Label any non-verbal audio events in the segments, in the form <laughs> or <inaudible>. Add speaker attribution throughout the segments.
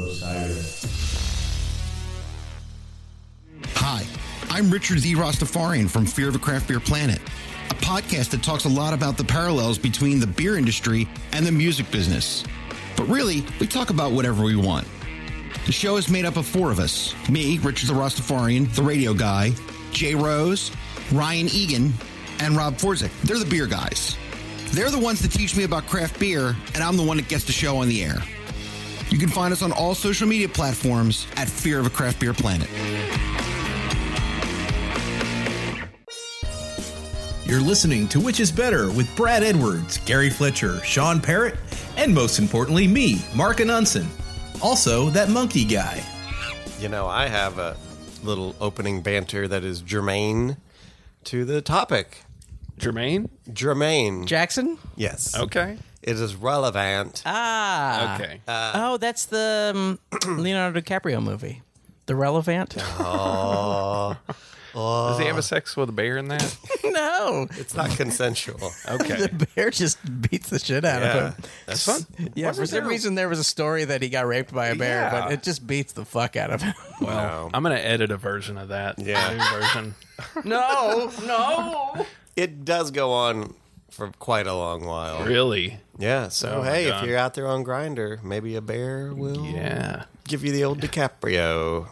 Speaker 1: Osiris.
Speaker 2: Hi, I'm Richard Z. Rastafarian from Fear of a Craft Beer Planet, a podcast that talks a lot about the parallels between the beer industry and the music business. But really, we talk about whatever we want. The show is made up of four of us me, Richard the Rastafarian, the radio guy, Jay Rose, Ryan Egan, and Rob Forzik. They're the beer guys. They're the ones that teach me about craft beer, and I'm the one that gets the show on the air. You can find us on all social media platforms at Fear of a Craft Beer Planet.
Speaker 3: You're listening to Which Is Better with Brad Edwards, Gary Fletcher, Sean Parrott, and most importantly, me, Mark Anunson. Also, that monkey guy.
Speaker 4: You know, I have a little opening banter that is germane to the topic.
Speaker 5: Jermaine
Speaker 4: Germane.
Speaker 6: Jackson?
Speaker 4: yes.
Speaker 5: okay
Speaker 4: It is relevant. Uh,
Speaker 6: Ah.
Speaker 5: okay
Speaker 6: oh, that's the um, <clears throat> Leonardo DiCaprio movie. The Relevant?
Speaker 5: does he have a sex with a bear
Speaker 4: <laughs>
Speaker 5: in that
Speaker 6: <laughs> no.
Speaker 4: It's not consensual.
Speaker 5: <laughs> okay
Speaker 6: The bear just beats the shit out
Speaker 4: Yeah.
Speaker 6: of him.
Speaker 4: That's
Speaker 5: fun.
Speaker 6: Yeah, for
Speaker 5: Wasn't
Speaker 6: some
Speaker 5: there-
Speaker 6: reason there was a story that he got raped by a bear, but
Speaker 5: Yeah.
Speaker 6: it just beats the fuck out of him.
Speaker 5: well i'm gonna edit a version of that
Speaker 4: Yeah.
Speaker 5: new version
Speaker 6: no, no.
Speaker 4: It does go on for quite a long while.
Speaker 5: really
Speaker 4: Yeah. So,
Speaker 5: Oh my
Speaker 4: hey, if
Speaker 5: God.
Speaker 4: you're out there on Grinder, maybe a bear will
Speaker 5: yeah
Speaker 4: give you the old
Speaker 5: <laughs>
Speaker 4: DiCaprio.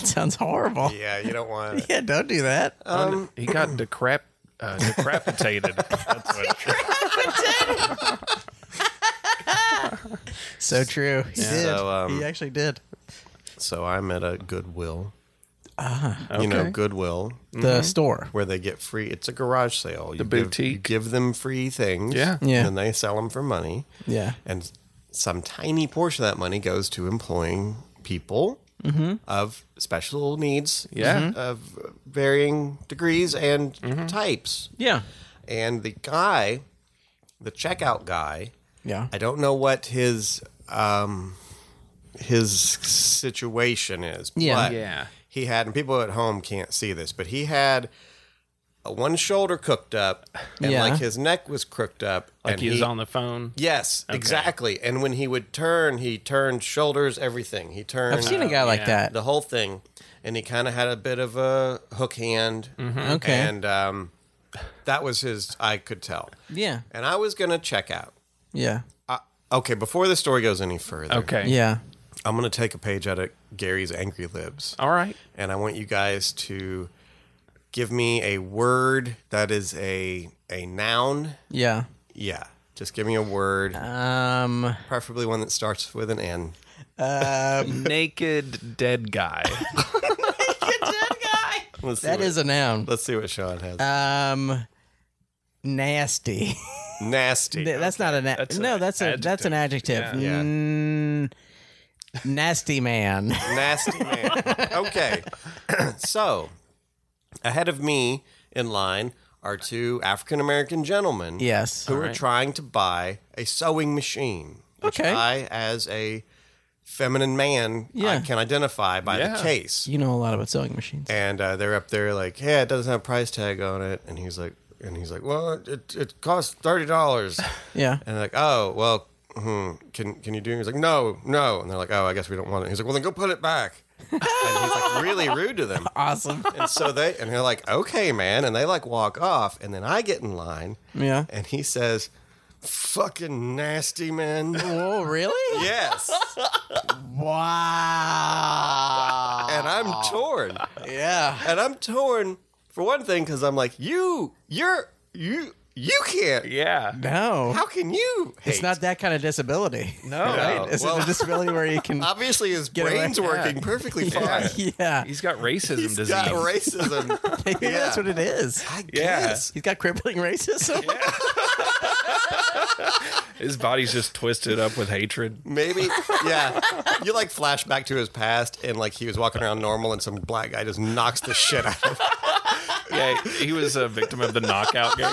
Speaker 6: It <laughs> sounds horrible. <laughs> Yeah.
Speaker 4: Yeah, you don't want it.
Speaker 6: don't do that.
Speaker 5: Uh,
Speaker 4: Um,
Speaker 5: he got decrap
Speaker 4: <laughs>
Speaker 5: uh, decrapitated that's what
Speaker 6: so true. He did.
Speaker 4: So, um,
Speaker 6: he actually did.
Speaker 4: So I'm at a Goodwill. Ah, You know,
Speaker 5: Uh-huh. okay.
Speaker 4: Goodwill,
Speaker 6: The store.
Speaker 4: where they get free. It's a garage sale. You the
Speaker 5: boutique.
Speaker 4: Give, them free things.
Speaker 5: Yeah.
Speaker 6: Yeah.
Speaker 4: And they sell them for money.
Speaker 6: Yeah.
Speaker 4: And some tiny portion of that money goes to employing people
Speaker 6: Mm-hmm.
Speaker 4: of special needs.
Speaker 5: Yeah. Mm-hmm. Mhm.
Speaker 4: Of varying degrees and types.
Speaker 6: Yeah.
Speaker 4: And the guy, the checkout guy,
Speaker 6: Yeah.
Speaker 4: I don't know what his um his situation is.
Speaker 6: Yeah.
Speaker 4: but
Speaker 5: Yeah.
Speaker 4: He had, and people at home can't see this, but he had uh, one shoulder cooked up, and
Speaker 6: Yeah.
Speaker 4: like his neck was crooked up,
Speaker 5: like
Speaker 4: and
Speaker 5: he was
Speaker 4: he-
Speaker 5: on the phone
Speaker 4: Yes, exactly. And when he would turn, he turned shoulders, everything. He turned.
Speaker 6: I've seen a guy like
Speaker 5: Yeah.
Speaker 6: that.
Speaker 4: the whole thing, and he kind of had a bit of a hook hand.
Speaker 5: Mm-hmm.
Speaker 6: Okay.
Speaker 4: And um, that was his. I could tell.
Speaker 6: yeah.
Speaker 4: And I was gonna check out. Uh,
Speaker 6: Yeah.
Speaker 4: Okay, before the story goes any further,
Speaker 5: okay
Speaker 6: Yeah.
Speaker 4: I'm going to take a page out of Gary's Angry Libs.
Speaker 5: all right
Speaker 4: And I want you guys to give me a word that is a a noun.
Speaker 6: Yeah.
Speaker 4: Yeah. Just give me a word,
Speaker 6: <laughs> Um
Speaker 4: preferably one that starts with an N.
Speaker 5: naked dead guy
Speaker 4: Let's see
Speaker 6: that
Speaker 4: what-
Speaker 6: is a noun.
Speaker 4: Let's see what Sean has.
Speaker 6: Um nasty. <laughs>
Speaker 4: Nasty.
Speaker 6: Th- that's not a na-
Speaker 5: That's
Speaker 6: no.
Speaker 5: a
Speaker 6: That's a that's an adjective.
Speaker 4: Yeah.
Speaker 6: Mm, nasty man.
Speaker 4: Nasty
Speaker 6: <laughs>
Speaker 4: man. okay. <clears throat> so, ahead of me in line are two African American gentlemen.
Speaker 6: yes.
Speaker 4: who are trying to buy a sewing machine, which
Speaker 6: Okay.
Speaker 4: I, as a feminine man, I
Speaker 6: Yeah.
Speaker 4: can identify by the
Speaker 5: Yeah.
Speaker 4: case.
Speaker 6: You know a lot about sewing machines.
Speaker 4: And uh, they're up there like, "Hey, it doesn't have a price tag on it," and he's like, "And he's like, well, it it costs thirty dollars,"
Speaker 6: Yeah.
Speaker 4: and they're like, "Oh, well." Hmm, can can you do it? He's like, no, no, and they're like, oh, I guess we don't want it. He's like, well, then go put it back. and he's like really rude to them.
Speaker 6: Awesome.
Speaker 4: And so they and they're like, okay, man, and they like walk off, and then I get in line,
Speaker 6: Yeah.
Speaker 4: and he says, "Fucking nasty man." <laughs>
Speaker 6: Oh really?
Speaker 4: yes,
Speaker 6: Wow.
Speaker 4: and I'm torn,
Speaker 6: Yeah.
Speaker 4: and I'm torn for one thing because I'm like, you, you're, you, you can't.
Speaker 5: yeah
Speaker 6: No.
Speaker 4: How can you? Hate?
Speaker 6: it's not that kind of disability. <laughs>
Speaker 5: no
Speaker 4: No.
Speaker 6: It's
Speaker 4: Well-
Speaker 6: a disability where
Speaker 4: <laughs>
Speaker 6: you can.
Speaker 4: Obviously, his
Speaker 6: away.
Speaker 4: brain's working perfectly fine.
Speaker 6: <laughs>
Speaker 5: <laughs>
Speaker 6: yeah.
Speaker 5: he's got racism
Speaker 4: He's
Speaker 5: disease
Speaker 4: got racism.
Speaker 6: Maybe
Speaker 4: Yeah.
Speaker 6: <laughs> that's what it is.
Speaker 4: I
Speaker 5: Yeah.
Speaker 4: guess.
Speaker 6: He's got crippling racism.
Speaker 5: his body's just twisted up with hatred
Speaker 4: Maybe, yeah. You like flash back to his past, and like he was walking around normal, and some black guy just knocks the shit out of him.
Speaker 5: yeah he was a victim of the knockout game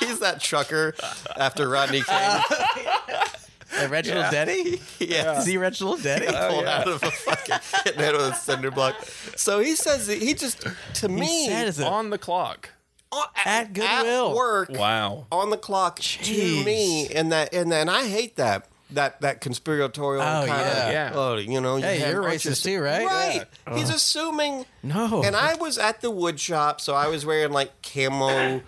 Speaker 4: He's that trucker after Rodney
Speaker 6: <laughs>
Speaker 4: King
Speaker 6: Uh, Reginald Denny. Is he Reginald Denny?
Speaker 4: pulled out of a fucking <laughs> hitting it with a cinder block. So he says that he just to me
Speaker 6: He said it's a-
Speaker 5: on the clock
Speaker 4: on-
Speaker 6: at Goodwill.
Speaker 4: work
Speaker 5: wow
Speaker 4: on the clock to me, and that and then I hate that. that that conspiratorial
Speaker 6: Oh,
Speaker 4: kind of
Speaker 5: yeah. Yeah.
Speaker 4: load, you know. You
Speaker 6: Hey,
Speaker 4: have
Speaker 6: you're
Speaker 4: righteous-
Speaker 6: racist too, right? Uh-huh.
Speaker 4: Right. He's assuming.
Speaker 6: No.
Speaker 4: And I was at the wood shop, so I was wearing like camo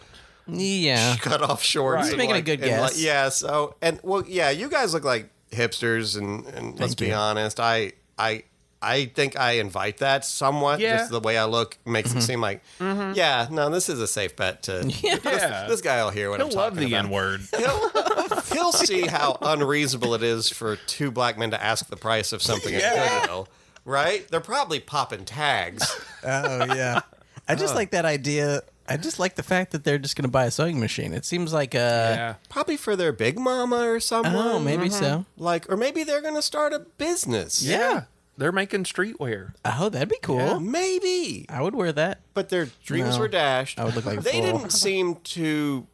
Speaker 4: <laughs>
Speaker 6: Yeah.
Speaker 4: cut off shorts.
Speaker 5: He's
Speaker 4: and,
Speaker 6: making a
Speaker 4: like-
Speaker 6: good
Speaker 4: and, like,
Speaker 6: guess.
Speaker 4: yeah. So and well, yeah. You guys look like hipsters, and, and let's be
Speaker 6: you.
Speaker 4: honest, I I I think I invite that somewhat.
Speaker 5: Yeah.
Speaker 4: Just the way I look makes
Speaker 6: Mm-hmm.
Speaker 4: it seem like yeah. No, this is a safe bet to.
Speaker 6: <laughs>
Speaker 5: Yeah.
Speaker 4: This guy will hear what
Speaker 5: He'll
Speaker 4: I'm
Speaker 5: love
Speaker 4: talking
Speaker 5: the
Speaker 4: about.
Speaker 5: N word.
Speaker 4: He'll, he'll see
Speaker 6: <laughs>
Speaker 4: how unreasonable it is for two black men to ask the price of something at Goodwill, right? They're probably popping
Speaker 6: <laughs>
Speaker 4: tags.
Speaker 6: Oh yeah. I just like that idea. I just like the fact that they're just going to buy a sewing machine. It seems like uh
Speaker 5: Yeah.
Speaker 4: probably for their big mama or someone.
Speaker 6: Oh, maybe so.
Speaker 4: Like, or maybe they're going to start a business.
Speaker 5: yeah. They're making streetwear.
Speaker 6: Oh, that'd be cool.
Speaker 4: Maybe.
Speaker 6: I would wear that.
Speaker 4: But their dreams
Speaker 6: No.
Speaker 4: were dashed.
Speaker 6: I would look like a
Speaker 4: They
Speaker 6: fool.
Speaker 4: didn't seem to,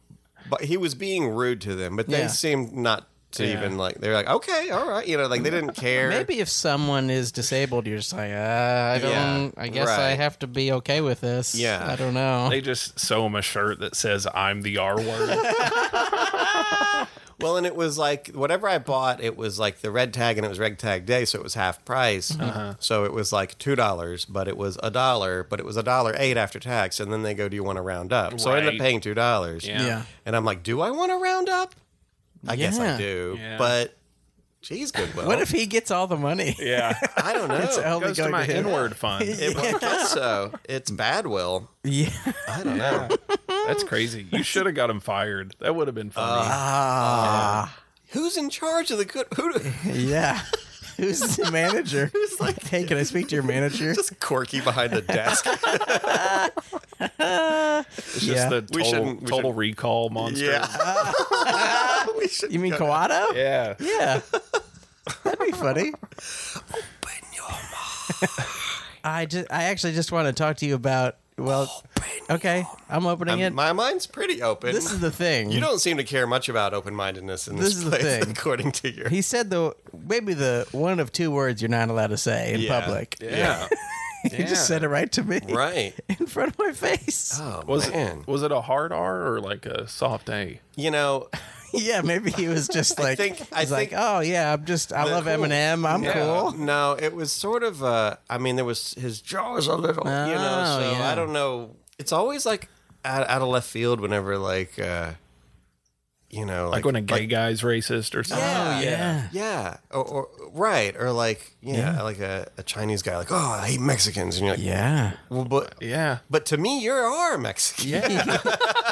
Speaker 4: but he was being rude to them, but they
Speaker 6: Yeah.
Speaker 4: seemed not to
Speaker 5: Yeah.
Speaker 4: even like, they were like, okay, all right. You know, like they
Speaker 6: <laughs>
Speaker 4: didn't care.
Speaker 6: Maybe if someone is disabled, you're just like, uh, I don't.
Speaker 4: Yeah,
Speaker 6: I guess I
Speaker 4: right.
Speaker 6: have to be okay with this.
Speaker 4: Yeah.
Speaker 6: I don't know.
Speaker 5: They just sew him a shirt that says "I'm the R word."
Speaker 4: <laughs> Well, and it was like whatever I bought, it was like the red tag, and it was red tag day, so it was half price.
Speaker 6: Uh-huh.
Speaker 5: Uh-huh.
Speaker 4: So it was like two dollars, but it was a dollar, but it was a dollar eight after tax, and then they go, "Do you want to round up?" So I ended up
Speaker 5: Right.
Speaker 4: paying two dollars.
Speaker 5: Yeah.
Speaker 6: Yeah.
Speaker 4: and I'm like, "Do I want to round up?" I guess I
Speaker 6: Yeah.
Speaker 4: do,
Speaker 5: Yeah.
Speaker 4: but geez, goodwill.
Speaker 6: What if he gets all the money?
Speaker 5: yeah,
Speaker 4: I
Speaker 6: <laughs>
Speaker 4: don't know?
Speaker 6: only
Speaker 5: goes to
Speaker 6: going
Speaker 5: my
Speaker 6: him.
Speaker 5: N word fund.
Speaker 4: <laughs> It- I guess so. It's bad will.
Speaker 6: Yeah.
Speaker 4: I don't know.
Speaker 5: That's crazy. You should have got him fired. That would have been funny.
Speaker 4: Uh,
Speaker 6: Ah.
Speaker 4: Who's in charge of the good? Who? do- <laughs>
Speaker 6: <laughs> yeah. Who's the manager? Who's like, hey, can I speak to your manager?
Speaker 4: <laughs> Just Corky behind the
Speaker 6: <laughs>
Speaker 4: desk.
Speaker 5: it's
Speaker 6: yeah.
Speaker 5: just the
Speaker 4: We
Speaker 5: total,
Speaker 4: shouldn't- we
Speaker 5: total
Speaker 4: should-
Speaker 5: recall monster.
Speaker 4: yeah. <laughs> we should
Speaker 6: you mean
Speaker 4: go-
Speaker 6: Kawato?
Speaker 5: Yeah.
Speaker 6: Yeah. That'd be funny.
Speaker 4: Open your mouth.
Speaker 6: I just, I actually just want to talk to you about. Well, okay, Oh, I'm opening it.
Speaker 4: My mind's pretty open.
Speaker 6: This is the thing.
Speaker 4: You don't seem to care much about open mindedness in this,
Speaker 6: This is the
Speaker 4: place,
Speaker 6: thing.
Speaker 4: <laughs> according to your.
Speaker 6: He said the maybe the one of two words you're not allowed to say in
Speaker 4: Yeah.
Speaker 6: public.
Speaker 5: Yeah.
Speaker 6: <laughs> He just said it right to me,
Speaker 4: right.
Speaker 6: <laughs> in front of my face.
Speaker 4: Oh,
Speaker 5: Was
Speaker 4: man.
Speaker 5: it was it a hard R or like a soft A?
Speaker 4: you know,
Speaker 6: <laughs> Yeah, maybe he was just like,
Speaker 4: think- I
Speaker 6: he's
Speaker 4: think-
Speaker 6: like, oh yeah, I'm just, I love
Speaker 4: cool.
Speaker 6: Eminem. I'm cool.
Speaker 4: no, it was sort of, uh, I mean, there was his jaw was a little, you know,
Speaker 6: Oh,
Speaker 4: so
Speaker 6: yeah.
Speaker 4: I don't know. It's always like out, out of left field whenever, like, uh, you know,
Speaker 5: Like when a gay guy's racist or something.
Speaker 6: Oh yeah.
Speaker 4: yeah, or, or right, or like, yeah, like a, a Chinese guy, like, oh, I hate Mexicans, and you're like,
Speaker 6: Yeah.
Speaker 4: well, but,
Speaker 5: Yeah.
Speaker 4: but to me, you are Mexican.
Speaker 6: Yeah. <laughs>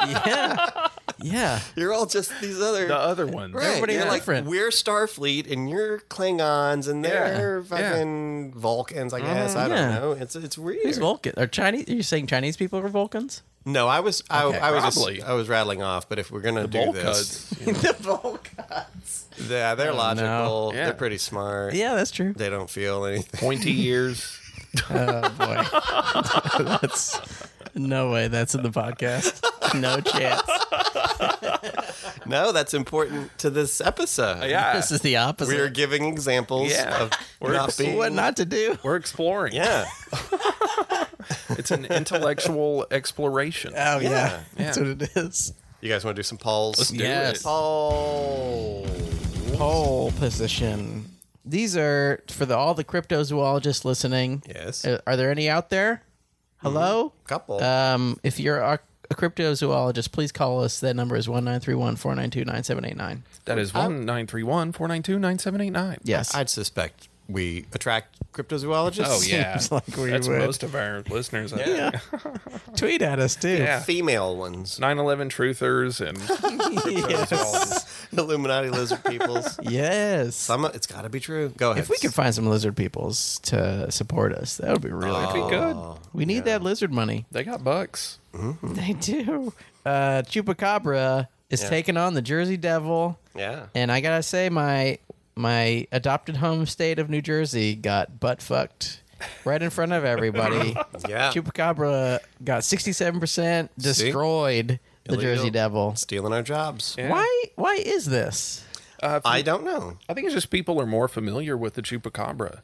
Speaker 6: yeah. Yeah.
Speaker 4: <laughs> You're all just these other
Speaker 5: The other one.
Speaker 4: Right.
Speaker 6: Everybody
Speaker 4: you're
Speaker 6: was
Speaker 4: like,
Speaker 6: different.
Speaker 4: We're Starfleet and you're Klingons and they're fucking Vulcans, I guess. I don't
Speaker 6: Mm-hmm. Yeah.
Speaker 4: know. It's it's weird.
Speaker 6: Who's Vulcan? Are Chinese? Are you saying Chinese people are Vulcans?
Speaker 4: no, I was I, I was just-
Speaker 5: Probably.
Speaker 4: I was rattling off, but if we're gonna do
Speaker 5: Bowl
Speaker 4: this,
Speaker 5: cuts.
Speaker 6: <laughs> the Vulcans.
Speaker 4: yeah, they're logical.
Speaker 5: Yeah.
Speaker 4: They're pretty smart.
Speaker 6: Yeah, that's true.
Speaker 4: They don't feel anything. <laughs>
Speaker 5: Pointy ears.
Speaker 6: Oh boy, that's no way. That's in the podcast. No chance.
Speaker 4: No, that's important to this episode.
Speaker 5: <laughs> Yeah.
Speaker 6: This is the opposite.
Speaker 4: We are giving examples
Speaker 5: Yeah.
Speaker 4: of
Speaker 5: <laughs> We're
Speaker 4: not
Speaker 5: just-
Speaker 4: being
Speaker 6: what not to do?
Speaker 5: We're exploring.
Speaker 4: Yeah.
Speaker 5: It's an intellectual exploration.
Speaker 6: Oh yeah,
Speaker 4: Yeah.
Speaker 6: <laughs> that's
Speaker 5: Yeah.
Speaker 6: what it is.
Speaker 4: You guys wanna do some polls? <laughs> Let's
Speaker 5: do
Speaker 6: Yes.
Speaker 5: it.
Speaker 4: Poll
Speaker 6: Pole position. These are for the all the cryptozoologists listening.
Speaker 4: Yes.
Speaker 6: Uh, Are there any out there? Hello.
Speaker 4: Couple.
Speaker 5: Mm-hmm. Uh,
Speaker 6: Um, if you're a, a cryptozoologist, please call us. That number is one nine three one four nine two nine seven eight nine.
Speaker 5: That is one nine three one four nine two nine seven eight nine.
Speaker 6: Yes.
Speaker 4: I'd suspect we attract cryptozoologists.
Speaker 5: Oh yeah.
Speaker 6: <laughs> Seems like we
Speaker 5: That's
Speaker 6: would.
Speaker 5: most of our listeners. I think.
Speaker 6: yeah. <laughs> Tweet at us too.
Speaker 4: <laughs>
Speaker 5: Yeah.
Speaker 4: Female ones.
Speaker 5: 9/11 truthers and
Speaker 6: <laughs> Yes.
Speaker 4: <laughs> Illuminati lizard
Speaker 5: <laughs>
Speaker 4: peoples.
Speaker 6: yes.
Speaker 4: Some, it's got to be true. Go ahead.
Speaker 6: if we could find some lizard peoples to support us, that would be really
Speaker 4: Oh,
Speaker 5: That'd
Speaker 6: cool.
Speaker 5: be good.
Speaker 6: We need that lizard money.
Speaker 5: They got bucks.
Speaker 4: Mm.
Speaker 6: They do. Uh, Chupacabra is taking on the Jersey Devil,
Speaker 4: yeah.
Speaker 6: and I gotta say, my my adopted home state of New Jersey got butt fucked right in front of everybody.
Speaker 4: <laughs> Yeah.
Speaker 6: Chupacabra got sixty seven percent destroyed. The
Speaker 4: Illegal.
Speaker 6: Jersey Devil.
Speaker 4: Stealing our jobs.
Speaker 5: Yeah.
Speaker 6: Why? Why is this?
Speaker 4: I don't know.
Speaker 5: I think it's just people are more familiar with the chupacabra.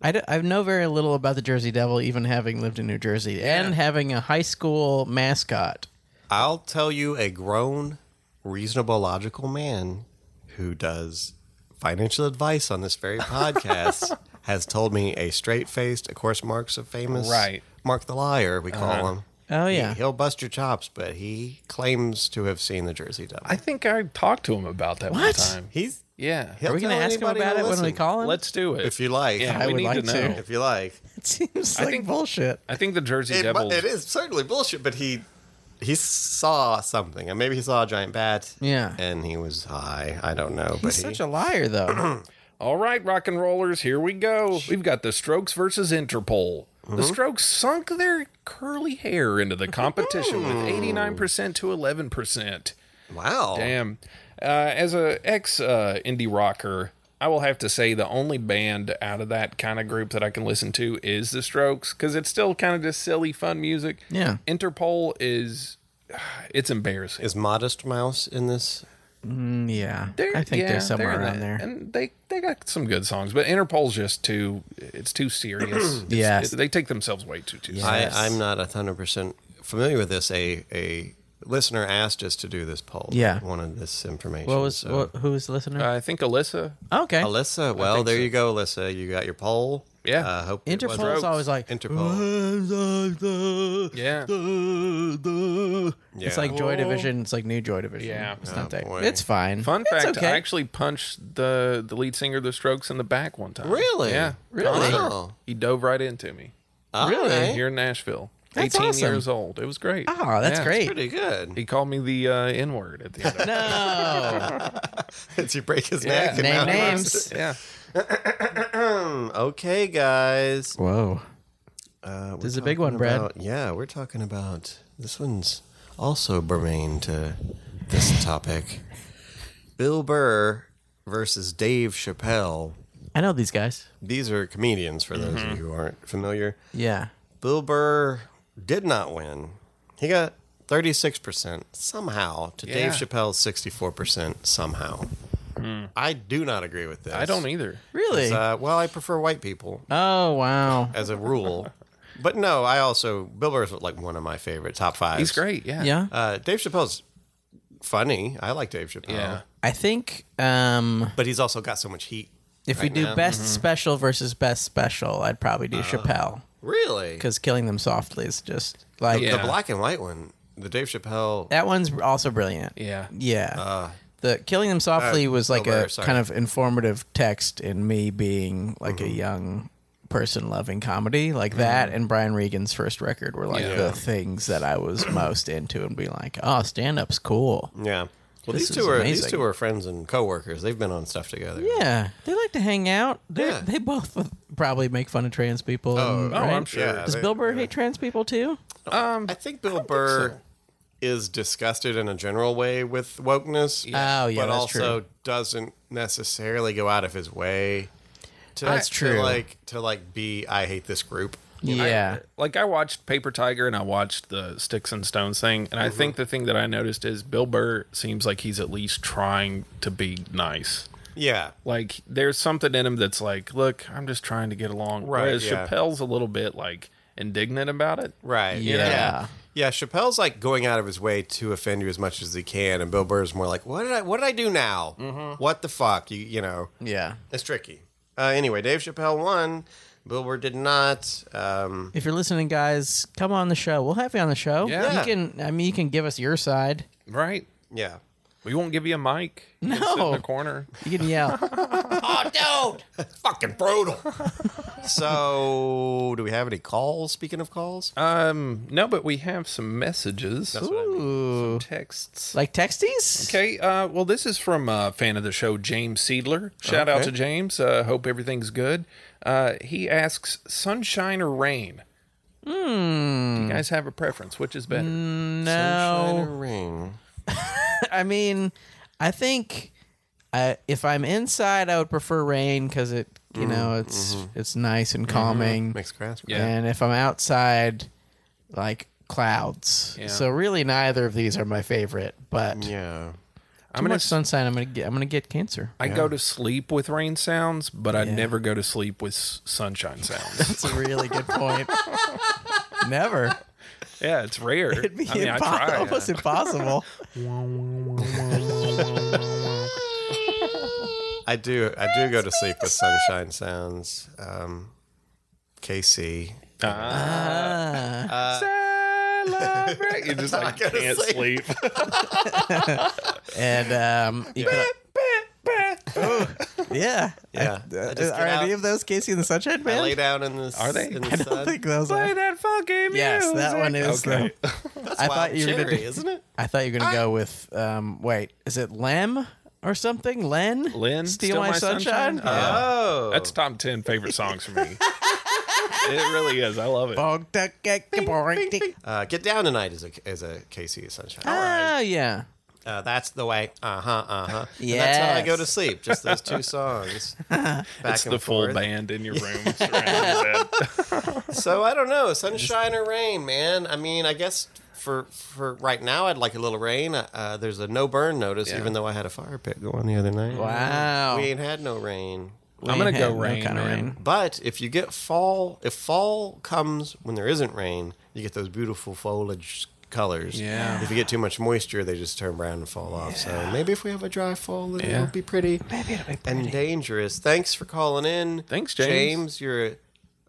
Speaker 6: I, d- I know very little about the Jersey Devil, even having lived in New Jersey and having a high school mascot.
Speaker 4: I'll tell you a grown, reasonable, logical man who does financial advice on this
Speaker 5: <laughs>
Speaker 4: very podcast has told me a straight faced, of course, Mark's a famous
Speaker 5: Right. Uh-huh.
Speaker 4: Mark the Liar, we call him.
Speaker 6: Oh, yeah.
Speaker 4: He, will bust your chops, but he claims to have seen the Jersey Devil.
Speaker 5: I think I talked to him about that one
Speaker 6: What?
Speaker 5: time.
Speaker 4: He's
Speaker 5: Yeah.
Speaker 4: he'll
Speaker 6: Are we going to
Speaker 4: tell
Speaker 6: ask him
Speaker 4: anybody
Speaker 6: about
Speaker 4: to
Speaker 6: it when we
Speaker 4: listen,
Speaker 6: call him?
Speaker 5: Let's do it.
Speaker 4: If you like.
Speaker 5: Yeah,
Speaker 6: I
Speaker 5: we
Speaker 6: would
Speaker 5: need
Speaker 6: like
Speaker 5: to
Speaker 6: to.
Speaker 5: know.
Speaker 4: If you like.
Speaker 6: <laughs> It seems like
Speaker 5: think-
Speaker 6: bullshit.
Speaker 5: I think the Jersey
Speaker 4: It, mu-
Speaker 5: Devils.
Speaker 4: it is certainly bullshit, but he he saw something, and maybe he saw a giant bat.
Speaker 6: Yeah.
Speaker 4: and he was high. I don't know, but
Speaker 6: He's
Speaker 4: he,
Speaker 6: such a liar, though.
Speaker 5: All right, rock and rollers, here we go. We've got the Strokes versus Interpol. The
Speaker 4: Mm-hmm.
Speaker 5: Strokes sunk their curly hair into the competition with 89% to 11%.
Speaker 4: wow.
Speaker 5: Damn. Uh, as a ex uh, indie rocker, I will have to say the only band out of that kind of group that I can listen to is The Strokes because it's still kind of just silly, fun music.
Speaker 6: Yeah.
Speaker 5: Interpol is <sighs> it's embarrassing.
Speaker 4: Is Modest Mouse in this?
Speaker 6: Mm, yeah.
Speaker 5: They're-
Speaker 6: I think
Speaker 5: yeah,
Speaker 6: they're somewhere
Speaker 5: in
Speaker 6: around
Speaker 5: that.
Speaker 6: there.
Speaker 5: and they they got some good songs, but Interpol's just too it's too
Speaker 6: <clears throat>
Speaker 5: serious. It's-
Speaker 6: Yes.
Speaker 5: it- they take themselves way too too. serious.
Speaker 4: I,
Speaker 6: Yes.
Speaker 4: I'm not hundred percent familiar with this. A a listener asked us to do this poll.
Speaker 6: Yeah.
Speaker 4: wanted this information.
Speaker 6: What was
Speaker 4: so-
Speaker 6: what, who was the listener?
Speaker 5: I think Alyssa.
Speaker 6: okay.
Speaker 4: Alyssa? Well, there you go, Alyssa. You got your poll.
Speaker 5: Yeah.
Speaker 4: Uh, hope it wasn't-
Speaker 6: Interpol's always like
Speaker 4: Interpol.
Speaker 5: Yeah.
Speaker 6: It's like
Speaker 5: Whoa.
Speaker 6: Joy Division. It's like new Joy Division.
Speaker 5: Yeah.
Speaker 6: It's not that.
Speaker 4: boy.
Speaker 6: It's fine.
Speaker 5: Fun
Speaker 6: It's
Speaker 5: fact:
Speaker 6: okay.
Speaker 5: I actually punched the the lead singer of The Strokes in the back one time.
Speaker 4: Really?
Speaker 5: Yeah.
Speaker 6: Really?
Speaker 4: Wow.
Speaker 5: He dove right into me
Speaker 4: All right.
Speaker 5: here in Nashville.
Speaker 6: That's
Speaker 5: 18
Speaker 6: awesome.
Speaker 5: years old. It was great.
Speaker 6: Oh, that's
Speaker 5: Yeah.
Speaker 6: great.
Speaker 4: Pretty good. <laughs>
Speaker 5: He called me the uh, N word at the end.
Speaker 6: <laughs>
Speaker 5: Of it.
Speaker 6: No.
Speaker 4: Did you break his
Speaker 5: Yeah.
Speaker 4: neck? and
Speaker 6: Name
Speaker 4: now-
Speaker 6: names.
Speaker 5: yeah.
Speaker 4: <laughs> Okay, guys.
Speaker 6: <laughs> Whoa.
Speaker 4: Uh, we're
Speaker 6: This is a big
Speaker 4: talking
Speaker 6: one, Brad.
Speaker 4: about- yeah, we're talking about this one's also germane to this topic. <laughs> Bill Burr versus Dave Chappelle.
Speaker 6: I know these guys.
Speaker 4: These are comedians for those
Speaker 6: Mm-hmm.
Speaker 4: of you who aren't familiar.
Speaker 6: Yeah.
Speaker 4: Bill Burr did not win. He got 36% somehow to
Speaker 5: Yeah.
Speaker 4: Dave Chappelle's 64% somehow.
Speaker 6: Hmm.
Speaker 4: I do not agree with this.
Speaker 5: I don't either.
Speaker 6: Really?
Speaker 4: Uh, well, I prefer white people
Speaker 6: oh wow.
Speaker 4: as a rule. but no, I also Bill Burr's like one of my favorite top five.
Speaker 5: He's great. Yeah.
Speaker 6: Yeah.
Speaker 4: Uh, Dave Chappelle's funny. I like Dave Chappelle.
Speaker 5: Yeah.
Speaker 6: I think um,
Speaker 4: But he's also got so much heat.
Speaker 6: if we
Speaker 4: Right
Speaker 6: do
Speaker 4: now.
Speaker 6: best special versus best special, I'd probably do Chappelle
Speaker 4: Really?
Speaker 6: because killing them softly is just like
Speaker 5: Yeah.
Speaker 4: The black and white one, the Dave Chappelle.
Speaker 6: that one's also brilliant.
Speaker 5: Yeah.
Speaker 6: Yeah. the killing them softly
Speaker 4: uh,
Speaker 6: was like
Speaker 4: Bill Burr,
Speaker 6: a
Speaker 4: sorry.
Speaker 6: kind of informative text in me being like a young person loving comedy like that and Brian Regan's first record were like
Speaker 5: Yeah.
Speaker 6: the things that I was most into and be like, "Oh, stand-up's cool."
Speaker 4: Yeah. Well,
Speaker 6: This
Speaker 4: these two
Speaker 6: is
Speaker 4: are these
Speaker 6: amazing.
Speaker 4: two are friends and coworkers. They've been on stuff together.
Speaker 6: Yeah, they like to hang out. They
Speaker 4: Yeah.
Speaker 6: they both would probably make fun of trans people. and-
Speaker 5: Oh,
Speaker 6: right?
Speaker 5: I'm sure.
Speaker 4: Yeah.
Speaker 6: Does
Speaker 4: they-
Speaker 6: Bill Burr hate trans people too?
Speaker 4: I
Speaker 6: Mm.
Speaker 4: think Bill Burr is disgusted in a general way with wokeness.
Speaker 6: Oh, yeah,
Speaker 4: but
Speaker 6: that's
Speaker 4: also
Speaker 6: true.
Speaker 4: doesn't necessarily go out of his way. To,
Speaker 6: That's
Speaker 4: to,
Speaker 6: true.
Speaker 4: like to like be I hate this group.
Speaker 6: Yeah.
Speaker 5: Like I watched Paper Tiger and I watched the Sticks and Stones thing, and I
Speaker 4: Mm-hmm.
Speaker 5: think the thing that I noticed is Bill Burr seems like he's at least trying to be nice.
Speaker 4: Yeah.
Speaker 5: Like there's something in him that's like, look, I'm just trying to get along.
Speaker 4: Right,
Speaker 5: Whereas
Speaker 4: yeah.
Speaker 5: Chappelle's a little bit like indignant about it.
Speaker 4: Right.
Speaker 6: Yeah.
Speaker 4: yeah. Yeah, Chappelle's like going out of his way to offend you as much as he can, and Bill Burr's more like, "What did I? What did I do now?
Speaker 6: Mm-hmm.
Speaker 4: What the fuck? You you know,
Speaker 6: yeah.
Speaker 4: it's tricky." Uh, anyway, Dave Chappelle won. Bill Burr did not. Um,
Speaker 6: If you're listening, guys, come on the show. We'll have you on the show.
Speaker 5: Yeah.
Speaker 6: You can. I mean, you can give us your side.
Speaker 5: Right?
Speaker 4: yeah.
Speaker 5: We won't give you a mic. You can sit in
Speaker 6: No.
Speaker 5: the
Speaker 6: <laughs>
Speaker 5: corner.
Speaker 6: You can yell.
Speaker 4: Oh, dude, fucking brutal. so, do we have any calls? Speaking of calls,
Speaker 5: Um, no, but we have some messages,
Speaker 4: what I mean.
Speaker 6: Ooh.
Speaker 5: texts.
Speaker 6: Like texties?
Speaker 5: Okay. Uh, well, this is from a fan of the show, James Seedler. Shout out
Speaker 4: Okay.
Speaker 5: to James. Uh, hope everything's good. Uh, he asks, sunshine or rain? Do you guys have a preference? Which is better?
Speaker 6: No.
Speaker 4: ring.
Speaker 6: I mean, I think I, if I'm inside, I would prefer rain because it, you know, it's it's nice and calming.
Speaker 4: Makes grass.
Speaker 5: Yeah.
Speaker 6: And if I'm outside, like clouds.
Speaker 5: Yeah.
Speaker 6: So really, neither of these are my favorite. But too
Speaker 4: Yeah.
Speaker 5: I'm
Speaker 6: much
Speaker 5: gonna. s-
Speaker 6: sunshine, I'm gonna get I'm gonna get cancer.
Speaker 5: I go to sleep with rain sounds, but I never go to sleep with s- sunshine sounds.
Speaker 6: That's a really good point. Never.
Speaker 5: yeah, it's rare.
Speaker 6: It'd be
Speaker 5: I mean,
Speaker 6: impo-
Speaker 5: I try.
Speaker 6: almost impossible.
Speaker 4: I do. I do go to sleep with sunshine sounds. Um, KC.
Speaker 5: Ah. Uh, Celebrate.
Speaker 4: <laughs>
Speaker 5: You just like
Speaker 4: gonna
Speaker 5: can't sleep.
Speaker 6: and um, you could- yeah,
Speaker 4: Yeah.
Speaker 6: I, uh,
Speaker 4: I just
Speaker 6: are
Speaker 4: get
Speaker 6: any
Speaker 4: out.
Speaker 6: of those Casey and the Sunshine
Speaker 4: I
Speaker 6: Band?
Speaker 4: lay down in the
Speaker 5: Are they?
Speaker 4: In the
Speaker 5: I
Speaker 6: <laughs> I
Speaker 4: sun.
Speaker 6: don't think those
Speaker 5: Play
Speaker 6: are.
Speaker 5: that fucking
Speaker 6: Yes, that
Speaker 5: music.
Speaker 6: one is.
Speaker 5: Okay.
Speaker 6: though. I
Speaker 4: Wild
Speaker 6: thought you were
Speaker 4: cherry,
Speaker 6: gonna. do-
Speaker 4: isn't it?
Speaker 6: I thought you were gonna go with. Um, wait, is it Lem or something? Len.
Speaker 5: Lynn,
Speaker 6: Steal, my, sunshine.
Speaker 5: Yeah.
Speaker 4: Oh,
Speaker 5: That's top 10 favorite songs for me. it really is. I love it.
Speaker 6: Bog duck, gack, boring, dick.
Speaker 4: uh, get down tonight is a is a KC sunshine.
Speaker 6: Ah, yeah.
Speaker 4: Uh, that's the way. Uh huh. Uh huh. Yeah. That's how I go
Speaker 6: Yes.
Speaker 4: to sleep. Just those two songs. Back
Speaker 5: <laughs> It's
Speaker 4: and
Speaker 5: the full
Speaker 4: forth.
Speaker 5: band in your room. surrounding your bed.
Speaker 4: So I don't know, sunshine or rain, man. I mean, I guess for for right now, I'd like a little rain. Uh, there's a no burn notice, even though I had a fire pit going the other night.
Speaker 6: Wow.
Speaker 4: we ain't had no rain.
Speaker 5: I'm going to
Speaker 6: Rain
Speaker 5: go
Speaker 6: had no
Speaker 5: rain.
Speaker 6: kinda
Speaker 5: man.
Speaker 6: rain.
Speaker 4: But if you get fall, if fall comes when there isn't rain, you get those beautiful foliage colors.
Speaker 5: Yeah.
Speaker 4: If you get too much moisture, they just turn brown and fall off. So maybe if we have a dry fall, it'll
Speaker 5: Yeah.
Speaker 4: be pretty
Speaker 6: Maybe it'll be pretty.
Speaker 4: and dangerous. Thanks for calling in.
Speaker 5: Thanks, James.
Speaker 4: James, you're a,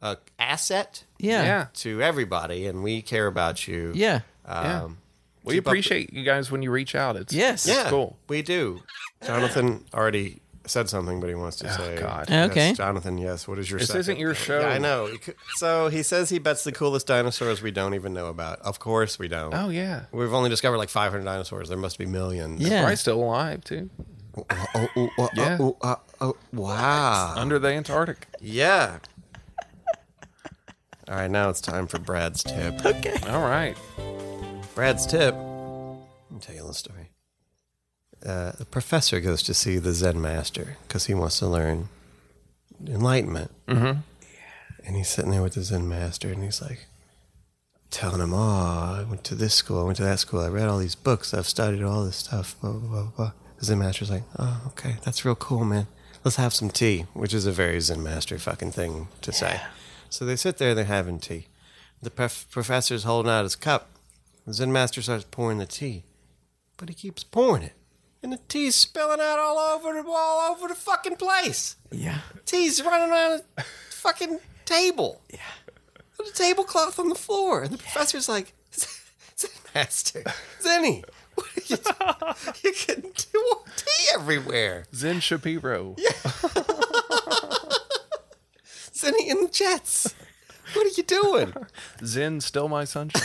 Speaker 4: a asset
Speaker 6: yeah.
Speaker 5: Yeah.
Speaker 6: Yeah.
Speaker 4: to everybody, and we care about you.
Speaker 6: Yeah.
Speaker 5: Yeah.
Speaker 4: Um,
Speaker 5: we
Speaker 4: keep up-
Speaker 5: appreciate you guys when you reach out. It's
Speaker 6: Yes.
Speaker 5: It's
Speaker 4: yeah,
Speaker 5: cool.
Speaker 4: We do. Jonathan already said something, but he wants to say.
Speaker 5: Oh, God.
Speaker 4: Yes,
Speaker 6: Okay.
Speaker 4: Jonathan, yes. What is your
Speaker 5: This
Speaker 4: second?
Speaker 5: isn't your show.
Speaker 4: Yeah, I know. So he says he bets the coolest dinosaurs we don't even know about. Of course we don't.
Speaker 5: Oh, yeah.
Speaker 4: We've only discovered like 500 dinosaurs. There must be millions.
Speaker 6: Yeah.
Speaker 5: Probably still alive, too.
Speaker 4: Oh, oh, oh,
Speaker 5: Yeah.
Speaker 4: oh, oh, oh, wow.
Speaker 5: Under the Antarctic.
Speaker 4: Yeah. All right, now it's time for Brad's tip.
Speaker 6: Okay.
Speaker 5: All right.
Speaker 4: Brad's tip. Let me tell you a little story. Uh, the professor goes to see the Zen master because he wants to learn enlightenment. Mm-hmm. And he's sitting there with the Zen master, and he's like telling him, "Oh, I went to this school, I went to that school, I read all these books, I've studied all this stuff." Blah blah blah. blah. The Zen master's like, "Oh, okay, that's real cool, man. Let's have some tea," which is a very Zen master fucking thing to say. So they sit there, they're having tea. The prof- professor's holding out his cup. The Zen master starts pouring the tea, but he keeps pouring it, and the tea's spilling out all over the all over the fucking place.
Speaker 6: Yeah.
Speaker 4: Tea's running around the fucking table. Yeah. There's a tablecloth on the floor. And the professor's like, Zen Master, Zenny, what are you doing? You can do tea everywhere.
Speaker 5: Zen Shapiro.
Speaker 4: Zenny in the jets. What are you doing?
Speaker 5: Zen Still My Sunshine.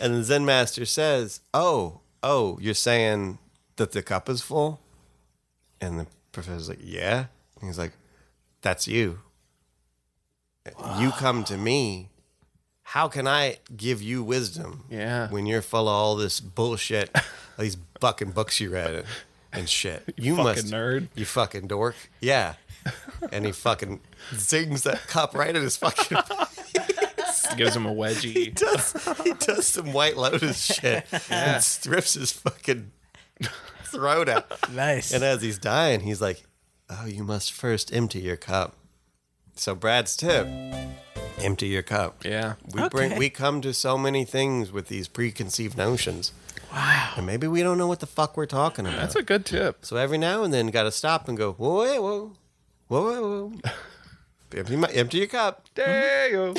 Speaker 4: And the Zen Master says, Oh, oh, you're saying that the cup is full? And the professor's like, Yeah. And he's like, That's you. You come to me. How can I give you wisdom?
Speaker 5: Yeah.
Speaker 4: When you're full of all this bullshit, all these fucking books you read and, and shit.
Speaker 5: <laughs>
Speaker 4: You,
Speaker 5: fucking
Speaker 4: must
Speaker 5: nerd.
Speaker 4: You fucking dork. Yeah. And he fucking zings that cup right in his fucking
Speaker 5: <laughs> Gives him a wedgie.
Speaker 4: does he does some White
Speaker 6: <laughs>
Speaker 4: Lotus shit and strips his fucking throat out.
Speaker 6: Nice.
Speaker 4: And as he's dying, he's like, "Oh, you must first empty your cup." So Brad's tip: empty your cup.
Speaker 5: Yeah.
Speaker 4: We bring
Speaker 6: Okay.
Speaker 4: we come to so many things with these preconceived notions,
Speaker 6: wow.
Speaker 4: and maybe we don't know what the fuck we're talking about.
Speaker 5: That's a good tip.
Speaker 4: so every now and then, got to stop and go, "Whoa, wait, whoa, whoa, whoa, whoa."
Speaker 6: <laughs>
Speaker 4: empty, my, empty your cup.
Speaker 5: Damn.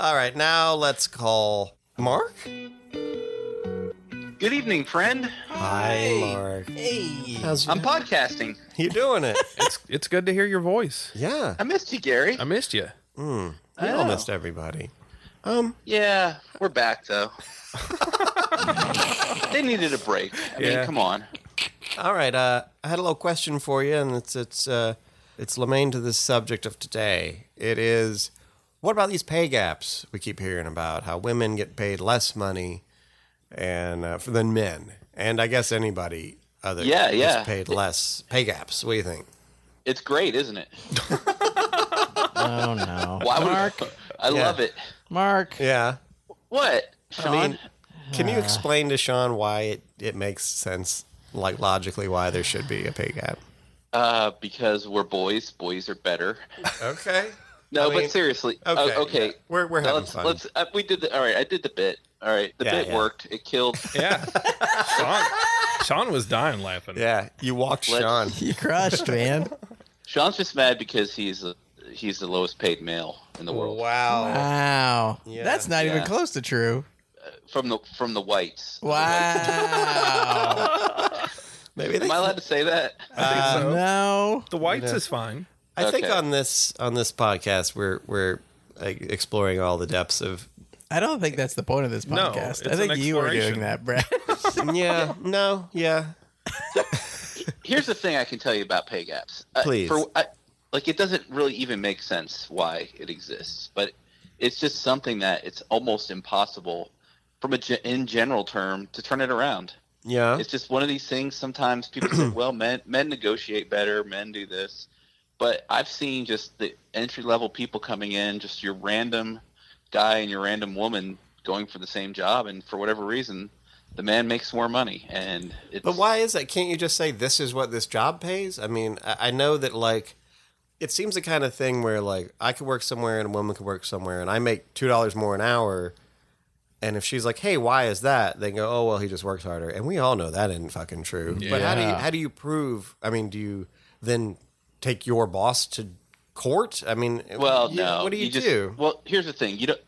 Speaker 4: All right, now let's call Mark.
Speaker 1: Good evening, friend.
Speaker 4: Hi, Mark.
Speaker 6: Hey.
Speaker 4: How's
Speaker 1: I'm podcasting.
Speaker 4: You doing it?
Speaker 5: It's, it's good to hear your voice.
Speaker 4: yeah.
Speaker 1: I missed you, Gary.
Speaker 5: I missed you.
Speaker 4: We
Speaker 1: I know.
Speaker 4: almost everybody. Um,
Speaker 1: Yeah, we're back though. they needed a break. I
Speaker 5: Yeah.
Speaker 1: mean, come on.
Speaker 4: all right. Uh, I had a little question for you, and it's it's uh, it's lamaine to the subject of today. It is what about these pay gaps we keep hearing about? How women get paid less money and uh, for than men, and I guess anybody other
Speaker 1: Yeah,
Speaker 4: is
Speaker 1: yeah.
Speaker 4: paid less pay gaps. What do you think?
Speaker 1: It's great, isn't it?
Speaker 6: Oh no.
Speaker 1: <laughs> Why would
Speaker 6: Mark.
Speaker 1: I
Speaker 4: Yeah.
Speaker 1: love it?
Speaker 6: Mark.
Speaker 4: Yeah.
Speaker 1: What, Sean?
Speaker 4: I mean, can you explain to Sean why it, it makes sense, like logically, why there should be a pay gap?
Speaker 1: uh, because we're boys. Boys are better.
Speaker 4: Okay.
Speaker 1: No,
Speaker 4: I mean,
Speaker 1: but seriously.
Speaker 4: Okay.
Speaker 1: Okay. okay.
Speaker 4: yeah. We're, we're
Speaker 1: Now
Speaker 4: having
Speaker 1: let's
Speaker 4: fun.
Speaker 1: let's. Uh, we did the. All right, I did the bit. All right, the
Speaker 4: Yeah,
Speaker 1: bit
Speaker 4: yeah.
Speaker 1: worked.
Speaker 4: <laughs>
Speaker 1: It killed.
Speaker 5: Yeah. <laughs> Sean, Sean was dying laughing.
Speaker 4: Yeah, you walked
Speaker 1: Let's-
Speaker 4: Sean.
Speaker 6: You crushed, man.
Speaker 1: Sean's just mad because he's the- he's the lowest paid male in the world
Speaker 4: Wow.
Speaker 6: Wow.
Speaker 4: Yeah.
Speaker 6: That's not even
Speaker 1: Yeah.
Speaker 6: close to true.
Speaker 1: from the from the whites.
Speaker 6: Wow.
Speaker 4: Maybe they,
Speaker 1: Am I allowed to say that?
Speaker 5: I think so.
Speaker 6: no.
Speaker 5: The whites is fine.
Speaker 4: I think
Speaker 1: Okay.
Speaker 4: on this on this podcast we're we're like, exploring all the depths
Speaker 1: <laughs>
Speaker 4: of
Speaker 6: I don't think that's the point of this
Speaker 5: No,
Speaker 6: podcast. I
Speaker 5: it's an
Speaker 6: think you were
Speaker 5: exploration.
Speaker 6: doing that, Brad. <laughs>
Speaker 4: Yeah, no, yeah.
Speaker 1: Here's the thing I can tell you about pay gaps. Uh,
Speaker 4: Please.
Speaker 1: For, I, like, it doesn't really even make sense why it exists, but it's just something that it's almost impossible, from a ge- in general term, to turn it around.
Speaker 4: Yeah.
Speaker 1: It's just one of these things. Sometimes people say, "Well, men men negotiate better, men do this," but I've seen just the entry level people coming in, just your random guy and your random woman going for the same job, and for whatever reason, the man makes more money. And it's,
Speaker 4: But why is that? Can't you just say this is what this job pays? I mean, I, I know that like it seems the kind of thing where like I could work somewhere and a woman could work somewhere and I make two dollars more an hour and if she's like, Hey, why is that? They go, Oh well he just works harder and we all know that isn't fucking true. But how do you
Speaker 6: Yeah.
Speaker 4: how do you prove I mean, do you then take your boss to court? I mean
Speaker 1: Well,
Speaker 4: you-
Speaker 1: no.
Speaker 4: what do you,
Speaker 1: just-
Speaker 4: do?
Speaker 1: Well, here's the thing. You don't,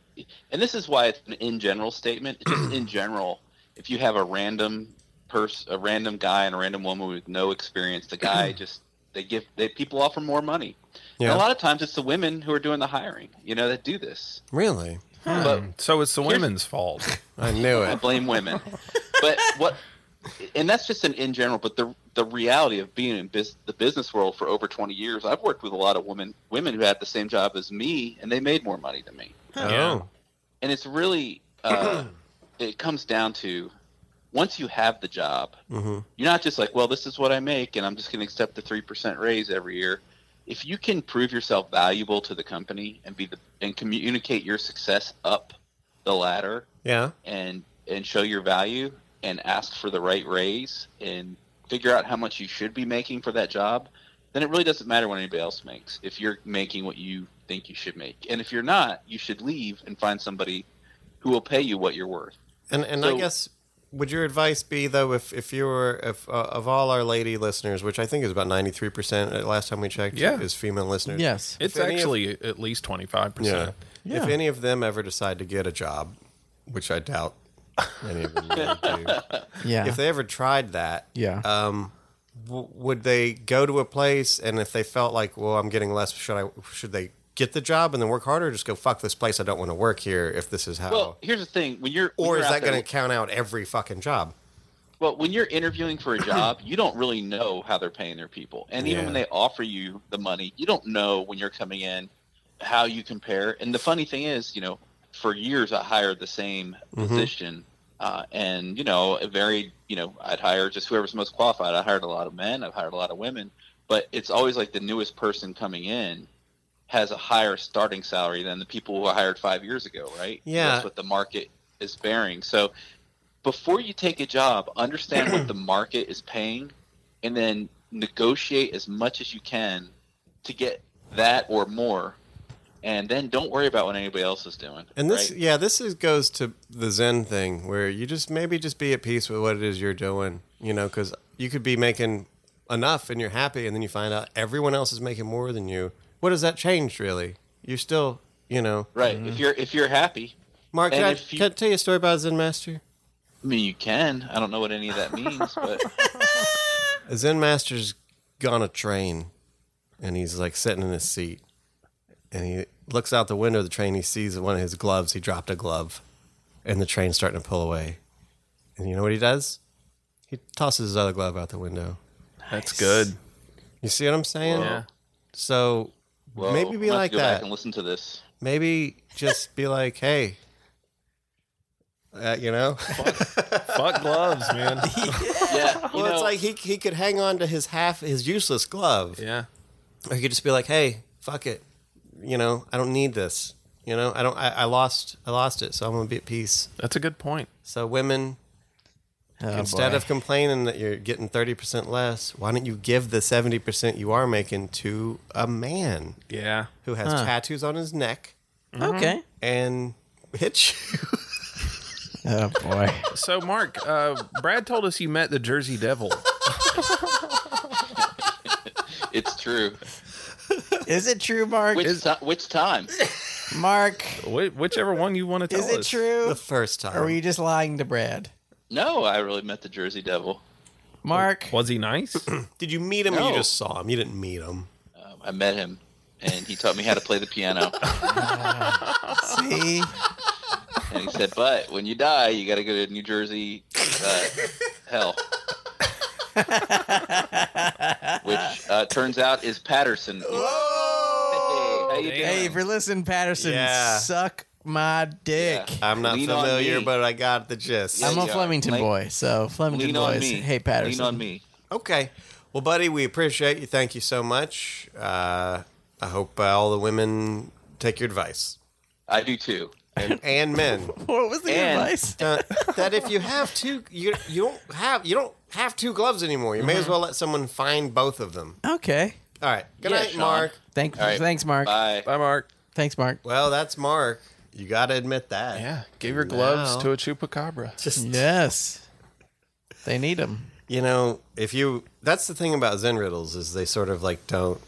Speaker 1: and this is why it's an in general statement. It's just in general, if you have a random person, a random guy and a random woman with no experience, the
Speaker 4: <clears throat>
Speaker 1: guy just they give they people offer more money. And
Speaker 4: Yeah.
Speaker 1: a lot of times it's the women who are doing the hiring. You know that do this.
Speaker 4: really?
Speaker 5: <clears throat>
Speaker 1: But
Speaker 5: So it's the women's fault.
Speaker 4: I knew
Speaker 1: <laughs>
Speaker 4: it.
Speaker 1: blame women.
Speaker 4: <laughs>
Speaker 1: but what, and that's just an in general. But the the reality of being in bus the business world for over twenty years, I've worked with a lot of women women who had the same job as me, and they made more money than me.
Speaker 5: Yeah.
Speaker 4: Oh.
Speaker 1: And it's really uh, it comes down to once you have the job, you're not just like, well, this is what I make, and I'm just going to accept the three percent raise every year. If you can prove yourself valuable to the company and be the and communicate your success up the ladder,
Speaker 4: Yeah.
Speaker 1: and and show your value and ask for the right raise and figure out how much you should be making for that job, then it really doesn't matter what anybody else makes if you're making what you think you should make. And if you're not, you should leave and find somebody who will pay you what you're worth.
Speaker 4: And and I
Speaker 1: So-
Speaker 4: guess would your advice be though if if you were if uh, of all our lady listeners, which I think is about ninety three percent uh, last time we checked,
Speaker 5: Yeah.
Speaker 4: is female listeners.
Speaker 6: Yes.
Speaker 5: It's
Speaker 4: any of-
Speaker 5: actually at least 25%.
Speaker 4: yeah.
Speaker 6: Yeah.
Speaker 4: If any of them ever decide to get a job, which I doubt any
Speaker 1: <laughs>
Speaker 4: of them really do,
Speaker 6: Yeah.
Speaker 4: if they ever tried that,
Speaker 6: yeah.
Speaker 4: w- would they go to a place and if they felt like, well, I'm getting less, should I should they get the job and then work harder, or just go fuck this place, I don't want to work here if this is how.
Speaker 1: Well, here's the thing: when you're when
Speaker 4: Oh. or
Speaker 1: you're
Speaker 4: is
Speaker 1: out
Speaker 4: that
Speaker 1: there-
Speaker 4: going to count out every fucking job?
Speaker 1: Well, when you're
Speaker 4: <clears throat>
Speaker 1: interviewing for a job, you don't really know how they're paying their people. And even
Speaker 4: Yeah.
Speaker 1: when they offer you the money, you don't know when you're coming in how you compare. And the funny thing is, you know, for years I hired the same
Speaker 4: Mm-hmm.
Speaker 1: position. Uh, and, you know, it varied, you know, I'd hire just whoever's most qualified. I hired a lot of men, I've hired a lot of women. But it's always like the newest person coming in has a higher starting salary than the people who were hired five years ago, right?
Speaker 4: Yeah.
Speaker 1: That's what the market is bearing. So before you take a job, understand what
Speaker 4: <clears throat>
Speaker 1: the market is paying and then negotiate as much as you can to get that or more. And then don't worry about what anybody else is doing.
Speaker 4: And this,
Speaker 1: right?
Speaker 4: yeah, this is, goes to the Zen thing where you just maybe just be at peace with what it is you're doing, you know, because you could be making enough and you're happy, and then you find out everyone else is making more than you. What has that changed really? You're still, you know,
Speaker 1: right. If you're if you're happy,
Speaker 4: Mark. Can
Speaker 1: And
Speaker 4: I,
Speaker 1: if you-
Speaker 4: can I tell you a story about a Zen master?
Speaker 1: I mean you can. I don't know what any of that means,
Speaker 4: <laughs>
Speaker 1: but
Speaker 4: A Zen master's gone a train, and he's like sitting in his seat, and he looks out the window of the train. He sees one of his gloves. He dropped a glove, and the train's starting to pull away. And you know what he does? He tosses his other glove out the window.
Speaker 5: That's good.
Speaker 4: You see what I'm saying?
Speaker 5: Yeah.
Speaker 4: So
Speaker 1: Whoa,
Speaker 4: maybe
Speaker 1: I'm
Speaker 4: be
Speaker 1: gonna have to
Speaker 4: like
Speaker 1: go
Speaker 4: that.
Speaker 1: Back and listen to this.
Speaker 4: Maybe just be like, hey, uh, you know.
Speaker 5: Fuck gloves, man.
Speaker 1: Yeah,
Speaker 4: <laughs> well,
Speaker 1: you know,
Speaker 4: it's like he he could hang on to his half his useless glove.
Speaker 5: yeah.
Speaker 4: or you could just be like, "Hey, fuck it, you know, I don't need this, you know, I don't, I, I lost, I lost it, so I'm gonna be at peace."
Speaker 5: That's a good point.
Speaker 4: So women,
Speaker 6: Oh,
Speaker 4: instead
Speaker 6: boy.
Speaker 4: of complaining that you're getting thirty percent less, why don't you give the seventy percent you are making to a man
Speaker 5: Yeah.
Speaker 4: who has tattoos on his neck
Speaker 6: okay.
Speaker 4: and hits you?
Speaker 6: Oh boy.
Speaker 5: So, Mark, uh, Brad told us you met the Jersey Devil.
Speaker 1: It's
Speaker 4: <laughs>
Speaker 1: true.
Speaker 6: Is it true, Mark?
Speaker 1: Which, ti
Speaker 4: <laughs>
Speaker 1: which time?
Speaker 6: Mark,
Speaker 5: Wh- whichever one you want to tell
Speaker 6: is it
Speaker 5: us.
Speaker 6: true?
Speaker 4: <laughs> The first time.
Speaker 6: Or were you just lying to Brad?
Speaker 1: No, I really met the Jersey Devil.
Speaker 6: Mark,
Speaker 5: Was he nice?
Speaker 4: Did you meet him or you
Speaker 1: No.
Speaker 4: just saw him? You didn't meet him.
Speaker 1: Um, I met him, and he taught me how to play the piano.
Speaker 6: see?
Speaker 1: And he said, "But when you die, you got to go to New Jersey uh, hell." Which uh, turns out is Patterson. Hey, how you doing?
Speaker 6: Hey, if you're listening, Patterson,
Speaker 4: Yeah.
Speaker 6: suck my dick.
Speaker 1: Yeah.
Speaker 4: I'm not
Speaker 1: Lean on
Speaker 4: familiar,
Speaker 1: me.
Speaker 4: but I got the gist.
Speaker 1: Yeah,
Speaker 6: I'm a
Speaker 1: yeah.
Speaker 6: Flemington
Speaker 1: Lean-
Speaker 6: boy, so Flemington
Speaker 1: Lean on
Speaker 6: boys
Speaker 1: me.
Speaker 6: hate Patterson.
Speaker 1: Lean on me.
Speaker 4: Okay. Well, buddy, we appreciate you. Thank you so much. Uh, I hope uh, all the women take your advice
Speaker 1: I do too.
Speaker 4: <laughs> and, and men.
Speaker 6: <laughs> What was the
Speaker 1: And-
Speaker 6: advice?
Speaker 4: Uh, that if you have two, you you don't have you don't have two gloves anymore. You may
Speaker 5: Mm-hmm.
Speaker 4: as well let someone find both of them.
Speaker 6: Okay.
Speaker 4: All right. Good
Speaker 1: Yeah,
Speaker 4: night,
Speaker 1: Sean.
Speaker 4: Mark.
Speaker 6: Thank,
Speaker 1: All right.
Speaker 6: Thanks, Mark.
Speaker 1: Bye.
Speaker 5: Bye, Mark.
Speaker 6: Thanks, Mark.
Speaker 4: Well, that's Mark. You got to admit that.
Speaker 5: Yeah, give your gloves
Speaker 4: Wow.
Speaker 5: to a chupacabra.
Speaker 4: Just
Speaker 6: Yes. They need him.
Speaker 4: you know, if you that's the thing about Zen riddles is they sort of like don't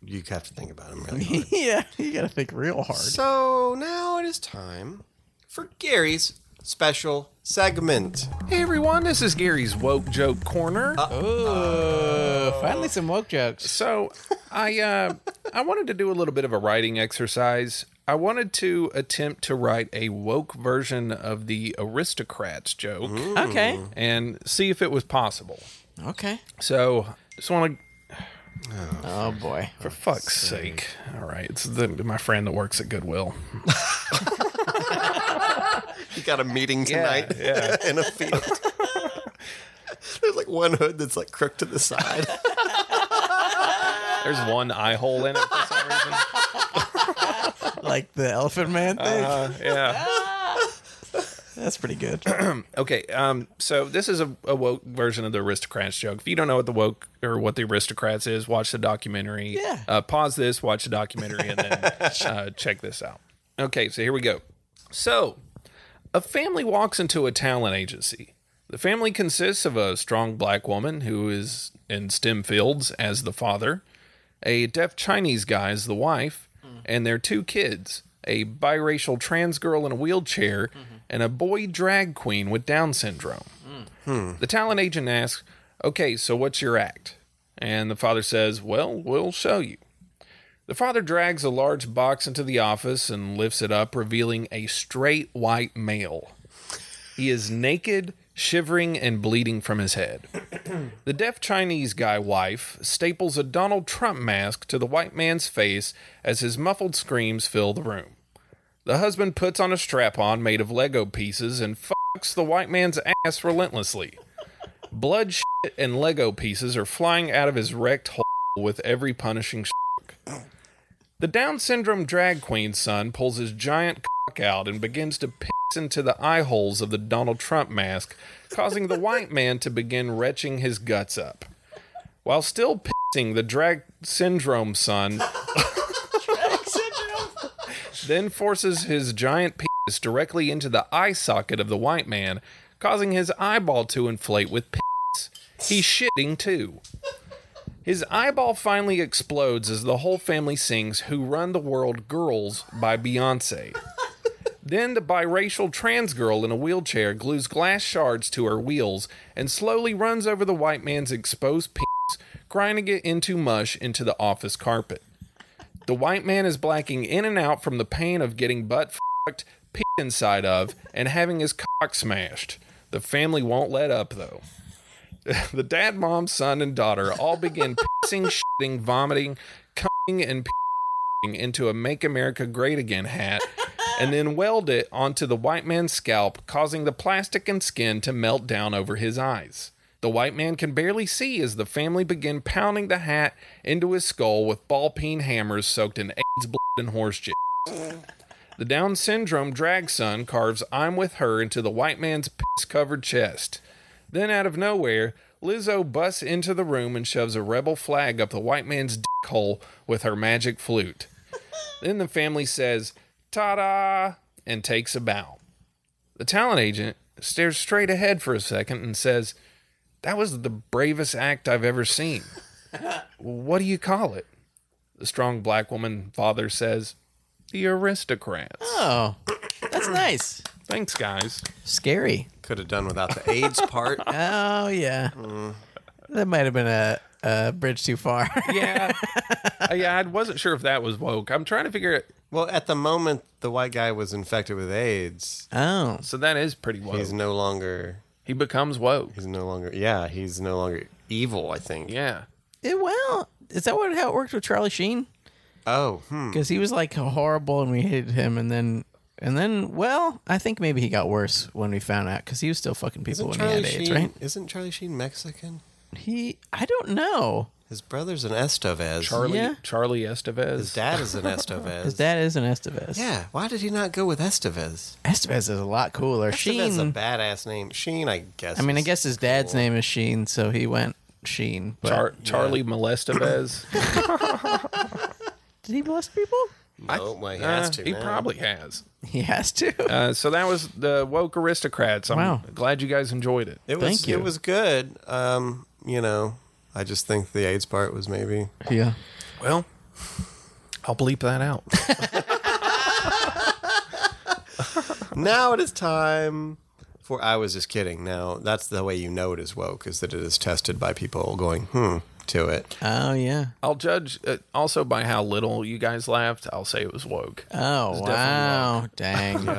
Speaker 4: you have to think about them really.
Speaker 5: <laughs>
Speaker 4: hard.
Speaker 6: <laughs> yeah, you got to think real hard.
Speaker 4: So now it is time for Gary's special segment.
Speaker 5: Hey everyone, this is Gary's woke joke corner.
Speaker 6: Ooh, finally some woke jokes.
Speaker 5: so, I uh, I wanted to do a little bit of a writing exercise. I wanted to attempt to write a woke version of the aristocrats joke
Speaker 6: Okay.
Speaker 5: and see if it was possible.
Speaker 1: hmm.
Speaker 6: Okay.
Speaker 5: So, just want to
Speaker 6: Oh boy.
Speaker 5: For fuck's sake. All right. It's the, my friend that works at Goodwill.
Speaker 4: You got a meeting
Speaker 5: Yeah,
Speaker 4: tonight <laughs> in a field. There's like one hood that's like crooked to the side. <laughs>
Speaker 5: There's one eye hole in it for some reason.
Speaker 6: Like the Elephant Man thing.
Speaker 1: Uh-huh.
Speaker 5: Uh, yeah.
Speaker 6: That's pretty good.
Speaker 5: Okay. Um, so this is a, a woke version of the aristocrats joke. If you don't know what the woke or what the aristocrats is, watch the documentary.
Speaker 6: Yeah.
Speaker 5: Uh, pause this, watch the documentary, and then uh, check this out. Okay. So here we go. So a family walks into a talent agency. The family consists of a strong black woman who is in STEM fields as the father, a deaf Chinese guy as the wife, and their two kids a biracial trans girl in a wheelchair, and a boy drag queen with Down syndrome. The talent agent asks, Okay, so what's your act? And the father says, Well, we'll show you. The father drags a large box into the office and lifts it up, revealing a straight white male. He is naked, shivering, and bleeding from his head. The deaf Chinese guy wife staples a Donald Trump mask to the white man's face as his muffled screams fill the room. The husband puts on a strap on made of Lego pieces and fucks the white man's ass relentlessly. Blood shit and Lego pieces are flying out of his wrecked hole with every punishing stroke. The Down syndrome drag queen's son pulls his giant cock out and begins to piss into the eye holes of the Donald Trump mask, causing the white man to begin retching his guts up. While still pissing, the drag syndrome son then forces his giant penis directly into the eye socket of the white man, causing his eyeball to inflate with piss. He's shitting too. His eyeball finally explodes as the whole family sings Who Run the World Girls by Beyonce. Then the biracial trans girl in a wheelchair glues glass shards to her wheels and slowly runs over the white man's exposed penis, grinding it into mush into the office carpet. The white man is blacking in and out from the pain of getting butt fucked, peed inside of, and having his cock smashed. The family won't let up though. <laughs> the dad, mom, son, and daughter all begin pissing, shitting, vomiting, coming, and pissing into a "Make America Great Again" hat, and then weld it onto the white man's scalp, causing the plastic and skin to melt down over his eyes. The white man can barely see as the family begin pounding the hat into his skull with ball peen hammers soaked in AIDS blood and horse shit. The Down syndrome drag son carves I'm with her into the white man's piss covered chest. Then, out of nowhere, Lizzo busts into the room and shoves a rebel flag up the white man's dick hole with her magic flute. Then the family says, ta da, and takes a bow. The talent agent stares straight ahead for a second and says, That was the bravest act I've ever seen. what do you call it? The strong black woman father says, The aristocrats.
Speaker 6: Oh, that's nice.
Speaker 5: Thanks, guys.
Speaker 6: Scary.
Speaker 4: Could have done without the AIDS part.
Speaker 6: Oh yeah. That might have been a, a bridge too far. <laughs>
Speaker 5: Yeah. I, yeah, I wasn't sure if that was woke. I'm trying to figure it.
Speaker 4: well, at the moment, the white guy was infected with AIDS.
Speaker 6: oh,
Speaker 5: So that is pretty woke.
Speaker 4: He's no longer.
Speaker 5: he becomes woke.
Speaker 4: He's no longer. Yeah, he's no longer evil. I think.
Speaker 5: Yeah.
Speaker 6: Eh, well, is that what how it worked with Charlie Sheen?
Speaker 4: Oh, hmm.
Speaker 6: Because he was like horrible, and we hated him, and then and then well, I think maybe he got worse when we found out because he was still fucking
Speaker 4: Isn't
Speaker 6: people when
Speaker 4: Charlie
Speaker 6: he had AIDS,
Speaker 4: Sheen?
Speaker 6: right?
Speaker 4: Isn't Charlie Sheen Mexican?
Speaker 6: He, I don't know.
Speaker 4: His brother's an Estevez.
Speaker 5: Charlie
Speaker 6: Yeah.
Speaker 5: Charlie Estevez.
Speaker 4: His dad is an Estevez.
Speaker 6: His dad is an Estevez.
Speaker 4: Yeah. Why did he not go with Estevez?
Speaker 6: Estevez is a lot cooler.
Speaker 4: Estevez is a
Speaker 6: Sheen.
Speaker 4: badass name. Sheen, I guess.
Speaker 6: I mean, I
Speaker 4: is
Speaker 6: guess his dad's
Speaker 4: cool.
Speaker 6: name is Sheen, so he went Sheen. But
Speaker 5: Char- Charlie <clears throat> Molestevez.
Speaker 6: did he molest people? <laughs>
Speaker 4: No, well, he has
Speaker 5: Uh,
Speaker 4: to.
Speaker 5: he
Speaker 4: now.
Speaker 5: probably has.
Speaker 6: He has to.
Speaker 5: Uh, so that was the woke aristocrats. I'm
Speaker 6: Wow.
Speaker 5: glad you guys enjoyed it.
Speaker 4: It was,
Speaker 6: Thank you.
Speaker 4: It was good. Um, you know, I just think the AIDS part was maybe.
Speaker 6: yeah.
Speaker 5: Well, I'll bleep that out.
Speaker 4: now it is time for. I was just kidding. Now that's the way you know it is woke is that it is tested by people going hmm to it.
Speaker 6: Oh yeah.
Speaker 5: <laughs> I'll judge uh, also by how little you guys laughed. I'll say it was woke.
Speaker 6: Oh
Speaker 5: definitely
Speaker 6: wow.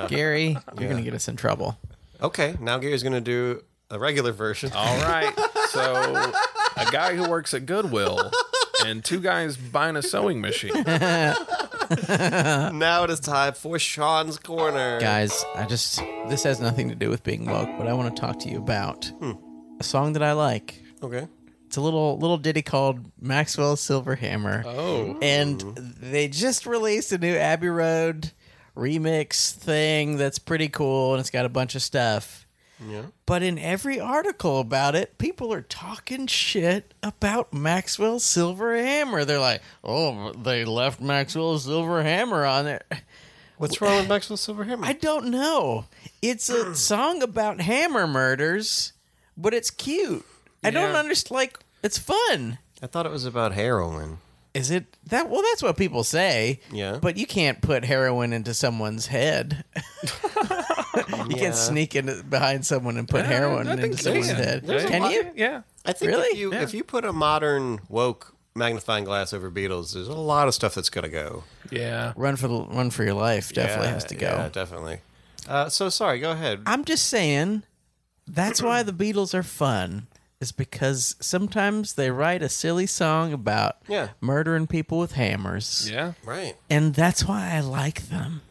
Speaker 5: <laughs>
Speaker 6: Dang, Gary, you're gonna get us in trouble.
Speaker 4: Okay, now Gary's gonna do a regular version.
Speaker 5: All right. <laughs> So a guy who works at Goodwill and two guys buying a sewing
Speaker 6: <laughs>
Speaker 5: machine.
Speaker 4: <laughs> Now it is time for Sean's corner.
Speaker 6: Guys, I just this has nothing to do with being woke, but I want to talk to you about
Speaker 5: Hmm.
Speaker 6: a song that I like.
Speaker 4: Okay.
Speaker 6: It's a little little ditty called Maxwell Silverhammer.
Speaker 5: Oh.
Speaker 6: And they just released a new Abbey Road remix thing that's pretty cool and it's got a bunch of stuff.
Speaker 4: Yeah.
Speaker 6: But in every article about it, people are talking shit about Maxwell Silverhammer. They're like, "Oh, they left Maxwell Silverhammer on there."
Speaker 4: What's wrong with Maxwell Silverhammer?
Speaker 6: I don't know. It's
Speaker 5: <clears throat>
Speaker 6: a song about hammer murders, but it's cute. I don't
Speaker 5: Yeah.
Speaker 6: understand. Like, it's fun.
Speaker 4: I thought it was about heroin.
Speaker 6: Is it that? Well, that's what people say.
Speaker 4: Yeah.
Speaker 6: But you can't put heroin into someone's head. <laughs> you
Speaker 4: Yeah.
Speaker 6: can't sneak in behind someone and put heroin
Speaker 5: I
Speaker 6: into
Speaker 5: think
Speaker 6: someone's
Speaker 5: so.
Speaker 6: head.
Speaker 5: There's a
Speaker 6: Can
Speaker 5: lot-
Speaker 6: you?
Speaker 5: Yeah.
Speaker 4: I think if
Speaker 6: Really?
Speaker 4: you
Speaker 5: Yeah.
Speaker 4: if you put a modern woke magnifying glass over Beatles, there's a lot of stuff that's gonna go.
Speaker 5: Yeah.
Speaker 6: Run for the Run for Your Life definitely has to go.
Speaker 4: Yeah, definitely. Uh, so sorry. Go ahead.
Speaker 6: I'm just saying that's why the Beatles are fun. Is because sometimes they write a silly song about
Speaker 4: Yeah.
Speaker 6: murdering people with hammers.
Speaker 5: Yeah.
Speaker 4: right.
Speaker 6: And that's why I like them.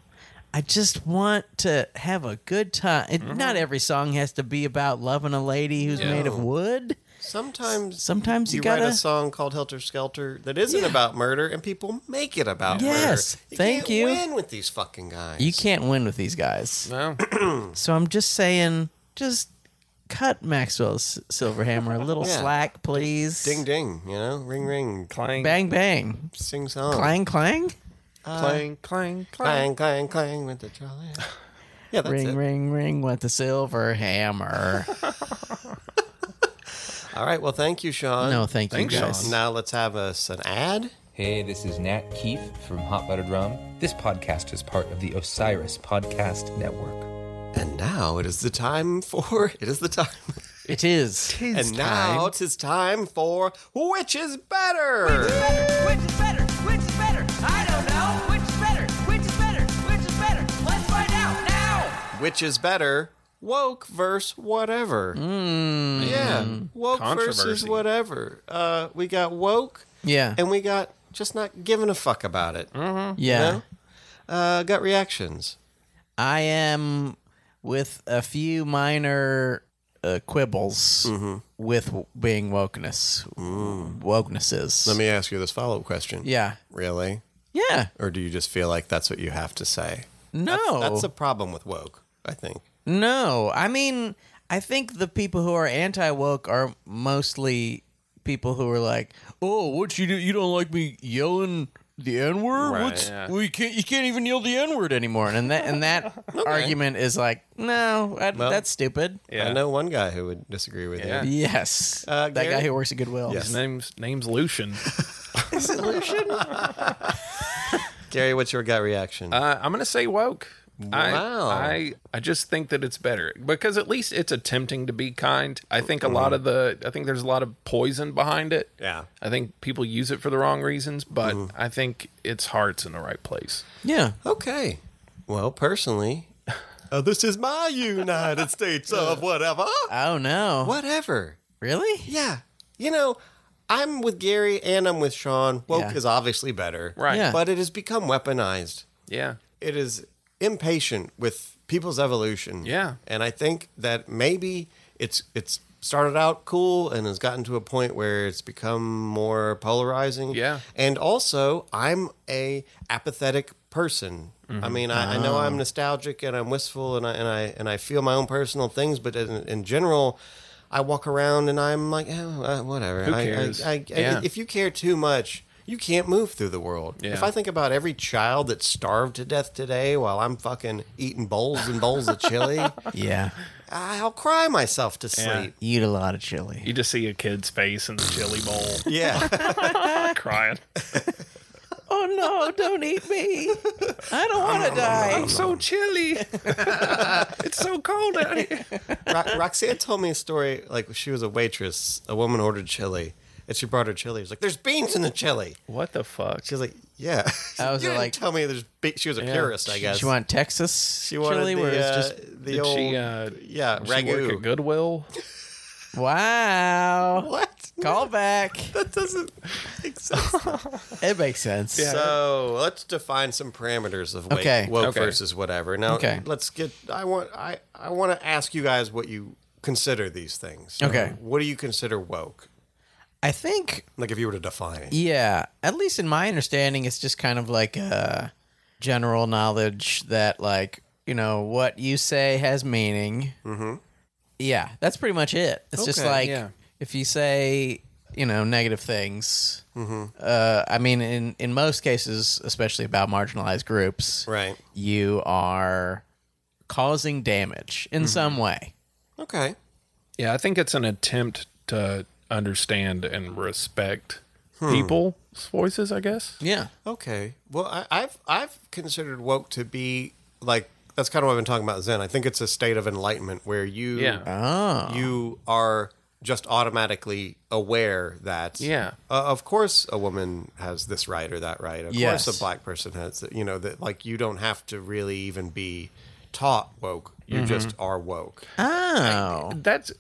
Speaker 6: I just want to have a good time. It,
Speaker 4: Mm-hmm.
Speaker 6: Not every song has to be about loving a lady who's made of wood.
Speaker 4: Sometimes
Speaker 6: Sometimes you,
Speaker 4: you
Speaker 6: gotta.
Speaker 4: write a song called Helter Skelter that isn't about murder, and people make it about murder.
Speaker 6: Yes, thank
Speaker 4: can't
Speaker 6: you.
Speaker 4: Win with these fucking guys.
Speaker 6: You can't win with these guys.
Speaker 5: No.
Speaker 6: So I'm just saying, just cut Maxwell's
Speaker 4: <laughs>
Speaker 6: Silverhammer a little
Speaker 4: Yeah.
Speaker 6: slack, please.
Speaker 4: Ding ding. You know, ring ring.
Speaker 5: Clang,
Speaker 6: Bang, bang.
Speaker 4: Sing song.
Speaker 6: Clang, clang.
Speaker 5: clang, clang, clang.
Speaker 4: clang clang clang with the trolley.
Speaker 6: <laughs>
Speaker 4: Yeah, that's
Speaker 6: ring,
Speaker 4: it.
Speaker 6: ring, ring with the silver hammer.
Speaker 4: <laughs> All right. Well, thank you, Sean.
Speaker 6: no, thank you,
Speaker 5: Thanks,
Speaker 6: guys.
Speaker 4: Now let's have us an ad.
Speaker 7: Hey, this is Nat Keefe from Hot Buttered Rum. This podcast is part of the Osiris Podcast Network.
Speaker 4: And now it is the time for <laughs> it is the time.
Speaker 6: It is.
Speaker 4: and now it is time for which is better.
Speaker 8: Which is better? Which is better? I don't know. Which is better? Which is better? Which is better? Let's find out now.
Speaker 4: Which is better? Woke versus whatever.
Speaker 6: Hmm.
Speaker 4: Yeah, woke versus
Speaker 5: Controversy.
Speaker 4: whatever. Uh, we got woke,
Speaker 6: Yeah. Mm.
Speaker 4: and we got just not giving a fuck about it.
Speaker 6: yeah.
Speaker 4: No? Uh, gut reactions.
Speaker 6: I am with a few minor uh, quibbles
Speaker 4: Mm-hmm.
Speaker 6: with w- being wokeness. Wokenesses.
Speaker 4: Mm. Let me ask you this follow up question.
Speaker 6: yeah.
Speaker 4: Really?
Speaker 6: Yeah.
Speaker 4: Or do you just feel like that's what you have to say?
Speaker 6: No.
Speaker 4: That's a problem with woke. I think.
Speaker 6: no. I mean, I think the people who are anti woke are mostly people who are like, "Oh, what you do? You don't like me yelling the N word.
Speaker 4: Right,
Speaker 6: What's
Speaker 5: yeah.
Speaker 6: we can't you can't even yell the N word anymore. And that
Speaker 4: <laughs>
Speaker 6: and that argument is like, no, I,
Speaker 4: Well-
Speaker 6: that's stupid.
Speaker 5: Yeah.
Speaker 4: I know one guy who would disagree with
Speaker 5: Yeah.
Speaker 4: you.
Speaker 6: Yes,
Speaker 4: Uh,
Speaker 6: that guy
Speaker 4: Gary?
Speaker 6: who works at Goodwill.
Speaker 4: Yes.
Speaker 5: His name's name's Lucian.
Speaker 6: Is it Lucian?
Speaker 4: Gary, what's your gut reaction?
Speaker 5: Uh, I'm gonna say woke. I-
Speaker 4: Wow.
Speaker 5: I, I just think that it's better because at least it's attempting to be kind. I think a lot of the I think there's a lot of poison behind it.
Speaker 4: Yeah. Mm-hmm.
Speaker 5: I think people use it for the wrong reasons, but I think its heart's in the right place.
Speaker 6: yeah,
Speaker 4: okay. Well, <laughs> personally, uh, this is my United States <laughs> of whatever.
Speaker 6: Oh no!
Speaker 4: Whatever.
Speaker 5: <laughs>
Speaker 6: Really?
Speaker 4: Yeah. You know, I'm with Gary and I'm with Sean. Woke
Speaker 6: Yeah.
Speaker 4: is obviously better.
Speaker 5: Right.
Speaker 6: Yeah.
Speaker 4: But it has become weaponized.
Speaker 5: Yeah.
Speaker 4: It is impatient with people's evolution.
Speaker 5: Yeah.
Speaker 4: And I think that maybe it's it's started out cool and has gotten to a point where it's become more polarizing.
Speaker 5: Yeah.
Speaker 4: And also, I'm a apathetic person.
Speaker 5: Mm-hmm.
Speaker 4: I mean, I, I know I'm
Speaker 5: Oh.
Speaker 4: nostalgic and I'm wistful and I and I and I feel my own personal things, but in, in general, I walk around and I'm like, oh, uh, whatever.
Speaker 5: Who
Speaker 4: I- I-
Speaker 5: cares?
Speaker 4: I- I-
Speaker 5: Yeah.
Speaker 4: If you care too much, you can't move through the world.
Speaker 5: Yeah.
Speaker 4: If I think about every child that's starved to death today while I'm fucking eating bowls and bowls of
Speaker 5: <laughs>
Speaker 4: chili,
Speaker 6: Yeah,
Speaker 4: I'll cry myself to sleep.
Speaker 6: eat a lot of chili.
Speaker 5: You just see a kid's face in the chili
Speaker 4: <laughs>
Speaker 5: bowl
Speaker 4: Yeah.
Speaker 5: crying.
Speaker 6: Oh no! Don't eat me! I don't want to die.
Speaker 5: so
Speaker 6: <laughs>
Speaker 5: chilly. it's so cold out here.
Speaker 4: Ro- Roxanne told me a story like she was a waitress, a woman ordered chili. And she brought her chili. She's like, "There's beans in the chili."
Speaker 5: What the fuck?
Speaker 4: She was like, "Yeah."
Speaker 6: <laughs> I was
Speaker 4: you didn't
Speaker 6: like-
Speaker 4: "Tell me there's." Be-. She was a purist, I guess.
Speaker 6: She wanted Texas
Speaker 4: She wanted
Speaker 6: chili,
Speaker 4: the,
Speaker 6: where it's
Speaker 4: uh,
Speaker 6: just
Speaker 4: the
Speaker 5: Did
Speaker 4: old
Speaker 5: she, uh,
Speaker 4: yeah
Speaker 5: Does she work
Speaker 4: ragu.
Speaker 5: at Goodwill?
Speaker 6: wow.
Speaker 4: What?
Speaker 6: Call back.
Speaker 4: That doesn't exist.
Speaker 6: <laughs> It makes sense.
Speaker 4: So let's define some parameters of weight,
Speaker 6: Okay.
Speaker 4: woke
Speaker 5: Okay.
Speaker 4: versus whatever. Now,
Speaker 6: Okay.
Speaker 4: let's get. I want. I I want to ask you guys what you consider these things.
Speaker 6: Okay.
Speaker 4: What do you consider woke?
Speaker 6: I think
Speaker 4: Like if you were to define it.
Speaker 6: Yeah, at least in my understanding, it's just kind of like a general knowledge that, like, you know, what you say has meaning. Mm-hmm. Yeah, that's pretty much it. It's just
Speaker 4: Okay,
Speaker 6: like
Speaker 5: yeah.
Speaker 6: if you say, you know, negative things.
Speaker 4: Mm-hmm.
Speaker 6: Uh, I mean, in in most cases, especially about marginalized groups,
Speaker 4: Right.
Speaker 6: you are causing damage
Speaker 4: Mm-hmm.
Speaker 6: in some way.
Speaker 4: Okay.
Speaker 5: Yeah, I think it's an attempt to understand and respect
Speaker 4: Hmm.
Speaker 5: people's voices, I guess.
Speaker 6: Yeah.
Speaker 4: Okay. Well, I, I've I've considered woke to be like that's kind of what I've been talking about Zen. I think it's a state of enlightenment where you
Speaker 5: Yeah.
Speaker 4: you are just automatically aware that
Speaker 5: Yeah.
Speaker 4: uh, of course a woman has this right or that right. Of
Speaker 6: Yes.
Speaker 4: course a black person has you know that like you don't have to really even be taught woke.
Speaker 5: Mm-hmm.
Speaker 4: You just are woke.
Speaker 6: Oh.
Speaker 5: That's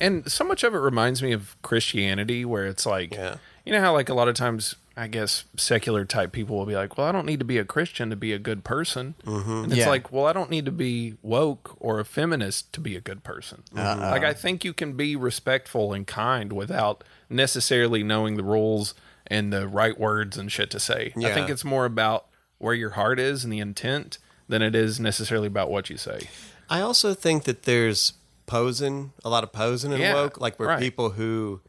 Speaker 5: and so much of it reminds me of Christianity where it's like
Speaker 4: Yeah.
Speaker 5: you know how like a lot of times I guess secular type people will be like, "Well, I don't need to be a Christian to be a good person."
Speaker 4: Mm-hmm.
Speaker 5: And it's
Speaker 6: Yeah.
Speaker 5: like, "Well, I don't need to be woke or a feminist to be a good person."
Speaker 4: Mm-hmm.
Speaker 5: Like I think you can be respectful and kind without necessarily knowing the rules and the right words and shit to say. I
Speaker 4: Yeah.
Speaker 5: think it's more about where your heart is and the intent than it is necessarily about what you say.
Speaker 4: I also think that there's posing, a lot of posing in
Speaker 5: Yeah,
Speaker 4: woke, like where
Speaker 5: right.
Speaker 4: people who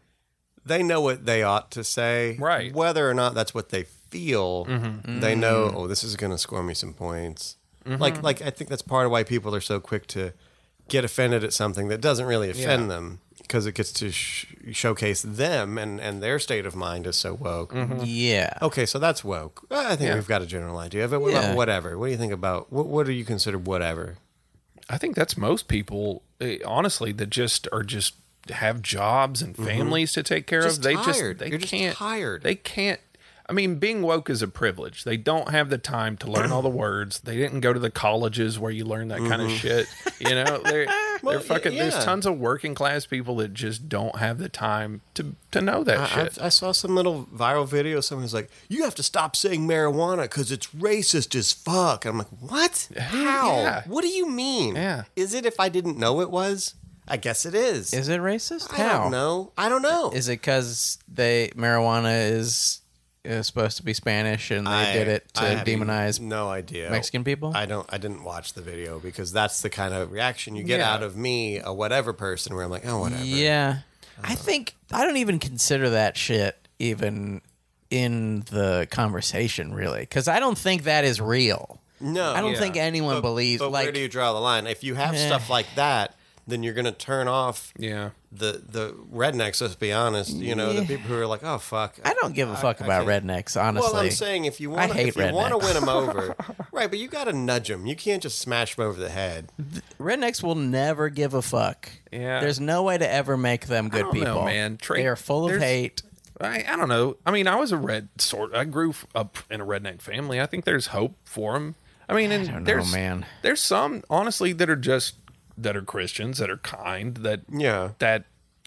Speaker 4: they know what they ought to say,
Speaker 5: Right. Mm-hmm.
Speaker 4: Whether or not that's what they feel, they know. Oh, this is going to score me some points. Like, like I think that's part of why people are so quick to get offended at something that doesn't really offend them because it gets to sh- showcase them and and their state of mind is so woke.
Speaker 5: Mm-hmm.
Speaker 6: Yeah.
Speaker 4: Okay, so that's woke. I think we've got a general idea of it. What
Speaker 6: Yeah.
Speaker 4: about whatever? What do you think about what? What do you consider whatever?
Speaker 5: I think that's most people, eh, honestly, that just are just have jobs and families to take care
Speaker 4: Mm-hmm. Just
Speaker 5: of. They
Speaker 4: tired.
Speaker 5: just they
Speaker 4: You're just
Speaker 5: can't
Speaker 4: tired.
Speaker 5: They can't. I mean, being woke is a privilege. They don't have the time to
Speaker 4: <clears throat>
Speaker 5: learn all the words. They didn't go to the colleges where you learn that kind of shit. You know,
Speaker 4: <laughs>
Speaker 5: they're, they're
Speaker 4: Mm-hmm. y-
Speaker 5: fucking.
Speaker 4: yeah.
Speaker 5: There's tons of working class people that just don't have the time to to know that
Speaker 4: I,
Speaker 5: shit.
Speaker 4: I've- I saw some little viral video. Someone's like, "You have to stop saying marijuana because it's racist as fuck." I'm like, "What? How?
Speaker 5: Yeah.
Speaker 4: What do you mean?
Speaker 5: Yeah.
Speaker 4: Is it if I didn't know it was? I guess it is.
Speaker 6: Is it racist?
Speaker 4: I
Speaker 6: How?
Speaker 4: don't know. I don't know.
Speaker 6: Is it because they marijuana is, is supposed to be Spanish and they
Speaker 4: I
Speaker 6: did it to
Speaker 4: I have
Speaker 6: demonize?
Speaker 4: No idea.
Speaker 6: Mexican people?
Speaker 4: I don't. I didn't watch the video because that's the kind of reaction you get
Speaker 5: Yeah.
Speaker 4: out of me, a whatever person, where I'm like, "Oh, whatever."
Speaker 6: Yeah, I think I don't even consider that shit even in the conversation, really, because I don't think that is real.
Speaker 4: No,
Speaker 6: I don't think anyone believes.
Speaker 4: Oh, But
Speaker 6: like,
Speaker 4: where do you draw the line? If you have
Speaker 6: Eh. <sighs>
Speaker 4: stuff like that, then you're going to turn off
Speaker 5: Yeah.
Speaker 4: the the rednecks. Let's be honest. You know the people who are like, oh fuck.
Speaker 6: I don't give a fuck about rednecks, honestly.
Speaker 4: Well, I'm saying if you
Speaker 6: I
Speaker 4: want,
Speaker 6: hate
Speaker 4: if you want to
Speaker 6: rednecks.
Speaker 4: win them
Speaker 6: <laughs>
Speaker 4: over, right? But you got to nudge them. You can't just smash them over the head.
Speaker 6: rednecks will never give a fuck.
Speaker 5: Yeah.
Speaker 6: There's no way to ever make them good
Speaker 5: don't know,
Speaker 6: people.
Speaker 5: man. Tra-
Speaker 6: they are full of
Speaker 5: there's-
Speaker 6: hate.
Speaker 5: I, I don't know. I mean, I was a red sort. I grew f- up in a redneck family. I think there's hope for them. I mean, and
Speaker 6: don't know,
Speaker 5: there's
Speaker 6: man.
Speaker 5: there's some honestly that are just that are Christians that are kind that
Speaker 4: Yeah.
Speaker 5: that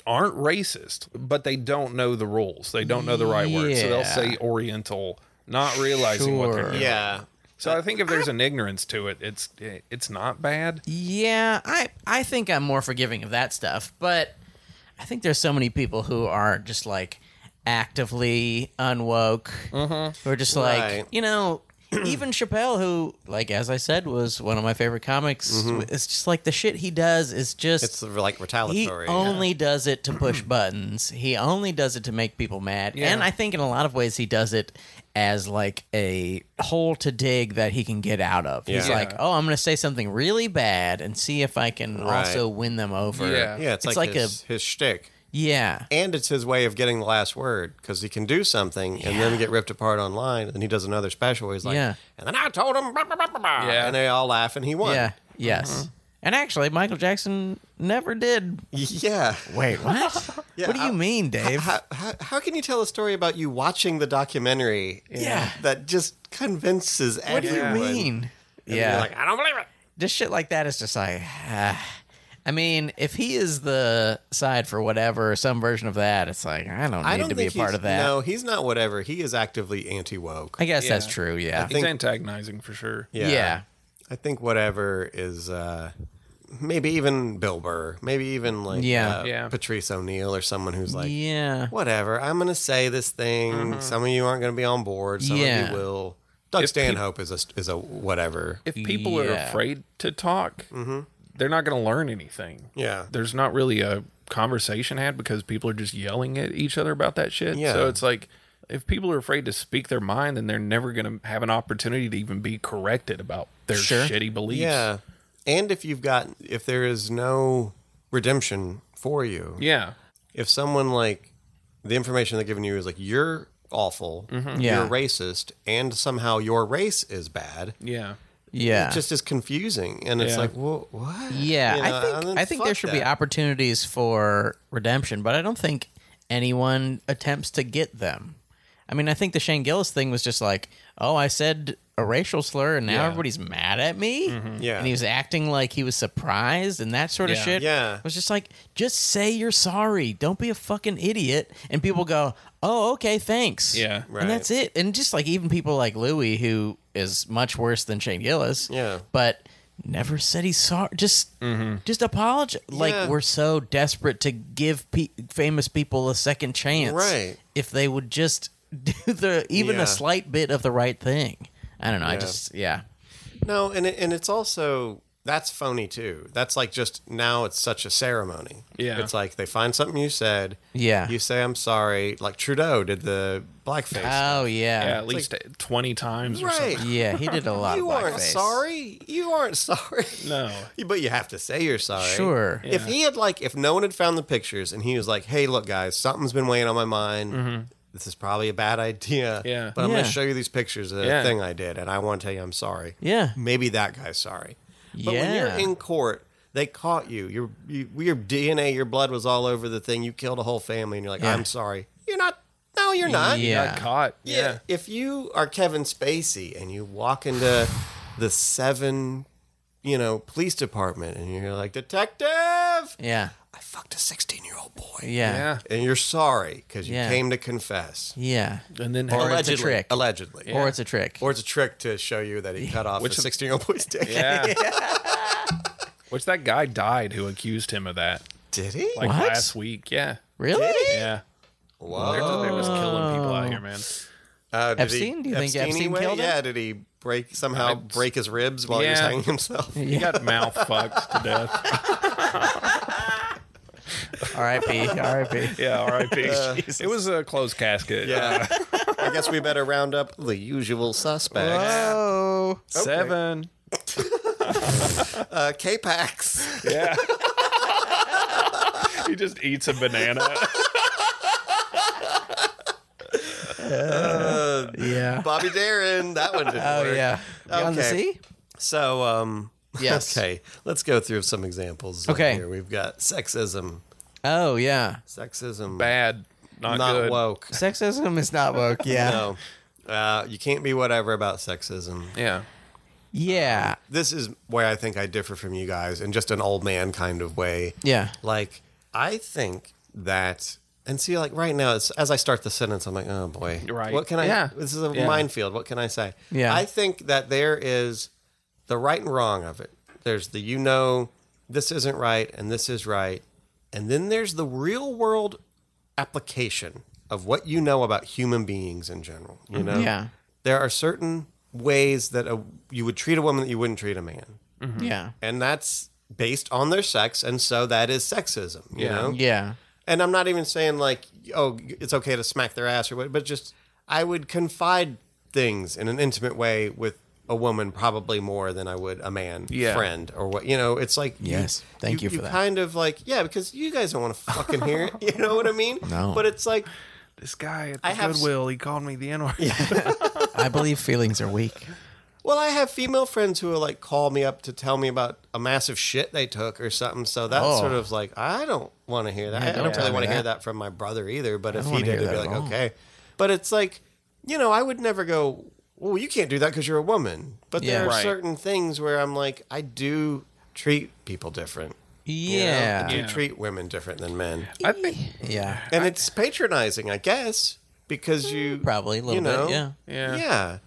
Speaker 5: aren't racist, but they don't know the rules. They don't know the right words, so they'll
Speaker 6: Yeah.
Speaker 5: say Oriental, not realizing what they're
Speaker 6: Sure.
Speaker 5: doing.
Speaker 4: Yeah.
Speaker 5: So I think if there's an ignorance to it, it's it's not bad.
Speaker 6: Yeah, I I think I'm more forgiving of that stuff, but I think there's so many people who are just like actively unwoke, who are just
Speaker 4: Mm-hmm. Right.
Speaker 6: like you know. <clears throat> Even Chappelle, who, like as I said, was one of my favorite comics, it's just like the shit he does is just
Speaker 4: Mm-hmm. It's like
Speaker 6: he
Speaker 4: retaliatory.
Speaker 6: only does it
Speaker 4: <clears throat>
Speaker 6: to push buttons. He only does it to make people mad.
Speaker 5: Yeah.
Speaker 6: And I think in a lot of ways he does it as like a hole to dig that he can get out of. He's
Speaker 4: Yeah.
Speaker 6: like, "Oh, I'm going to say something really bad and see if I can
Speaker 4: Right.
Speaker 6: also win them over."
Speaker 5: Yeah.
Speaker 4: yeah, it's,
Speaker 6: it's
Speaker 4: like,
Speaker 6: like
Speaker 4: his, his shtick.
Speaker 6: Yeah.
Speaker 4: and it's his way of getting the last word because he can do something and then get ripped apart online and he does another special where he's like
Speaker 6: Yeah.
Speaker 4: and then i told him blah, blah, blah, blah, blah,"
Speaker 5: Yeah.
Speaker 4: and they all laugh and he won Mm-hmm.
Speaker 6: Yeah. Yes. And actually, Michael Jackson never did.
Speaker 4: <laughs> yeah
Speaker 6: Wait, what?
Speaker 4: <laughs> Yeah,
Speaker 6: what do
Speaker 4: I-
Speaker 6: you mean, Dave?
Speaker 4: how, how, how can you tell a story about you watching the documentary
Speaker 6: Yeah.
Speaker 4: that just convinces
Speaker 6: what do you
Speaker 4: everyone
Speaker 6: mean?
Speaker 4: And you're like i don't believe it
Speaker 6: just shit like that is just like ah. I mean, if he is the side for whatever, some version of that, it's like I don't need
Speaker 4: i don't
Speaker 6: to be a
Speaker 4: think
Speaker 6: part
Speaker 4: he's-
Speaker 6: of that.
Speaker 4: no he's not whatever he is actively anti-woke
Speaker 6: I guess that's
Speaker 5: Yeah.
Speaker 6: true. Yeah,
Speaker 5: It's
Speaker 4: think-
Speaker 5: antagonizing for sure.
Speaker 6: yeah.
Speaker 4: I think whatever is uh, maybe even Bill Burr, maybe even like
Speaker 6: Yeah.
Speaker 4: uh,
Speaker 5: Yeah.
Speaker 4: Patrice O'Neill or someone who's like,
Speaker 6: Yeah.
Speaker 4: whatever, I'm going to say this thing. Some of you aren't going to be on board. Some of
Speaker 6: Yeah.
Speaker 4: you will. Doug
Speaker 5: Mm-hmm. If peop-
Speaker 4: Stanhope is a is a whatever.
Speaker 5: If people are
Speaker 6: Yeah.
Speaker 5: afraid to talk, they're not going to learn anything.
Speaker 4: Yeah.
Speaker 5: There's not really a conversation had because people are just yelling at each other about that shit.
Speaker 4: Yeah.
Speaker 5: So it's like if people are afraid to speak their mind, then they're never going to have an opportunity to even be corrected about their
Speaker 6: Sure.
Speaker 5: shitty beliefs.
Speaker 4: Yeah, and if you've got if there is no redemption for you,
Speaker 5: Yeah.
Speaker 4: if someone like the information they're giving you is like you're awful,
Speaker 6: Yeah.
Speaker 5: Mm-hmm.
Speaker 4: you're racist, and somehow your race is bad.
Speaker 5: Yeah.
Speaker 6: yeah,
Speaker 4: It just is confusing, and it's
Speaker 5: Yeah.
Speaker 4: like, well, what?
Speaker 6: yeah.
Speaker 4: You know,
Speaker 6: I think
Speaker 4: and then
Speaker 6: I think
Speaker 4: fuck
Speaker 6: there should be
Speaker 4: that.
Speaker 6: opportunities for redemption, but I don't think anyone attempts to get them. I mean, I think the Shane Gillis thing was just like, oh, I said a racial slur, and now
Speaker 5: Yeah.
Speaker 6: everybody's mad at me.
Speaker 4: Mm-hmm. Yeah,
Speaker 6: and he was acting like he was surprised and that sort of
Speaker 5: Yeah.
Speaker 6: shit.
Speaker 4: Yeah.
Speaker 6: I was just like, just say you're sorry. Don't be a fucking idiot. And people go, oh, okay, thanks.
Speaker 5: Yeah.
Speaker 4: Right.
Speaker 6: And that's it. And just like even people like Louis, who is much worse than Shane Gillis.
Speaker 4: Yeah. Mm-hmm.
Speaker 6: But never said he's sorry. Just, just apologize.
Speaker 4: Yeah.
Speaker 6: Like we're so desperate to give pe- famous people a second chance.
Speaker 4: Right.
Speaker 6: If they would just <laughs> do the even
Speaker 4: Yeah.
Speaker 6: a slight bit of the right thing. I don't know. I
Speaker 4: Yeah.
Speaker 6: just yeah.
Speaker 4: no, and it, and it's also that's phony too. That's like just now it's such a ceremony.
Speaker 5: Yeah.
Speaker 4: it's like they find something you said.
Speaker 6: Yeah.
Speaker 4: you say I'm sorry, like Trudeau did the blackface.
Speaker 6: Oh yeah.
Speaker 5: Yeah. At least 20 times or something.
Speaker 4: right.
Speaker 6: Yeah, he
Speaker 4: <laughs>
Speaker 6: did a lot
Speaker 4: You
Speaker 6: of blackface.
Speaker 4: aren't sorry. You aren't sorry.
Speaker 5: No.
Speaker 4: <laughs> But you have to say you're sorry.
Speaker 6: Sure.
Speaker 4: If he had like, if no one had found the pictures and he was like, "Hey, look, guys, something's been weighing on my mind. This is probably a bad idea.
Speaker 5: Mm-hmm. Yeah.
Speaker 4: but I'm
Speaker 6: Yeah.
Speaker 4: gonna show you these pictures of the
Speaker 5: Yeah.
Speaker 4: thing I did, and I want to tell you I'm sorry.
Speaker 6: Yeah.
Speaker 4: maybe that guy's sorry. But when
Speaker 6: Yeah.
Speaker 4: you're in court, they caught you. Your you, your DNA, your blood was all over the thing. You killed a whole family, and you're like,
Speaker 6: Yeah.
Speaker 4: I'm sorry. You're not. No, you're not.
Speaker 6: Yeah.
Speaker 5: Got caught.
Speaker 4: Yeah.
Speaker 5: Yeah.
Speaker 4: If you are Kevin Spacey and you walk into the seven, you know, police department and you're like, Detective, I
Speaker 6: Yeah.
Speaker 4: fucked a 16 year old boy.
Speaker 6: Yeah.
Speaker 5: Yeah.
Speaker 4: And you're sorry because you
Speaker 6: Yeah.
Speaker 4: came to confess.
Speaker 6: Yeah.
Speaker 5: And then
Speaker 6: Or it's a trick.
Speaker 4: Allegedly.
Speaker 6: Or it's a trick.
Speaker 4: Or it's a trick to show you that he cut off
Speaker 5: Which
Speaker 4: a
Speaker 5: of-
Speaker 4: 16 year old <laughs> boy's dick.
Speaker 5: Yeah. Which that guy died who accused him of that
Speaker 4: Did he?
Speaker 5: like
Speaker 6: What?
Speaker 5: last week. Yeah.
Speaker 6: really?
Speaker 5: Yeah. They
Speaker 4: Whoa.
Speaker 5: was killing people out here, man.
Speaker 4: Uh, did
Speaker 6: Epstein? Do you think Epstein
Speaker 4: anyway?
Speaker 6: killed him?
Speaker 4: Yeah, did he break somehow
Speaker 5: I-
Speaker 4: break his ribs while he was
Speaker 5: Yeah.
Speaker 6: <laughs>
Speaker 4: hanging himself?
Speaker 5: He got mouth fucked to death.
Speaker 6: R.I.P. R.I.P.
Speaker 5: Yeah, <laughs> R.I.P. it was a closed casket.
Speaker 4: Yeah. I guess we better round up the usual suspects.
Speaker 6: Oh,
Speaker 5: Seven.
Speaker 4: Uh, K-Pax.
Speaker 5: Yeah. <laughs> he just eats a banana.
Speaker 4: Uh,
Speaker 6: yeah.
Speaker 4: Bobby Darin. That one didn't
Speaker 6: Oh
Speaker 4: work.
Speaker 6: yeah. You On the
Speaker 4: Okay.
Speaker 6: sea.
Speaker 4: So, um,
Speaker 6: Yes.
Speaker 4: okay, let's go through some examples. on
Speaker 6: Okay.
Speaker 4: Here. We've got sexism.
Speaker 6: Oh yeah.
Speaker 4: Sexism.
Speaker 5: Bad. Not, good.
Speaker 4: woke.
Speaker 6: Sexism is not woke. Yeah.
Speaker 4: No. Uh, you can't be whatever about sexism.
Speaker 5: Yeah.
Speaker 6: Yeah.
Speaker 4: This is where I think I differ from you guys in just an old man kind of way.
Speaker 6: Yeah.
Speaker 4: Like, I think that, and see, like right now, it's, as I start the sentence, I'm like, oh boy,
Speaker 5: Right.
Speaker 4: What can I?
Speaker 6: Yeah.
Speaker 4: This is a
Speaker 5: Yeah.
Speaker 4: minefield. What can I say?
Speaker 6: Yeah.
Speaker 4: I think that there is the right and wrong of it. There's the you know this isn't right and this is right, and then there's the real world application of what you know about human beings in general. You know,
Speaker 6: Mm-hmm. Yeah.
Speaker 4: there are certain ways that a, you would treat a woman that you wouldn't treat a man
Speaker 6: Yeah.
Speaker 4: and that's based on their sex and so that is sexism you know
Speaker 6: Yeah.
Speaker 4: and i'm not even saying like oh it's okay to smack their ass or what but just i would confide things in an intimate way with a woman probably more than i would a man
Speaker 5: Yeah.
Speaker 4: friend or what you know it's like
Speaker 6: Yes. Thank you for
Speaker 4: you
Speaker 6: that.
Speaker 4: kind of like yeah because you guys don't want to fucking hear it <laughs> you know what i mean
Speaker 6: No.
Speaker 4: but it's like
Speaker 5: This guy at the
Speaker 4: I have-
Speaker 5: Goodwill, he called me the N word.
Speaker 6: I believe feelings are weak.
Speaker 4: Well, I have female friends who will like call me up to tell me about a massive shit they took or something. So that's
Speaker 6: Oh.
Speaker 4: sort of like I don't want to hear that. I
Speaker 6: don't
Speaker 4: don't
Speaker 6: tell
Speaker 4: really
Speaker 6: me
Speaker 4: want to hear
Speaker 6: that.
Speaker 4: that from my brother either. But if he
Speaker 6: don't wanna
Speaker 4: did, it'd
Speaker 6: hear
Speaker 4: be
Speaker 6: that
Speaker 4: like
Speaker 6: at all.
Speaker 4: okay. But it's like you know, I would never go. Well, you can't do that because you're a woman. But
Speaker 6: Yeah.
Speaker 4: there are
Speaker 5: Right.
Speaker 4: certain things where I'm like, I do treat people different. you know?
Speaker 6: Yeah.
Speaker 4: I do
Speaker 5: Yeah.
Speaker 4: treat women different than men,
Speaker 5: <laughs> I think.
Speaker 6: Yeah.
Speaker 4: and it's patronizing, I guess, because you
Speaker 6: Probably a
Speaker 4: you
Speaker 6: little
Speaker 4: know,
Speaker 6: bit. Yeah.
Speaker 5: Yeah.
Speaker 4: yeah.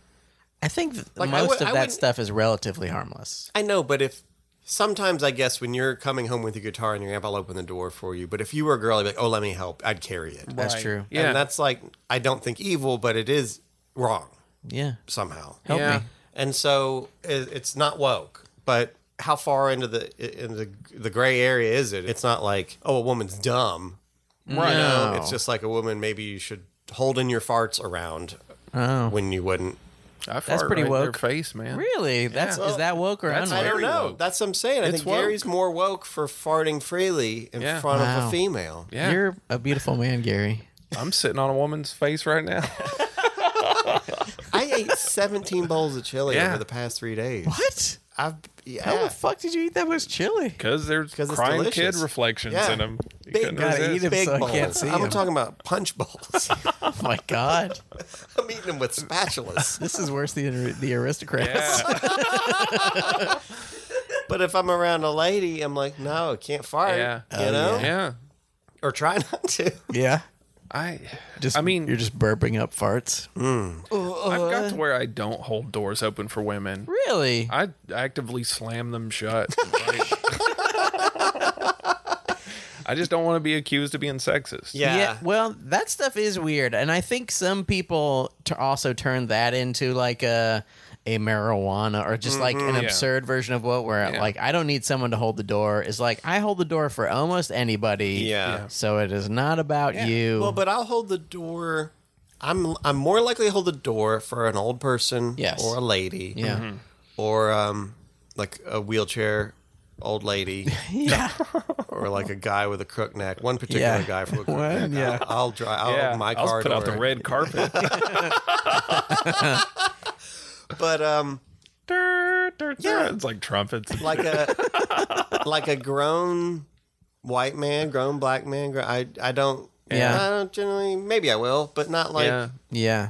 Speaker 6: I think th-
Speaker 4: Like, I
Speaker 6: most
Speaker 4: would-
Speaker 6: of
Speaker 4: I
Speaker 6: that
Speaker 4: wouldn't-
Speaker 6: stuff is relatively harmless.
Speaker 4: I know, but if sometimes I guess when you're coming home with your guitar and your amp, I'll open the door for you. But if you were a girl, I'd be like, oh, let me help. I'd carry it.
Speaker 6: That's true.
Speaker 5: Yeah.
Speaker 4: And that's like, I don't think evil, but it is wrong
Speaker 6: Yeah.
Speaker 4: somehow.
Speaker 6: Help
Speaker 5: Yeah.
Speaker 6: me.
Speaker 4: And so it, it's not woke, but how far into the in the the gray area is it? It's not like oh a woman's dumb, right?
Speaker 6: No.
Speaker 4: It's just like a woman maybe you should hold in your farts around
Speaker 6: Oh.
Speaker 4: when you wouldn't.
Speaker 5: I fart
Speaker 6: That's pretty
Speaker 5: right in
Speaker 6: woke.
Speaker 5: Their face, man.
Speaker 6: Really? That's
Speaker 4: Well,
Speaker 6: is that woke or
Speaker 5: that's
Speaker 4: I
Speaker 6: unwoke?
Speaker 4: don't
Speaker 5: Very
Speaker 4: know.
Speaker 5: woke.
Speaker 4: That's what I'm saying. I
Speaker 5: It's
Speaker 4: think Gary's
Speaker 5: woke.
Speaker 4: more woke for farting freely in
Speaker 5: Yeah.
Speaker 4: front of
Speaker 6: Wow.
Speaker 4: a female.
Speaker 5: Yeah.
Speaker 6: You're a beautiful man, Gary.
Speaker 5: I'm sitting on a woman's face right now.
Speaker 4: I ate 17 bowls of chili
Speaker 5: Yeah.
Speaker 4: over the past three days.
Speaker 6: What?
Speaker 4: I've
Speaker 6: How
Speaker 4: yeah,
Speaker 6: the fuck did you eat that much chili?
Speaker 5: Because there's
Speaker 4: 'Cause it's
Speaker 5: crying kid
Speaker 4: delicious.
Speaker 5: reflections
Speaker 4: Yeah.
Speaker 5: in them. You
Speaker 4: Big
Speaker 5: couldn't
Speaker 4: guy
Speaker 6: Gotta
Speaker 5: resist.
Speaker 6: eat it
Speaker 4: big
Speaker 6: so I
Speaker 4: bowls.
Speaker 6: can't see
Speaker 4: I'm
Speaker 6: him.
Speaker 4: talking about punch bowls. <laughs>
Speaker 6: Oh my god,
Speaker 4: I'm eating them with spatulas.
Speaker 6: this is worse than
Speaker 4: <laughs>
Speaker 6: the aristocrats.
Speaker 5: Yeah.
Speaker 4: But if I'm around a lady, I'm like, no, can't fart.
Speaker 5: Yeah.
Speaker 6: Oh,
Speaker 4: You know,
Speaker 5: yeah.
Speaker 4: or try not to.
Speaker 6: Yeah.
Speaker 5: I
Speaker 6: Just
Speaker 5: I mean-
Speaker 6: you're just burping up farts.
Speaker 5: I've got
Speaker 4: Uh-huh.
Speaker 5: to where I don't hold doors open for women.
Speaker 6: Really?
Speaker 5: I actively slam them shut. <laughs> Like- I just don't want to be accused of being sexist.
Speaker 4: Yeah.
Speaker 6: Well, that stuff is weird, and I think some people t- also turn that into like a a marijuana or just like
Speaker 5: Mm-hmm.
Speaker 6: an absurd version of what where like I don't need someone to hold the door is like I hold the door for almost anybody.
Speaker 4: Yeah. Yeah.
Speaker 6: So it is not about you.
Speaker 4: Well, but I'll hold the door. I'm I'm more likely to hold the door for an old person
Speaker 6: Yes.
Speaker 4: or a lady.
Speaker 6: yeah.
Speaker 5: Mm-hmm.
Speaker 4: or um, like a wheelchair old lady,
Speaker 6: <laughs> Yeah.
Speaker 4: <laughs> or like a guy with a crook neck. One particular
Speaker 6: Yeah.
Speaker 4: guy from a crook neck.
Speaker 6: One, yeah.
Speaker 4: I'll, I'll drive. I'll
Speaker 5: Yeah,
Speaker 4: open oh, my
Speaker 5: I'll
Speaker 4: car
Speaker 5: put out the
Speaker 4: door.
Speaker 5: red carpet.
Speaker 4: <laughs>
Speaker 5: <laughs>
Speaker 4: But um,
Speaker 5: Dur, dur, dur. It's like trumpets.
Speaker 4: like a
Speaker 5: <laughs>
Speaker 4: like a grown white man, grown black man. Gro- I I don't.
Speaker 6: Yeah.
Speaker 4: I don't generally. Maybe I will, but not like
Speaker 5: yeah.
Speaker 6: Yeah.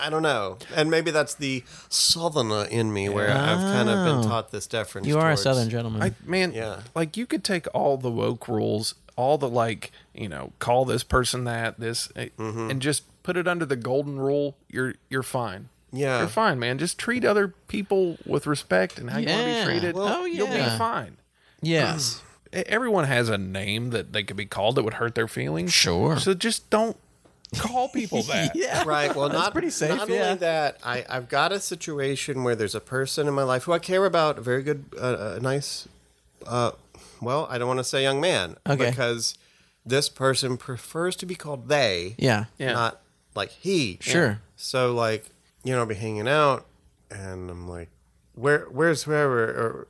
Speaker 4: I don't know. And maybe that's the southerner in me, where I've kind of been taught this deference.
Speaker 6: Oh. You are a
Speaker 4: towards-
Speaker 6: southern gentleman.
Speaker 5: I, man,
Speaker 4: Yeah.
Speaker 5: like you could take all the woke rules, all the like, you know, call this person that, this, eh,
Speaker 4: Mm-hmm.
Speaker 5: and just put it under the golden rule. You're you're fine.
Speaker 4: Yeah.
Speaker 5: you're fine, man. Just treat other people with respect and how you want to
Speaker 6: Yeah.
Speaker 5: be treated.
Speaker 6: Well,
Speaker 5: you'll
Speaker 6: yeah.
Speaker 5: be fine.
Speaker 6: yes.
Speaker 5: E- Everyone has a name that they could be called that would hurt their feelings.
Speaker 6: Sure.
Speaker 5: So just don't
Speaker 4: <laughs>
Speaker 5: call people <laughs> that.
Speaker 6: yeah.
Speaker 4: Right. Well, not
Speaker 6: pretty safe,
Speaker 4: Not
Speaker 6: yeah.
Speaker 4: only that, I I've got a situation where there's a person in my life who I care about, a very good, uh, a nice, uh, well, I don't want to say young man
Speaker 6: Okay.
Speaker 4: because this person prefers to be called they,
Speaker 6: Yeah.
Speaker 5: Yeah.
Speaker 4: not like he.
Speaker 6: Sure.
Speaker 4: So like, you know, I'll be hanging out and I'm like, where where's whoever or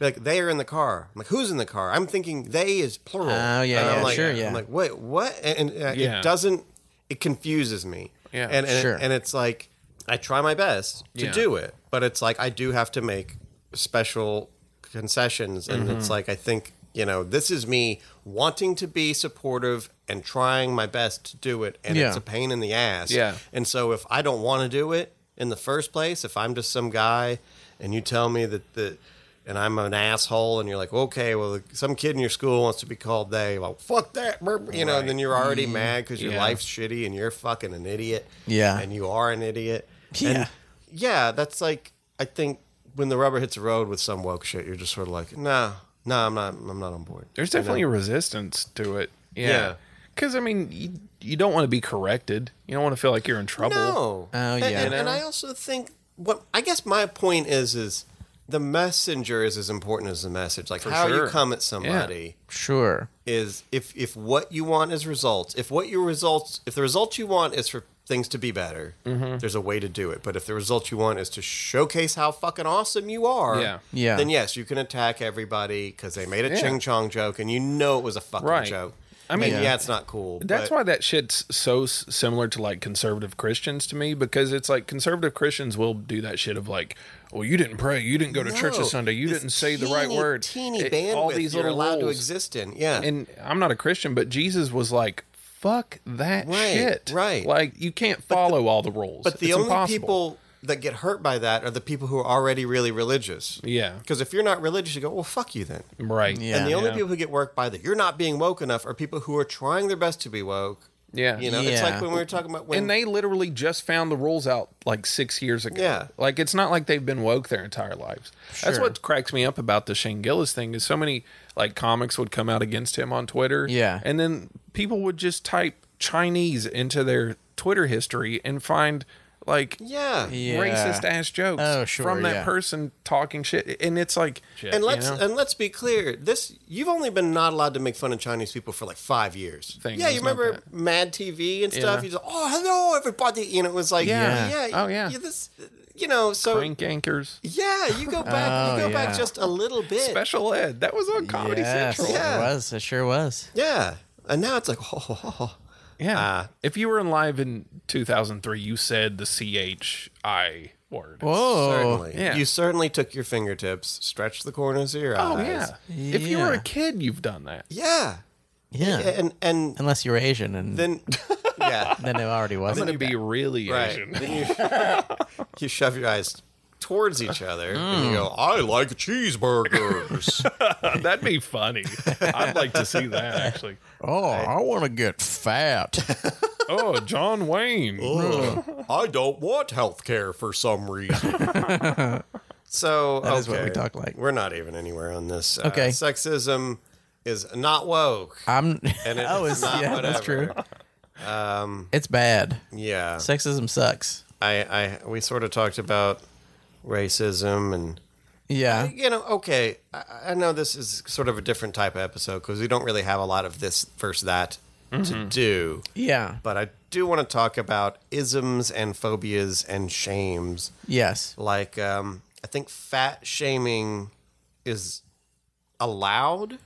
Speaker 4: like they are in the car. I'm like, who's in the car? I'm thinking they is plural.
Speaker 6: Oh, yeah,
Speaker 4: And I'm
Speaker 6: yeah,
Speaker 4: like,
Speaker 6: sure, yeah.
Speaker 4: I'm like, wait, what? And, and, uh,
Speaker 5: Yeah.
Speaker 4: it doesn't it confuses me.
Speaker 5: Yeah,
Speaker 4: And and,
Speaker 6: sure.
Speaker 4: and it's like I try my best to
Speaker 5: Yeah.
Speaker 4: do it, but it's like I do have to make special concessions and
Speaker 5: Mm-hmm.
Speaker 4: it's like I think you know, this is me wanting to be supportive and trying my best to do it, and
Speaker 6: Yeah.
Speaker 4: it's a pain in the ass.
Speaker 5: Yeah.
Speaker 4: And so if I don't want to do it in the first place, if I'm just some guy and you tell me that the and I'm an asshole and you're like, "Okay, well some kid in your school wants to be called they." Well, fuck that. burp, You know, and then you're already mad cuz your
Speaker 5: Mm-hmm. Yeah.
Speaker 4: life's shitty and you're fucking an idiot.
Speaker 6: Yeah.
Speaker 4: And you are an idiot.
Speaker 6: Yeah.
Speaker 4: And yeah, that's like I think when the rubber hits the road with some woke shit, you're just sort of like, "Nah, nah, I'm not I'm not on board."
Speaker 5: There's definitely a resistance to it. Yeah.
Speaker 4: Yeah.
Speaker 5: Because, I mean, you, you don't want to be corrected. You don't want to feel like you're in trouble.
Speaker 4: No.
Speaker 6: Oh,
Speaker 4: And-
Speaker 6: yeah.
Speaker 4: And, and I also think what I guess my point is is the messenger is as important as the message. Like how
Speaker 5: sure.
Speaker 4: you come at somebody
Speaker 6: Sure.
Speaker 4: is if if what you want is results. If what your results if the results you want is for things to be better,
Speaker 5: Mm-hmm.
Speaker 4: there's a way to do it. But if the results you want is to showcase how fucking awesome you are,
Speaker 5: Yeah.
Speaker 6: Yeah.
Speaker 4: then yes, you can attack everybody because they made a
Speaker 5: Yeah.
Speaker 4: ching chong joke and you know it was a fucking
Speaker 5: Right.
Speaker 4: joke.
Speaker 5: I mean-
Speaker 4: And yeah, it's not cool.
Speaker 5: That's
Speaker 4: but-
Speaker 5: why that shit's so s- similar to like conservative Christians to me because it's like conservative Christians will do that shit of like, well, you didn't pray, you didn't go to church
Speaker 4: No,
Speaker 5: this Sunday, you
Speaker 4: this
Speaker 5: didn't say the right
Speaker 4: teeny,
Speaker 5: word.
Speaker 4: Teeny
Speaker 5: It-
Speaker 4: bandwidth
Speaker 5: all these
Speaker 4: you're
Speaker 5: little
Speaker 4: allowed to
Speaker 5: rules.
Speaker 4: exist in. Yeah,
Speaker 5: And I'm not a Christian, but Jesus was like, fuck that
Speaker 4: Right,
Speaker 5: shit.
Speaker 4: right.
Speaker 5: Like you can't follow all the rules.
Speaker 4: but the
Speaker 5: It's
Speaker 4: only
Speaker 5: impossible.
Speaker 4: people that get hurt by that are the people who are already really religious.
Speaker 5: Yeah.
Speaker 4: Because if you're not religious, you go, well, fuck you then.
Speaker 5: Right.
Speaker 6: Yeah.
Speaker 4: and the only
Speaker 5: Yeah.
Speaker 4: people who get worked by that you're not being woke enough are people who are trying their best to be woke.
Speaker 5: Yeah.
Speaker 4: You know, it's
Speaker 6: Yeah.
Speaker 4: like when we were talking about when
Speaker 5: and they literally just found the rules out like six years ago.
Speaker 4: Yeah.
Speaker 5: Like it's not like they've been woke their entire lives. That's what cracks me up about the Shane Gillis thing is so many like comics would come out against him on Twitter.
Speaker 6: Yeah.
Speaker 5: And then people would just type Chinese into their Twitter history and find like
Speaker 4: yeah.
Speaker 6: Yeah.
Speaker 5: racist ass jokes
Speaker 6: Oh, sure,
Speaker 5: from that
Speaker 6: yeah.
Speaker 5: person talking shit. And uh, it's like
Speaker 4: And let's
Speaker 5: you know?
Speaker 4: and let's be clear. This you've only been not allowed to make fun of Chinese people for like five years.
Speaker 5: Things,
Speaker 4: yeah, you
Speaker 5: it's not
Speaker 4: remember
Speaker 5: that.
Speaker 4: Mad TV and stuff.
Speaker 5: Yeah.
Speaker 4: You just oh hello everybody, you know it was like
Speaker 5: Yeah.
Speaker 4: yeah,
Speaker 5: Yeah.
Speaker 4: yeah,
Speaker 5: Oh, yeah.
Speaker 4: this, you know so
Speaker 5: Frank anchors.
Speaker 4: yeah
Speaker 5: <laughs>
Speaker 4: you go back
Speaker 6: Oh,
Speaker 4: you go
Speaker 6: yeah.
Speaker 4: back just a little bit.
Speaker 5: Special ed. That was on Comedy
Speaker 6: yes,
Speaker 5: Central.
Speaker 4: Yeah.
Speaker 6: it was. It sure was.
Speaker 4: Yeah, and now it's like <laughs> oh, oh, oh.
Speaker 5: Yeah.
Speaker 4: Uh,
Speaker 5: if you were in live in 2003, you said the CHI word.
Speaker 6: Whoa.
Speaker 4: certainly
Speaker 5: Oh, yeah.
Speaker 4: you certainly took your fingertips, stretched the corners of your
Speaker 5: Oh,
Speaker 4: eyes.
Speaker 5: yeah. If you were a
Speaker 6: Yeah.
Speaker 5: kid, you've done that.
Speaker 4: yeah,
Speaker 6: Yeah.
Speaker 4: and and
Speaker 6: Unless you're Asian, and then,
Speaker 4: then <laughs> yeah
Speaker 6: it already was.
Speaker 5: I'm going to be really
Speaker 4: right.
Speaker 5: Asian. <laughs>
Speaker 4: Then you, <laughs> you shove your eyes towards each other and you go, I like
Speaker 6: <laughs>
Speaker 4: cheeseburgers.
Speaker 5: That'd be funny. I'd like to see that, actually.
Speaker 6: Oh, I want to get <laughs> fat.
Speaker 5: Oh, John Wayne.
Speaker 4: I don't want health care for some reason.
Speaker 6: <laughs>
Speaker 4: so
Speaker 6: That is what
Speaker 4: okay.
Speaker 6: we talk like.
Speaker 4: We're not even anywhere on this. Uh,
Speaker 6: Okay.
Speaker 4: Sexism is not woke.
Speaker 6: I'm. <laughs>
Speaker 4: And it's
Speaker 6: oh, it's,
Speaker 4: not
Speaker 6: yeah, that's true.
Speaker 4: whatever. Um,
Speaker 6: It's bad.
Speaker 4: Yeah.
Speaker 6: Sexism sucks.
Speaker 4: I, I we sort of talked about racism and
Speaker 6: Yeah.
Speaker 4: you know, okay, I, I know this is sort of a different type of episode because we don't really have a lot of this versus that
Speaker 5: Mm-hmm.
Speaker 4: to do.
Speaker 6: Yeah.
Speaker 4: But I do want to talk about isms and phobias and shames.
Speaker 6: Yes.
Speaker 4: Like, um, I think fat shaming is allowed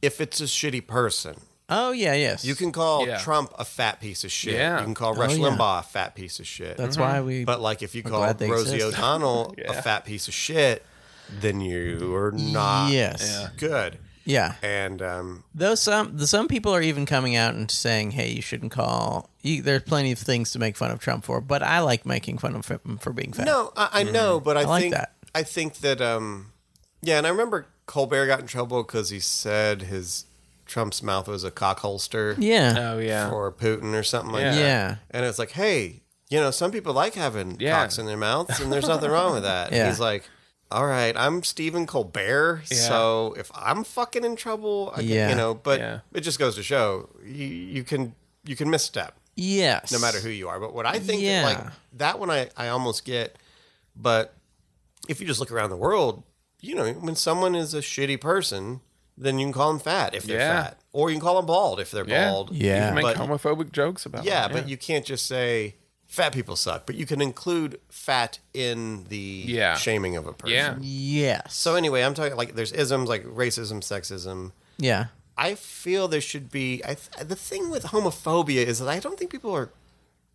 Speaker 4: if it's a shitty person.
Speaker 6: Oh yeah. Yes.
Speaker 4: You can call
Speaker 5: Yeah.
Speaker 4: Trump a fat piece of shit.
Speaker 5: Yeah.
Speaker 4: You can call Rush
Speaker 6: yeah.
Speaker 4: Limbaugh a fat piece of shit.
Speaker 6: That's why we.
Speaker 4: Mm-hmm. But like, if you call
Speaker 6: glad they
Speaker 4: Rosie
Speaker 6: exist.
Speaker 5: <laughs>
Speaker 4: O'Donnell
Speaker 5: Yeah.
Speaker 4: a fat piece of shit, then you are not
Speaker 6: yes.
Speaker 4: good.
Speaker 6: Yeah.
Speaker 4: And um,
Speaker 6: Though some some people are even coming out and saying, "Hey, you shouldn't call." You, there's plenty of things to make fun of Trump for, but I like making fun of him for being fat.
Speaker 4: no, I, I know, but I,
Speaker 6: Mm-hmm. like
Speaker 4: think
Speaker 6: that.
Speaker 4: I think that um, yeah, and I remember Colbert got in trouble because he said his Trump's mouth was a cock holster
Speaker 6: Yeah.
Speaker 5: Oh, yeah.
Speaker 4: for Putin or something like
Speaker 5: Yeah.
Speaker 4: that.
Speaker 6: yeah.
Speaker 4: And it's like, hey, you know, some people like having
Speaker 5: Yeah.
Speaker 4: cocks in their mouths, and there's nothing wrong with that.
Speaker 6: <laughs> Yeah.
Speaker 4: He's like, all right, I'm Stephen Colbert, so if I'm fucking in trouble, I
Speaker 6: Yeah.
Speaker 4: can, you know. But
Speaker 5: Yeah.
Speaker 4: it just goes to show you, you can you can misstep
Speaker 6: Yes.
Speaker 4: no matter who you are. But what I think,
Speaker 6: Yeah.
Speaker 4: that, like that one, I I almost get. But if you just look around the world, you know, when someone is a shitty person, then you can call them fat if they're
Speaker 5: Yeah.
Speaker 4: fat, or you can call them bald if they're
Speaker 5: Yeah.
Speaker 4: bald.
Speaker 5: You
Speaker 6: Yeah.
Speaker 5: can make
Speaker 4: But-
Speaker 5: homophobic jokes about
Speaker 4: Yeah,
Speaker 5: it.
Speaker 4: but you can't just say fat people suck, but you can include fat in the
Speaker 5: Yeah.
Speaker 4: shaming of a person.
Speaker 5: Yeah.
Speaker 6: Yes.
Speaker 4: So anyway, I'm talking like there's isms like racism, sexism.
Speaker 6: yeah.
Speaker 4: I feel there should be I th- the thing with homophobia is that I don't think people are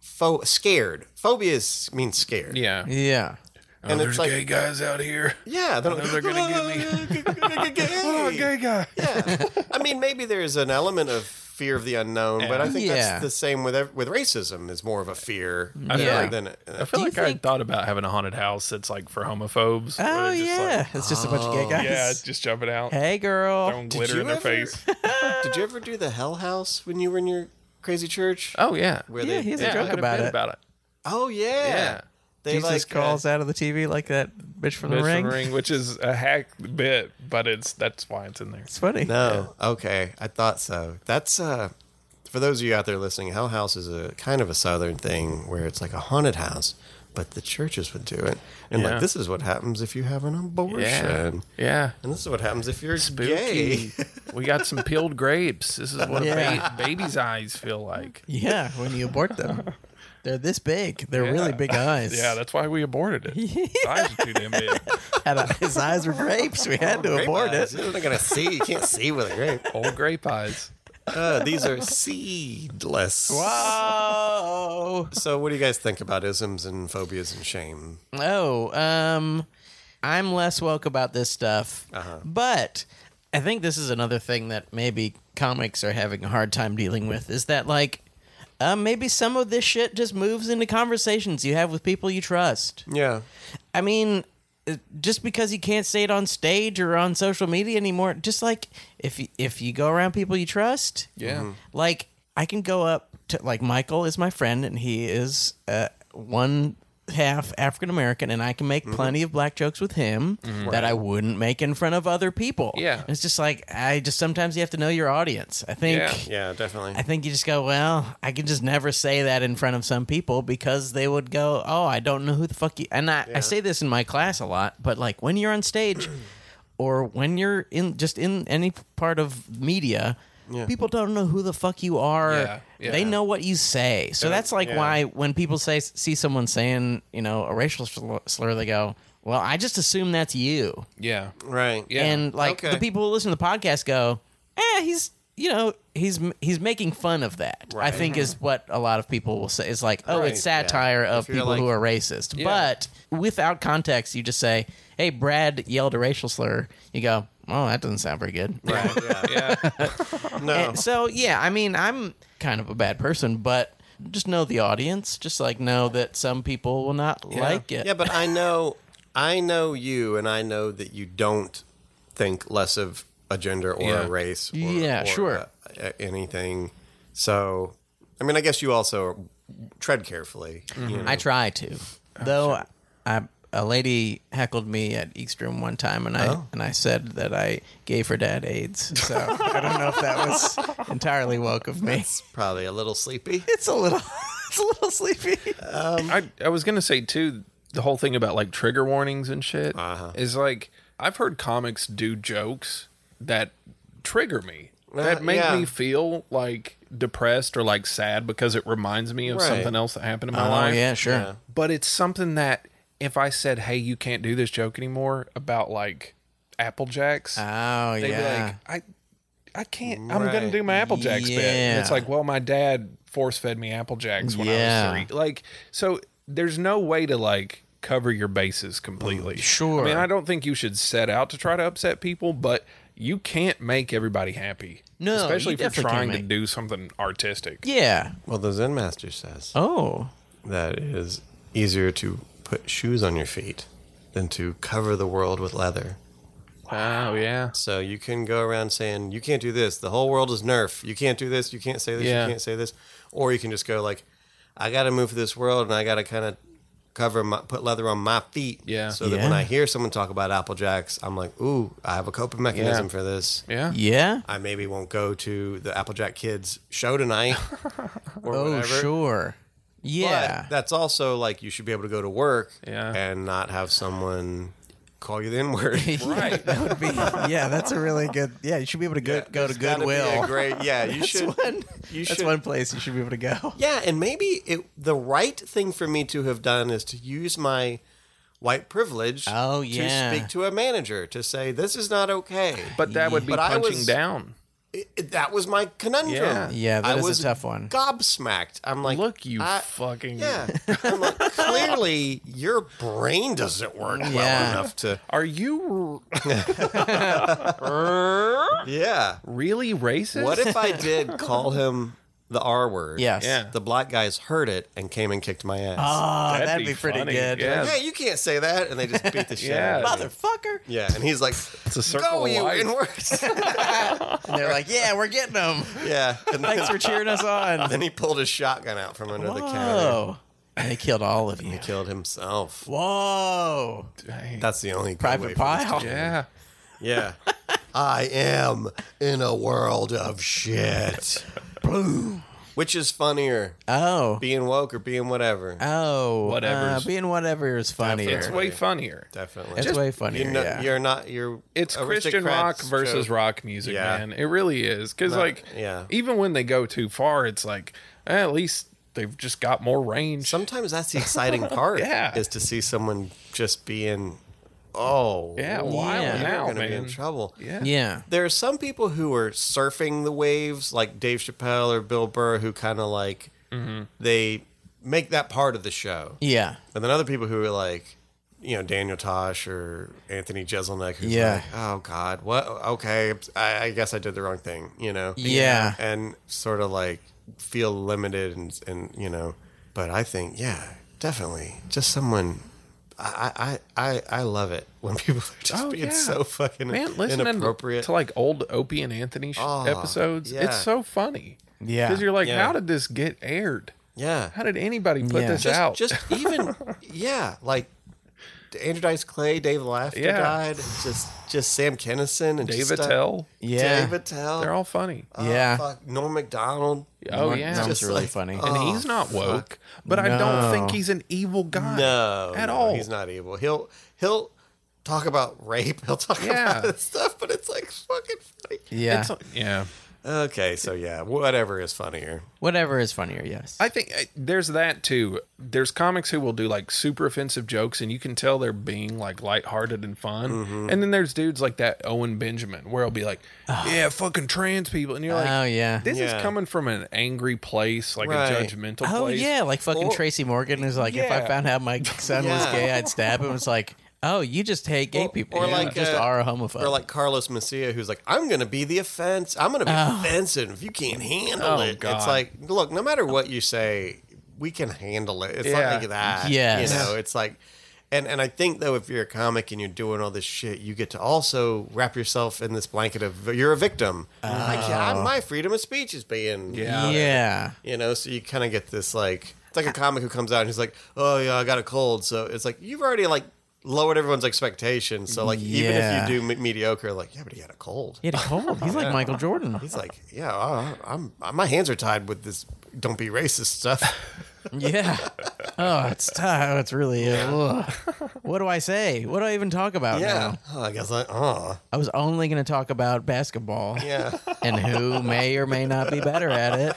Speaker 4: pho- scared. Phobia is, means scared.
Speaker 5: Yeah.
Speaker 6: Yeah.
Speaker 5: Oh,
Speaker 4: And it's
Speaker 5: there's
Speaker 4: like-
Speaker 5: gay guys out here.
Speaker 4: Yeah, they're, "Oh,
Speaker 5: they're
Speaker 4: <laughs>
Speaker 5: gonna <laughs> get
Speaker 4: get me.
Speaker 5: Oh, gay guy.
Speaker 4: yeah. I mean, maybe there's an element of fear of the unknown, but I think
Speaker 6: Yeah.
Speaker 4: that's the same with ev- with racism. Is more of a fear
Speaker 5: I feel
Speaker 6: Yeah.
Speaker 5: like,
Speaker 4: than
Speaker 5: I, feel
Speaker 6: you
Speaker 5: like I
Speaker 6: think-
Speaker 5: thought about having a haunted house that's like for homophobes. where
Speaker 6: Oh
Speaker 5: they're just
Speaker 6: yeah.
Speaker 5: Like,
Speaker 6: Oh, it's just a bunch of gay guys. <laughs>
Speaker 5: yeah, just jumping out,
Speaker 6: Hey girl.
Speaker 5: throwing glitter
Speaker 4: you
Speaker 5: in their
Speaker 4: ever-
Speaker 5: face.
Speaker 6: <laughs>
Speaker 4: Did you ever do the Hell House when you were in your crazy church?
Speaker 5: Oh yeah.
Speaker 4: Where
Speaker 6: Yeah, he's
Speaker 5: yeah,
Speaker 6: a
Speaker 5: I
Speaker 6: joke
Speaker 5: had a
Speaker 6: about
Speaker 5: bit
Speaker 6: it.
Speaker 5: about it.
Speaker 4: oh yeah,
Speaker 5: Yeah.
Speaker 4: They
Speaker 6: Jesus
Speaker 4: like,
Speaker 6: calls
Speaker 4: uh,
Speaker 6: out of the TV like that bitch from the
Speaker 5: Mr.
Speaker 6: ring.
Speaker 5: Ring, which is a hack bit, but it's that's why it's in there.
Speaker 6: It's funny.
Speaker 4: No, Oh, okay, I thought so. That's uh, for those of you out there listening, Hell House is a kind of a southern thing where it's like a haunted house, but the churches would do it, and
Speaker 5: Yeah.
Speaker 4: like this is what happens if you have an abortion.
Speaker 5: Yeah.
Speaker 4: And this is what happens if you're
Speaker 5: Spooky.
Speaker 6: <laughs>
Speaker 4: gay.
Speaker 5: we got some peeled grapes. This is what
Speaker 6: Yeah.
Speaker 5: a ba- baby's eyes feel like.
Speaker 6: Yeah, when you abort them. They're this big. They're really big eyes.
Speaker 5: Yeah, that's why we aborted it.
Speaker 6: <laughs>
Speaker 5: The Eyes are too damn big.
Speaker 6: Had a- his eyes were grapes. We had to abort it.
Speaker 4: You're not gonna see. You can't see with a
Speaker 6: <laughs>
Speaker 4: grape.
Speaker 5: Old grape eyes.
Speaker 4: Uh, these are seedless.
Speaker 6: Whoa.
Speaker 4: So, what do you guys think about isms and phobias and shame?
Speaker 6: Oh, um, I'm less woke about this stuff, but I think this is another thing that maybe comics are having a hard time dealing with is that like, uh, maybe some of this shit just moves into conversations you have with people you trust.
Speaker 4: Yeah,
Speaker 6: I mean, uh, just because you can't say it on stage or on social media anymore, just like if you, if you go around people you trust,
Speaker 5: Yeah.
Speaker 6: like I can go up to like Michael is my friend and he is uh, one half African American and I can make plenty of black jokes with him that I wouldn't make in front of other people.
Speaker 5: Mm-hmm. Yeah.
Speaker 6: it's just like I just sometimes you have to know your audience. I think.
Speaker 5: Yeah.
Speaker 4: yeah, definitely.
Speaker 6: I think you just go, well, I can just never say that in front of some people because they would go, oh, I don't know who the fuck you. And I, I say this in my class a lot, but like when you're on stage <clears throat> or when you're in just in any part of media, people don't know who the fuck you are.
Speaker 5: Yeah, yeah.
Speaker 6: They know what you say. So that's like why when people say see someone saying, you know, a racial slur, slur they go, well, I just assume that's you.
Speaker 5: Yeah.
Speaker 4: right.
Speaker 5: Yeah.
Speaker 6: And like
Speaker 4: Okay.
Speaker 6: the people who listen to the podcast go, eh, he's you know he's he's making fun of that. I
Speaker 4: Right.
Speaker 6: think is what a lot of people will say. It's like, oh, it's
Speaker 4: Right, yeah.
Speaker 6: satire of
Speaker 4: If you're
Speaker 6: people who
Speaker 4: like-
Speaker 6: are racist. But without context, you just say, hey, Brad yelled a racial slur. You go, oh, that doesn't sound very good. <laughs>
Speaker 4: Right, Oh. yeah.
Speaker 5: Yeah.
Speaker 4: <laughs> No.
Speaker 6: And so yeah, I mean, I'm kind of a bad person, but just know the audience. Just like know that some people will not like it.
Speaker 4: Yeah, but I know, I know you, and I know that you don't think less of a gender or
Speaker 5: Yeah.
Speaker 4: a race. Or,
Speaker 6: Yeah,
Speaker 4: or,
Speaker 6: sure.
Speaker 4: uh, uh, anything. So, I mean, I guess you also tread carefully. you know.
Speaker 6: Mm-hmm. I try to, though. I a lady heckled me at Eastern one time, and I and I said that I gave her dad AIDS. So I don't know if that <laughs> was entirely woke of me.
Speaker 4: Probably a little sleepy.
Speaker 6: It's a little, <laughs> it's a little sleepy.
Speaker 5: I, I was gonna say too the whole thing about like trigger warnings and shit
Speaker 4: Uh-huh.
Speaker 5: is like I've heard comics do jokes that trigger me that
Speaker 4: Uh,
Speaker 5: make
Speaker 4: yeah.
Speaker 5: me feel like depressed or like sad because it reminds me of
Speaker 4: Right.
Speaker 5: something else that happened in my
Speaker 6: <laughs> oh
Speaker 5: life
Speaker 6: yeah, sure.
Speaker 5: but it's something that if I said hey you can't do this joke anymore about like Apple
Speaker 4: Ah.
Speaker 5: Jacks
Speaker 6: Oh
Speaker 5: they'd
Speaker 6: yeah.
Speaker 5: be like I I can't I'm gonna
Speaker 4: Right.
Speaker 5: do my Apple Jacks bit. And it's
Speaker 6: Yeah.
Speaker 5: like, well, my dad force fed me Apple Jacks when
Speaker 6: Yeah.
Speaker 5: I was three. Like, so there's no way to like cover your bases completely.
Speaker 6: Sure.
Speaker 5: I mean, I don't think you should set out to try to upset people, but you can't make everybody happy.
Speaker 6: No,
Speaker 5: Especially
Speaker 6: you
Speaker 5: if you're
Speaker 6: definitely can't
Speaker 5: trying to
Speaker 6: make-
Speaker 5: do something artistic.
Speaker 6: yeah.
Speaker 4: Well, the Zen master says
Speaker 6: Oh.
Speaker 4: that it is easier to put shoes on your feet than to cover the world with leather.
Speaker 5: Wow, yeah.
Speaker 4: So you can go around saying, you can't do this. The whole world is nerf. You can't do this. You can't say this.
Speaker 5: Yeah.
Speaker 4: You can't say this. Or you can just go like, I got to move through this world and I got to kind of cover my, put leather on my feet.
Speaker 5: Yeah.
Speaker 4: So that when
Speaker 6: Yeah.
Speaker 4: I hear someone talk about Apple Jacks, I'm like, ooh, I have a coping mechanism
Speaker 5: Yeah.
Speaker 4: for this.
Speaker 5: Yeah.
Speaker 6: Yeah.
Speaker 4: I maybe won't go to the Applejack Kids show
Speaker 5: <laughs>
Speaker 4: tonight or
Speaker 6: Oh
Speaker 4: whatever.
Speaker 6: sure.
Speaker 4: But
Speaker 6: Yeah. <laughs>
Speaker 4: that's also like you should be able to go to work
Speaker 5: Yeah.
Speaker 4: and not have someone call you the N word.
Speaker 6: <laughs>
Speaker 5: Right.
Speaker 6: that would be. Yeah, that's a really good. Yeah, you should be able to go, go to Goodwill.
Speaker 4: Great. Yeah, you
Speaker 6: that's
Speaker 4: should.
Speaker 6: one.
Speaker 4: you
Speaker 6: that's
Speaker 4: should-
Speaker 6: one place you should be able to go. <laughs> Oh,
Speaker 4: Yeah, and maybe it, the right thing for me to have done is to use my white privilege
Speaker 6: Oh, yeah.
Speaker 4: to speak to a manager to say this is not okay.
Speaker 5: But that would be
Speaker 4: But I
Speaker 5: punching
Speaker 4: was-
Speaker 5: down.
Speaker 4: It- it- that was my conundrum.
Speaker 5: Yeah.
Speaker 6: Yeah, that
Speaker 4: I
Speaker 6: is a
Speaker 4: was
Speaker 6: tough one.
Speaker 4: Gobsmacked. I'm like,
Speaker 5: Look, you
Speaker 4: I- <laughs>
Speaker 5: fucking.
Speaker 4: Yeah, I'm like, clearly your brain doesn't work well
Speaker 6: Yeah.
Speaker 4: enough to.
Speaker 5: Are you r-
Speaker 4: Yeah.
Speaker 5: really racist?
Speaker 4: What if
Speaker 6: <laughs>
Speaker 4: I did call him the R word?
Speaker 6: Yes.
Speaker 5: Yeah.
Speaker 4: The black guys heard it and came and kicked my ass.
Speaker 6: Oh, that'd,
Speaker 5: That'd
Speaker 6: be,
Speaker 5: be
Speaker 6: pretty
Speaker 5: funny.
Speaker 6: good.
Speaker 5: Yeah.
Speaker 4: yeah, you can't say that, and they just beat
Speaker 5: <laughs>
Speaker 4: the shit
Speaker 5: Yeah.
Speaker 4: out of me.
Speaker 6: Motherfucker.
Speaker 4: Yeah, and he's like,
Speaker 5: It's a circle
Speaker 4: "Go
Speaker 5: of
Speaker 4: you
Speaker 5: life.
Speaker 4: and
Speaker 5: <laughs>
Speaker 4: worse."
Speaker 6: And they're like, yeah, we're getting them.
Speaker 4: yeah, and then,
Speaker 6: Thanks for cheering us
Speaker 4: <laughs>
Speaker 6: on. <laughs>
Speaker 4: then he pulled his shotgun out from under the counter.
Speaker 6: Whoa. And they killed all of you.
Speaker 4: He killed himself.
Speaker 6: Whoa.
Speaker 5: Dang.
Speaker 4: That's the only good way
Speaker 6: Private
Speaker 4: for this
Speaker 6: pile.
Speaker 5: Yeah.
Speaker 4: to-
Speaker 6: <laughs>
Speaker 4: Yeah, I am in a world of shit. Boom. Which is funnier,
Speaker 6: Oh.
Speaker 4: being woke or being whatever?
Speaker 6: Oh.
Speaker 5: Whatever's-
Speaker 6: Uh, being whatever is funnier.
Speaker 5: It's way funnier.
Speaker 4: Definitely.
Speaker 6: It's way funnier.
Speaker 4: you know,
Speaker 6: yeah.
Speaker 4: You're not. You're.
Speaker 5: It's Christian rock
Speaker 4: aristocrats
Speaker 5: versus
Speaker 4: joke.
Speaker 5: rock music,
Speaker 4: Yeah.
Speaker 5: man. It really is. Because,
Speaker 4: No,
Speaker 5: like,
Speaker 4: yeah.
Speaker 5: even when they go too far, it's like, eh, at least they've just got more range.
Speaker 4: Sometimes that's
Speaker 5: <laughs>
Speaker 4: the exciting part.
Speaker 5: Yeah.
Speaker 4: Is to see someone just being, oh,
Speaker 5: yeah,
Speaker 4: you're
Speaker 5: wild
Speaker 6: Yeah.
Speaker 5: now,
Speaker 4: gonna
Speaker 5: man.
Speaker 4: be in trouble.
Speaker 5: Yeah.
Speaker 6: yeah.
Speaker 4: There are some people who are surfing the waves, like Dave Chappelle or Bill Burr, who kind of like
Speaker 5: Mm-hmm.
Speaker 4: they make that part of the show.
Speaker 6: Yeah.
Speaker 4: And then other people who are like, you know, Daniel Tosh or Anthony Jeselnik, who's
Speaker 6: Yeah.
Speaker 4: like, oh God, what? Okay, I, I guess I did the wrong thing, you know?
Speaker 6: Yeah.
Speaker 4: And sort of like feel limited and, and you know, but I think, yeah, definitely. Just someone. I, I, I, I love it when <laughs> people are just
Speaker 5: Oh,
Speaker 4: being
Speaker 5: yeah.
Speaker 4: so fucking
Speaker 5: Man, listening
Speaker 4: inappropriate.
Speaker 5: to like old Opie and Anthony sh-
Speaker 4: Oh,
Speaker 5: episodes,
Speaker 4: yeah.
Speaker 5: it's so funny.
Speaker 6: Yeah.
Speaker 5: Because you're like,
Speaker 4: Yeah.
Speaker 5: how did this get aired?
Speaker 4: yeah.
Speaker 5: How did anybody put
Speaker 6: Yeah.
Speaker 5: this
Speaker 4: just,
Speaker 5: out?
Speaker 4: Just
Speaker 5: <laughs>
Speaker 4: even, yeah, like Andrew Dice Clay, Dave Laughter
Speaker 5: Yeah.
Speaker 4: died, and just just Sam Kennison and
Speaker 5: Dave
Speaker 4: just stuff.
Speaker 5: Attell.
Speaker 6: Yeah.
Speaker 4: Dave Attell.
Speaker 5: They're all funny.
Speaker 4: Oh,
Speaker 6: yeah.
Speaker 4: fuck, Norm Macdonald.
Speaker 5: Oh,
Speaker 6: Mark
Speaker 5: yeah.
Speaker 6: Norm's
Speaker 4: Just
Speaker 6: really
Speaker 4: like-
Speaker 6: funny.
Speaker 5: and he's not woke, but I don't
Speaker 6: No.
Speaker 5: think he's an evil guy.
Speaker 4: No,
Speaker 5: At
Speaker 4: no,
Speaker 5: all.
Speaker 4: He's not evil. He'll he'll talk about rape. <laughs> He'll talk
Speaker 5: Yeah.
Speaker 4: about this stuff, but it's like fucking funny.
Speaker 6: Oh. yeah.
Speaker 5: It's- yeah.
Speaker 4: Okay, so yeah, whatever is funnier.
Speaker 6: Whatever is funnier, yes.
Speaker 5: I think uh, there's that too. There's comics who will do like super offensive jokes, and you can tell they're being like lighthearted and fun.
Speaker 6: Mm-hmm.
Speaker 5: And then there's dudes like that Owen Benjamin, where he'll be like, "Yeah, fucking trans people," and you're like,
Speaker 6: oh, yeah.
Speaker 5: "This
Speaker 4: Yeah.
Speaker 5: is coming from an angry place, like a
Speaker 4: Right.
Speaker 5: judgmental
Speaker 6: Oh
Speaker 5: place."
Speaker 6: yeah, like fucking Tracy Morgan is like, if I
Speaker 5: Yeah.
Speaker 6: found out my son was
Speaker 4: Yeah.
Speaker 6: gay, I'd stab him. It's like, oh, you just hate gay
Speaker 4: Or-
Speaker 6: people,
Speaker 4: or
Speaker 6: you
Speaker 4: like,
Speaker 6: just
Speaker 4: uh,
Speaker 6: are a homophobe.
Speaker 4: Or like Carlos Mencia, who's like, I'm going to be the offense. I'm going to be offensive if you can't handle
Speaker 5: Oh,
Speaker 4: it. It's
Speaker 5: God.
Speaker 4: like, look, no matter what you say, we can handle it. It's
Speaker 5: Yeah.
Speaker 4: not like that.
Speaker 6: Yes.
Speaker 4: You know, it's like, and, and I think though, if you're a comic and you're doing all this shit, you get to also wrap yourself in this blanket of you're a victim. Like, yeah, my freedom of speech is being,
Speaker 5: Yeah.
Speaker 6: yeah,
Speaker 4: you know, so you kind of get this like, it's like a comic who comes out and he's like, oh yeah, I got a cold. So it's like, you've already like lowered everyone's expectations. So like,
Speaker 6: Yeah.
Speaker 4: even if you do me- mediocre, like, yeah, but he had a cold.
Speaker 6: <laughs> he had a cold. He's like Michael Jordan.
Speaker 4: He's like, yeah, I, I'm, my hands are tied with this don't be racist stuff.
Speaker 6: <laughs> yeah. Oh, it's tough. It's really. uh, ugh. What do I say? What do <laughs> I even talk about now?
Speaker 4: Oh, I guess I, oh,
Speaker 6: I was only going to talk about basketball
Speaker 4: yeah.
Speaker 6: and who may or may not be better at it,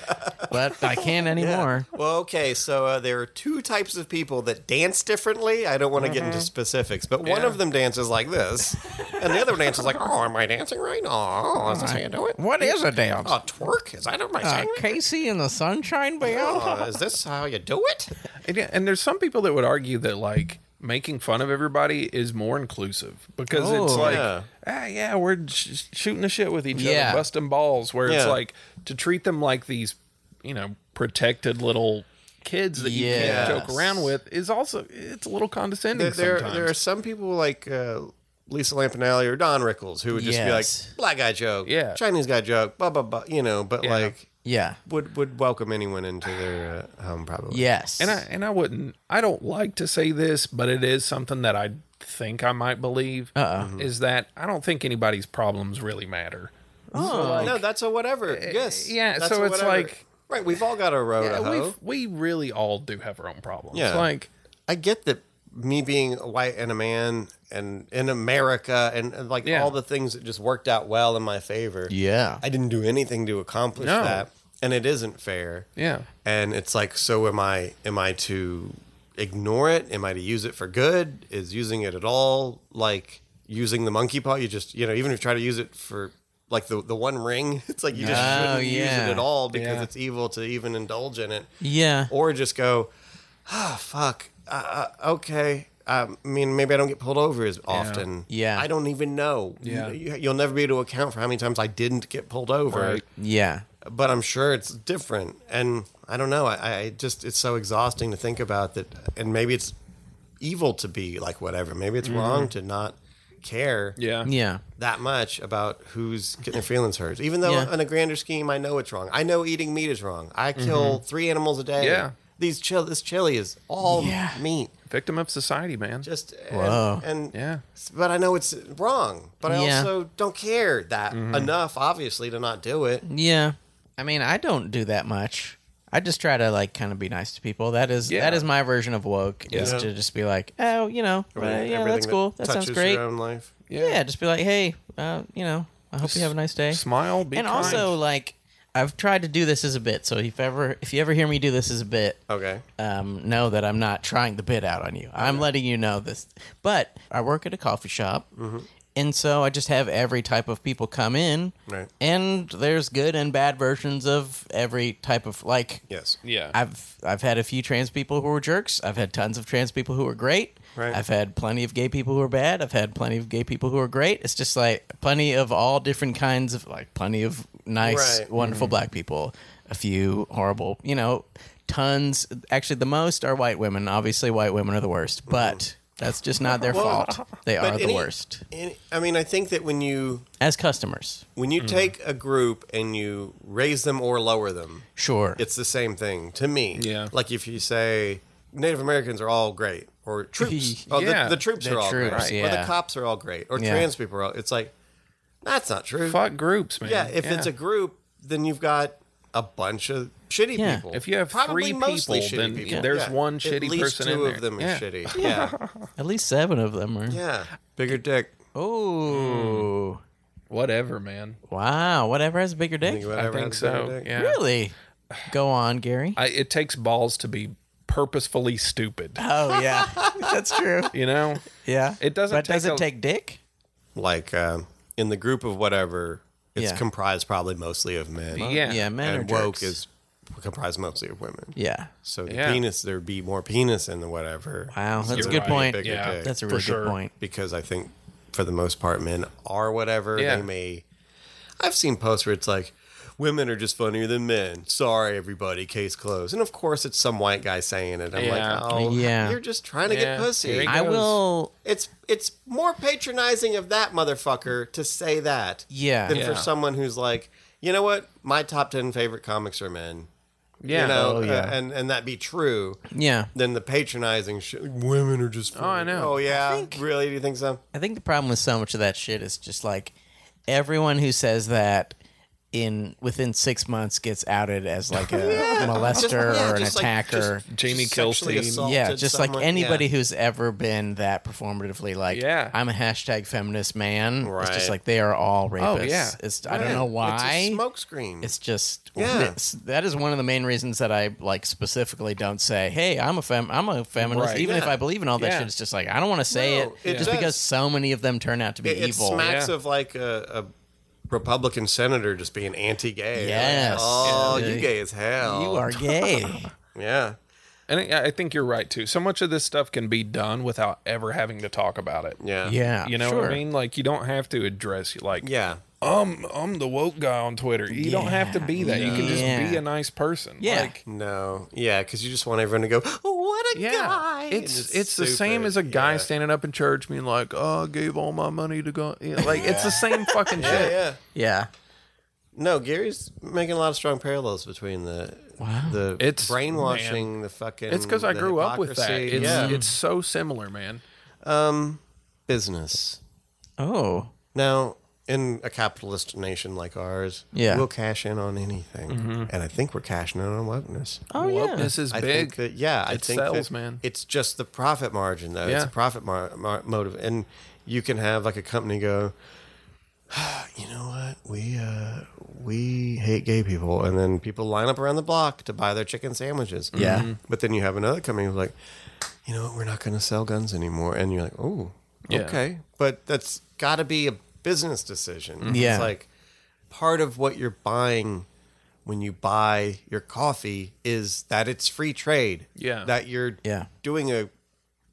Speaker 6: but I can't anymore.
Speaker 4: Well, okay, so uh, there are two types of people that dance differently. I don't want to get
Speaker 6: Mm-hmm.
Speaker 4: into specifics, but one of them dances like this, and the other one dances like, oh, am I dancing right now? Oh, is this how you do it?
Speaker 6: What is a dance?
Speaker 4: Oh, twerk? Is that what my
Speaker 6: Uh,
Speaker 4: saying? it?
Speaker 6: Casey and the Sunshine Band.
Speaker 4: Oh, is this how you do it?
Speaker 5: And, yeah, and there's some people that would argue that like making fun of everybody is more inclusive because it's
Speaker 6: Oh,
Speaker 5: like,
Speaker 4: yeah.
Speaker 5: ah, yeah, we're sh- shooting the shit with each
Speaker 6: Yeah.
Speaker 5: other, busting balls. Where
Speaker 4: Yeah.
Speaker 5: it's like to treat them like these, you know, protected little kids that you can't
Speaker 4: Yes.
Speaker 5: joke around with is also it's a little condescending.
Speaker 4: There, there,
Speaker 5: sometimes.
Speaker 4: there are some people like uh, Lisa Lampanelli or Don Rickles who would just
Speaker 6: Yes.
Speaker 4: be like, black guy joke,
Speaker 5: Yeah.
Speaker 4: Chinese guy joke, blah blah blah, you know. But like,
Speaker 6: Yeah.
Speaker 4: would would welcome anyone into their uh, home probably.
Speaker 6: Yes.
Speaker 5: and I and I wouldn't. I don't like to say this, but it is something that I think I might believe.
Speaker 4: Mm-hmm.
Speaker 5: Uh-uh. Is that I don't think anybody's problems really matter.
Speaker 4: no, that's a whatever. yes,
Speaker 5: yeah,
Speaker 4: that's
Speaker 5: so
Speaker 4: a
Speaker 5: it's
Speaker 4: whatever.
Speaker 5: like-
Speaker 4: right. We've all got a road to
Speaker 5: Yeah,
Speaker 4: hoe.
Speaker 5: we've, we really all do have our own problems.
Speaker 4: Yeah.
Speaker 5: Like,
Speaker 4: I get that me being white and a man and in America and, and, like
Speaker 5: Yeah.
Speaker 4: all the things that just worked out well in my favor.
Speaker 6: Yeah.
Speaker 4: I didn't do anything to accomplish
Speaker 5: No.
Speaker 4: that, and it isn't fair.
Speaker 5: Yeah.
Speaker 4: and it's like, so am I? Am I to ignore it? Am I to use it for good? Is using it at all like using the monkey paw? You just you know, even if you try to use it for like the the one ring, <laughs> it's like you just
Speaker 6: Oh,
Speaker 4: shouldn't use
Speaker 6: yeah.
Speaker 4: it at all because
Speaker 5: Yeah.
Speaker 4: it's evil to even indulge in it,
Speaker 6: Yeah.
Speaker 4: or just go, ah, fuck, uh, uh, okay. I mean, maybe I don't get pulled over as often.
Speaker 6: Yeah.
Speaker 4: I don't even know.
Speaker 5: Yeah.
Speaker 4: You, you'll never be able to account for how many times I didn't get pulled over
Speaker 5: Right.
Speaker 6: Yeah.
Speaker 4: but I'm sure it's different. And I don't know. I, I just it's so exhausting to think about that. And maybe it's evil to be like whatever. Maybe it's wrong to not care
Speaker 5: Mm-hmm. Yeah.
Speaker 6: Yeah.
Speaker 4: that much about who's getting their feelings hurt. Even though
Speaker 6: Yeah. Mm-hmm.
Speaker 4: on a grander scheme, I know it's wrong. I know eating meat is wrong. I kill three animals a day.
Speaker 5: Yeah.
Speaker 4: These chill. This chili is all
Speaker 6: Yeah.
Speaker 4: meat.
Speaker 5: Victim of society, man.
Speaker 4: Just and,
Speaker 6: Whoa.
Speaker 4: and
Speaker 5: Yeah.
Speaker 4: But I know it's wrong. But I
Speaker 6: Yeah.
Speaker 4: also don't care that
Speaker 5: Mm-hmm.
Speaker 4: enough, obviously, to not do it.
Speaker 6: Yeah. I mean, I don't do that much. I just try to like kind of be nice to people. That is
Speaker 5: Yeah.
Speaker 6: that is my version of woke is
Speaker 4: Yeah.
Speaker 6: to just be like, oh, you know, uh, yeah,
Speaker 4: Everything
Speaker 6: that's cool. That sounds
Speaker 4: touches
Speaker 6: great.
Speaker 4: Your own life.
Speaker 6: yeah. just be like, hey, uh, you know, I hope you have a nice day.
Speaker 5: Smile. Be
Speaker 6: and
Speaker 5: kind.
Speaker 6: also, like, I've tried to do this as a bit. So if ever if you ever hear me do this as a bit,
Speaker 4: Okay.
Speaker 6: um, know that I'm not trying the bid out on you. I'm letting you know this. But I work at a coffee shop, and so I just have every type of people come in,
Speaker 4: Right.
Speaker 6: and there's good and bad versions of every type of like.
Speaker 4: Yes.
Speaker 5: Yeah.
Speaker 6: I've I've had a few trans people who were jerks. I've had tons of trans people who were great.
Speaker 4: Right.
Speaker 6: I've had plenty of gay people who are bad. I've had plenty of gay people who are great. It's just like plenty of all different kinds of like plenty of nice,
Speaker 4: Right. Mm-hmm.
Speaker 6: wonderful black people, a few horrible, you know, tons. Actually, the most are white women. Obviously, white women are the worst, but that's just not
Speaker 4: <laughs>
Speaker 6: their fault. They are the
Speaker 4: Mm-hmm. any-
Speaker 6: worst
Speaker 4: And, I mean, I think that when you
Speaker 6: as customers.
Speaker 4: when
Speaker 5: Mm-hmm.
Speaker 4: you take a group and you raise them or lower them,
Speaker 6: Sure.
Speaker 4: it's the same thing to me.
Speaker 5: Yeah.
Speaker 4: Like if you say Native Americans are all great, or
Speaker 5: <laughs>
Speaker 4: troops, oh,
Speaker 5: Yeah.
Speaker 4: the, the troops
Speaker 6: The
Speaker 4: are all
Speaker 6: troops,
Speaker 4: great, or the
Speaker 6: yeah.
Speaker 4: cops are all great, or
Speaker 6: Yeah.
Speaker 4: trans people are all. It's like that's not true.
Speaker 5: fuck groups, man.
Speaker 4: Yeah. If it's a group, then you've got a bunch of shitty
Speaker 6: Yeah.
Speaker 4: people.
Speaker 5: If you have three
Speaker 4: mostly
Speaker 5: people,
Speaker 4: shitty
Speaker 5: then there's one
Speaker 4: At
Speaker 5: shitty
Speaker 4: least
Speaker 5: person
Speaker 4: Two
Speaker 5: in
Speaker 4: of
Speaker 5: there.
Speaker 4: them
Speaker 5: Yeah.
Speaker 4: is
Speaker 5: <laughs>
Speaker 4: shitty. Yeah.
Speaker 6: At least seven of them are.
Speaker 4: Yeah. Hmm. Bigger dick.
Speaker 6: Oh.
Speaker 5: whatever, man.
Speaker 6: Wow. Whatever has a bigger dick.
Speaker 5: I think so. Yeah.
Speaker 6: Really? Go on, Gary.
Speaker 5: I, it takes balls to be purposefully stupid.
Speaker 6: <laughs> Oh yeah, that's true.
Speaker 5: You know,
Speaker 6: Yeah,
Speaker 5: It doesn't
Speaker 6: But
Speaker 5: take
Speaker 6: does it
Speaker 5: a-
Speaker 6: take dick?
Speaker 4: Like uh, in the group of whatever, it's
Speaker 6: Yeah.
Speaker 4: comprised probably mostly of men.
Speaker 5: yeah,
Speaker 6: Yeah, men
Speaker 4: and
Speaker 6: are
Speaker 4: woke
Speaker 6: jerks.
Speaker 4: is comprised mostly of women.
Speaker 6: Yeah.
Speaker 4: So the
Speaker 5: Yeah.
Speaker 4: penis, there'd be more penis in the whatever.
Speaker 6: Wow, that's
Speaker 5: You're
Speaker 6: a good
Speaker 5: right.
Speaker 6: point.
Speaker 4: Bigger
Speaker 5: Yeah.
Speaker 4: dick.
Speaker 6: That's a really
Speaker 5: sure.
Speaker 6: good point.
Speaker 4: because I think for the most part, men are whatever
Speaker 5: Yeah.
Speaker 4: they may. I've seen posts where it's like, women are just funnier than men. Sorry, everybody, case closed. And of course, it's some white guy saying it. I'm
Speaker 5: Yeah.
Speaker 4: like, oh,
Speaker 6: Yeah.
Speaker 4: you're just trying to
Speaker 5: Yeah.
Speaker 4: get pussy.
Speaker 5: Here you
Speaker 6: I
Speaker 5: goes.
Speaker 6: will.
Speaker 4: It's it's more patronizing of that motherfucker to say that
Speaker 6: Yeah.
Speaker 4: than
Speaker 5: Yeah.
Speaker 4: for someone who's like, you know what, my top ten favorite comics are men.
Speaker 5: yeah.
Speaker 4: You know,
Speaker 6: Oh, yeah.
Speaker 4: uh, and and that be true.
Speaker 6: Yeah.
Speaker 4: Then the patronizing shit. Women are just. Oh,
Speaker 5: I know.
Speaker 4: Oh yeah,
Speaker 6: think-
Speaker 4: really? Do you think so?
Speaker 6: I think the problem with so much of that shit is just like everyone who says that in within six months gets outed as like a molester
Speaker 4: Just- yeah,
Speaker 6: or an
Speaker 4: just like-
Speaker 6: attacker.
Speaker 4: just-
Speaker 5: Jamie
Speaker 4: just sexually
Speaker 5: Kilstein.
Speaker 4: assaulted
Speaker 6: yeah, just like
Speaker 4: someone.
Speaker 6: anybody
Speaker 4: Yeah.
Speaker 6: who's ever been that performatively, like,
Speaker 5: Yeah.
Speaker 6: I'm a hashtag feminist man. It's
Speaker 4: Right.
Speaker 6: just like they are all rapists.
Speaker 5: yeah.
Speaker 6: It's, I don't know
Speaker 4: It's a
Speaker 6: why.
Speaker 4: smoke screen.
Speaker 6: It's just
Speaker 4: Yeah.
Speaker 6: it's- that is one of the main reasons that I like specifically don't say, "Hey, I'm a fem, I'm a feminist,"
Speaker 5: Right.
Speaker 6: even if
Speaker 4: Yeah.
Speaker 6: I believe in all that
Speaker 5: Yeah.
Speaker 6: shit. It's just like I don't want to say
Speaker 4: No, it
Speaker 6: it, just
Speaker 4: does.
Speaker 6: because so many of them turn out to be
Speaker 4: it, it
Speaker 6: evil.
Speaker 4: smacks
Speaker 5: Yeah.
Speaker 4: of like a, a Republican senator just being anti-gay. Like,
Speaker 6: Yes.
Speaker 4: oh,
Speaker 6: Yeah.
Speaker 4: you gay as hell.
Speaker 6: you are gay.
Speaker 4: Yeah.
Speaker 5: And I I think you're right too. So much of this stuff can be done without ever having to talk about it.
Speaker 4: Yeah.
Speaker 6: yeah,
Speaker 5: You know
Speaker 6: sure.
Speaker 5: what I mean? Like you don't have to address like
Speaker 4: Yeah.
Speaker 5: um I'm the woke guy on Twitter. You don't have to be that. You can just
Speaker 6: Yeah.
Speaker 5: be a nice person.
Speaker 6: Yeah.
Speaker 5: Like
Speaker 4: No. Yeah, because you just want everyone to go, oh, what a
Speaker 5: yeah.
Speaker 4: guy. And
Speaker 5: It's it's, the same
Speaker 4: stupid.
Speaker 5: as a guy
Speaker 4: Yeah.
Speaker 5: standing up in church being like, "Oh, I gave all my money to God." Yeah, like it's the same fucking
Speaker 4: Yeah,
Speaker 5: shit.
Speaker 4: yeah.
Speaker 6: yeah,
Speaker 4: No, Gary's making a lot of strong parallels between the the
Speaker 5: It's-
Speaker 4: brainwashing, the fucking.
Speaker 5: It's because I
Speaker 4: the
Speaker 5: grew up with that.
Speaker 4: hypocrisy.
Speaker 5: It's,
Speaker 4: yeah.
Speaker 5: it's so similar, man.
Speaker 4: business.
Speaker 6: oh,
Speaker 4: Now, in a capitalist nation like ours,
Speaker 6: Yeah.
Speaker 4: we'll cash in on anything,
Speaker 5: Mm-hmm.
Speaker 4: and I think we're cashing in on wokeness.
Speaker 6: Oh yeah.
Speaker 5: This is
Speaker 4: I
Speaker 5: big.
Speaker 4: think that yeah, I
Speaker 5: It
Speaker 4: think that
Speaker 5: sells, man.
Speaker 4: It's just the profit margin though. It's
Speaker 5: Yeah.
Speaker 4: a profit mar- mar- motive, and you can have like a company go, <sighs> you know what, we uh, we hate gay people, and then people line up around the block to buy their chicken sandwiches.
Speaker 6: Yeah.
Speaker 5: Mm-hmm.
Speaker 6: Mhm.
Speaker 4: but then you have another company who's like, you know, what, we're not going to sell guns anymore, and you're like, oh,
Speaker 5: Yeah.
Speaker 4: okay, but that's got to be a business decision.
Speaker 6: Mm-hmm. Yeah.
Speaker 4: it's like part of what you're buying when you buy your coffee is that it's free trade.
Speaker 5: Yeah.
Speaker 4: That you're
Speaker 6: Yeah.
Speaker 4: doing a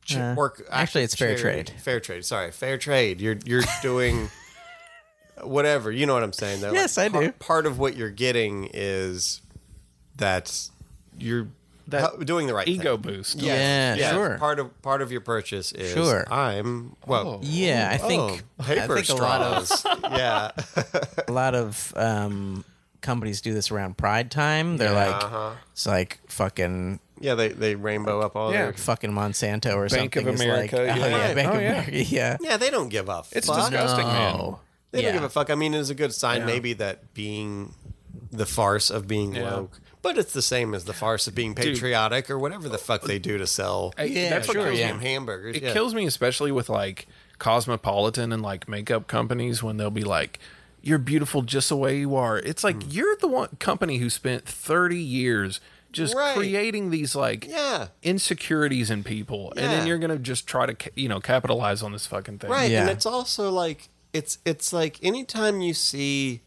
Speaker 4: ch-
Speaker 6: Uh,
Speaker 4: work.
Speaker 6: actually, it's fair
Speaker 4: charity-
Speaker 6: trade.
Speaker 4: Fair trade. Sorry, fair trade. You're
Speaker 6: <laughs>
Speaker 4: you're doing whatever. You know what I'm saying? Though.
Speaker 6: Yes, I
Speaker 4: par-
Speaker 6: do.
Speaker 4: Part of what you're getting is that you're
Speaker 5: That
Speaker 4: hu- doing the right thing.
Speaker 5: Ego boost.
Speaker 4: Yes,
Speaker 6: Yeah,
Speaker 4: yes.
Speaker 6: sure.
Speaker 4: Part of part of your purchase is
Speaker 6: Sure. Oh.
Speaker 4: I'm well.
Speaker 6: Yeah, I think
Speaker 4: oh, paper
Speaker 6: I think a lot of
Speaker 4: straws.
Speaker 6: <laughs>
Speaker 4: yeah, <laughs>
Speaker 6: a lot of um, companies do this around Pride time. They're like it's like fucking
Speaker 4: yeah. They they rainbow up all
Speaker 5: Yeah.
Speaker 4: their
Speaker 6: fucking Monsanto or
Speaker 5: Bank of
Speaker 6: something. is
Speaker 5: America,
Speaker 6: like,
Speaker 5: yeah.
Speaker 6: oh, <laughs> yeah,
Speaker 5: Right.
Speaker 6: Bank
Speaker 5: Oh,
Speaker 6: of
Speaker 5: yeah.
Speaker 6: America, yeah.
Speaker 4: Yeah, they don't give a fuck.
Speaker 5: It's disgusting, man.
Speaker 6: Oh,
Speaker 4: They
Speaker 6: yeah.
Speaker 4: don't give a fuck. I mean, it's a good sign maybe that being the farce of being
Speaker 5: Yeah.
Speaker 4: woke, but it's the same as the farce of being patriotic or whatever the fuck they do to sell
Speaker 5: I-
Speaker 6: Yeah,
Speaker 5: that's what
Speaker 6: sure,
Speaker 5: kills
Speaker 6: yeah.
Speaker 5: me.
Speaker 4: hamburgers.
Speaker 5: It
Speaker 4: yeah.
Speaker 5: kills me, especially with like cosmopolitan and like makeup companies, when they'll be like, "You're beautiful just the way you are." It's
Speaker 4: Mm.
Speaker 5: like you're the one company who spent thirty years just
Speaker 4: Right.
Speaker 5: creating these like
Speaker 4: Yeah.
Speaker 5: insecurities in people, and
Speaker 4: Yeah.
Speaker 5: then you're gonna just try to ca- you know capitalize on this fucking thing.
Speaker 4: Right, and
Speaker 6: Yeah.
Speaker 4: it's also like it's it's like anytime you see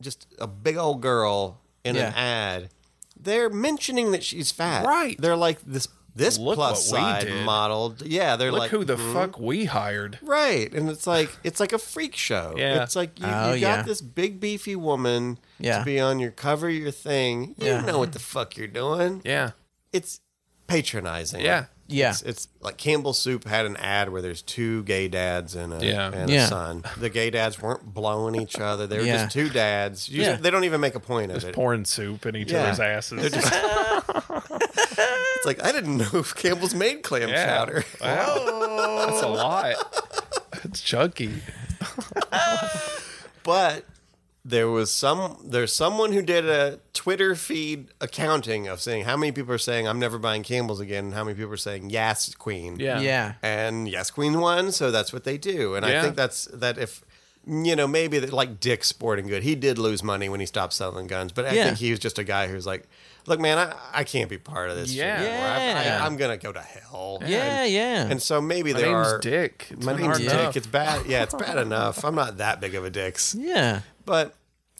Speaker 4: just a big old girl in
Speaker 6: Yeah.
Speaker 4: an ad, they're mentioning that she's fat.
Speaker 5: Right.
Speaker 4: They're like this this
Speaker 5: Look
Speaker 4: plus
Speaker 5: what we
Speaker 4: side
Speaker 5: did.
Speaker 4: model. Yeah, they're
Speaker 5: Look
Speaker 4: like
Speaker 5: who the
Speaker 4: "Hmm."
Speaker 5: fuck we hired.
Speaker 4: Right. And it's
Speaker 5: <sighs>
Speaker 4: like it's like a freak show.
Speaker 5: Yeah.
Speaker 4: It's like you,
Speaker 6: Oh,
Speaker 4: you got
Speaker 6: yeah.
Speaker 4: this big beefy woman
Speaker 6: Yeah.
Speaker 4: to be on your cover of your thing. You
Speaker 6: Yeah.
Speaker 4: know what the fuck you're doing.
Speaker 5: Yeah,
Speaker 4: It's patronizing.
Speaker 5: yeah.
Speaker 6: Yeah.
Speaker 4: It's, it's like Campbell Soup had an ad where there's two gay dads and a,
Speaker 5: Yeah.
Speaker 4: and
Speaker 6: Yeah.
Speaker 4: a son. The gay dads weren't blowing each other. They were
Speaker 6: Yeah.
Speaker 4: just two dads. You-
Speaker 6: Yeah.
Speaker 4: They don't even make a point of it.
Speaker 5: Pouring soup in each
Speaker 4: Yeah.
Speaker 5: other's asses.
Speaker 4: It's like, I didn't know if Campbell's made clam
Speaker 5: Yeah. <laughs>
Speaker 4: chowder.
Speaker 5: Wow. That's a lot.
Speaker 4: <laughs>
Speaker 5: It's chunky.
Speaker 4: but there was some there's someone who did a Twitter feed accounting of saying how many people are saying I'm never buying Campbell's again and how many people are saying yes queen.
Speaker 5: Yeah.
Speaker 6: yeah.
Speaker 4: And yes queen won, so that's what they do. And
Speaker 5: Yeah.
Speaker 4: I think that's that if you know maybe that like Dick Sporting Good, he did lose money when he stopped selling guns, but I
Speaker 6: Yeah.
Speaker 4: think he was just a guy who's like Look, man, I, I can't be part of this. shit
Speaker 5: Yeah.
Speaker 4: anymore. I-
Speaker 6: Yeah.
Speaker 4: I, am gonna go to hell.
Speaker 6: Yeah,
Speaker 4: And,
Speaker 6: yeah.
Speaker 4: and so maybe
Speaker 5: My
Speaker 4: there
Speaker 5: name's
Speaker 4: are.
Speaker 5: Dick. It's
Speaker 4: My
Speaker 5: been
Speaker 4: name's
Speaker 5: hard
Speaker 4: Dick.
Speaker 5: enough.
Speaker 4: It's bad. Yeah, it's bad enough. I'm not that big of a
Speaker 5: <laughs>
Speaker 4: dick
Speaker 6: yeah.
Speaker 4: but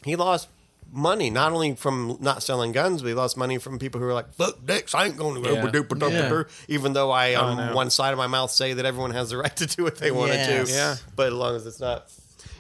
Speaker 4: he lost money not only from not selling guns, but he lost money from people who were like, "Fuck dicks, I ain't going to
Speaker 5: Yeah.
Speaker 4: yeah. duper duper." Even though I, on
Speaker 5: no.
Speaker 4: one side of my mouth, say that everyone has the <laughs> right to do what they want
Speaker 6: Yes.
Speaker 4: to do,
Speaker 5: Yeah.
Speaker 4: But as long as it's not,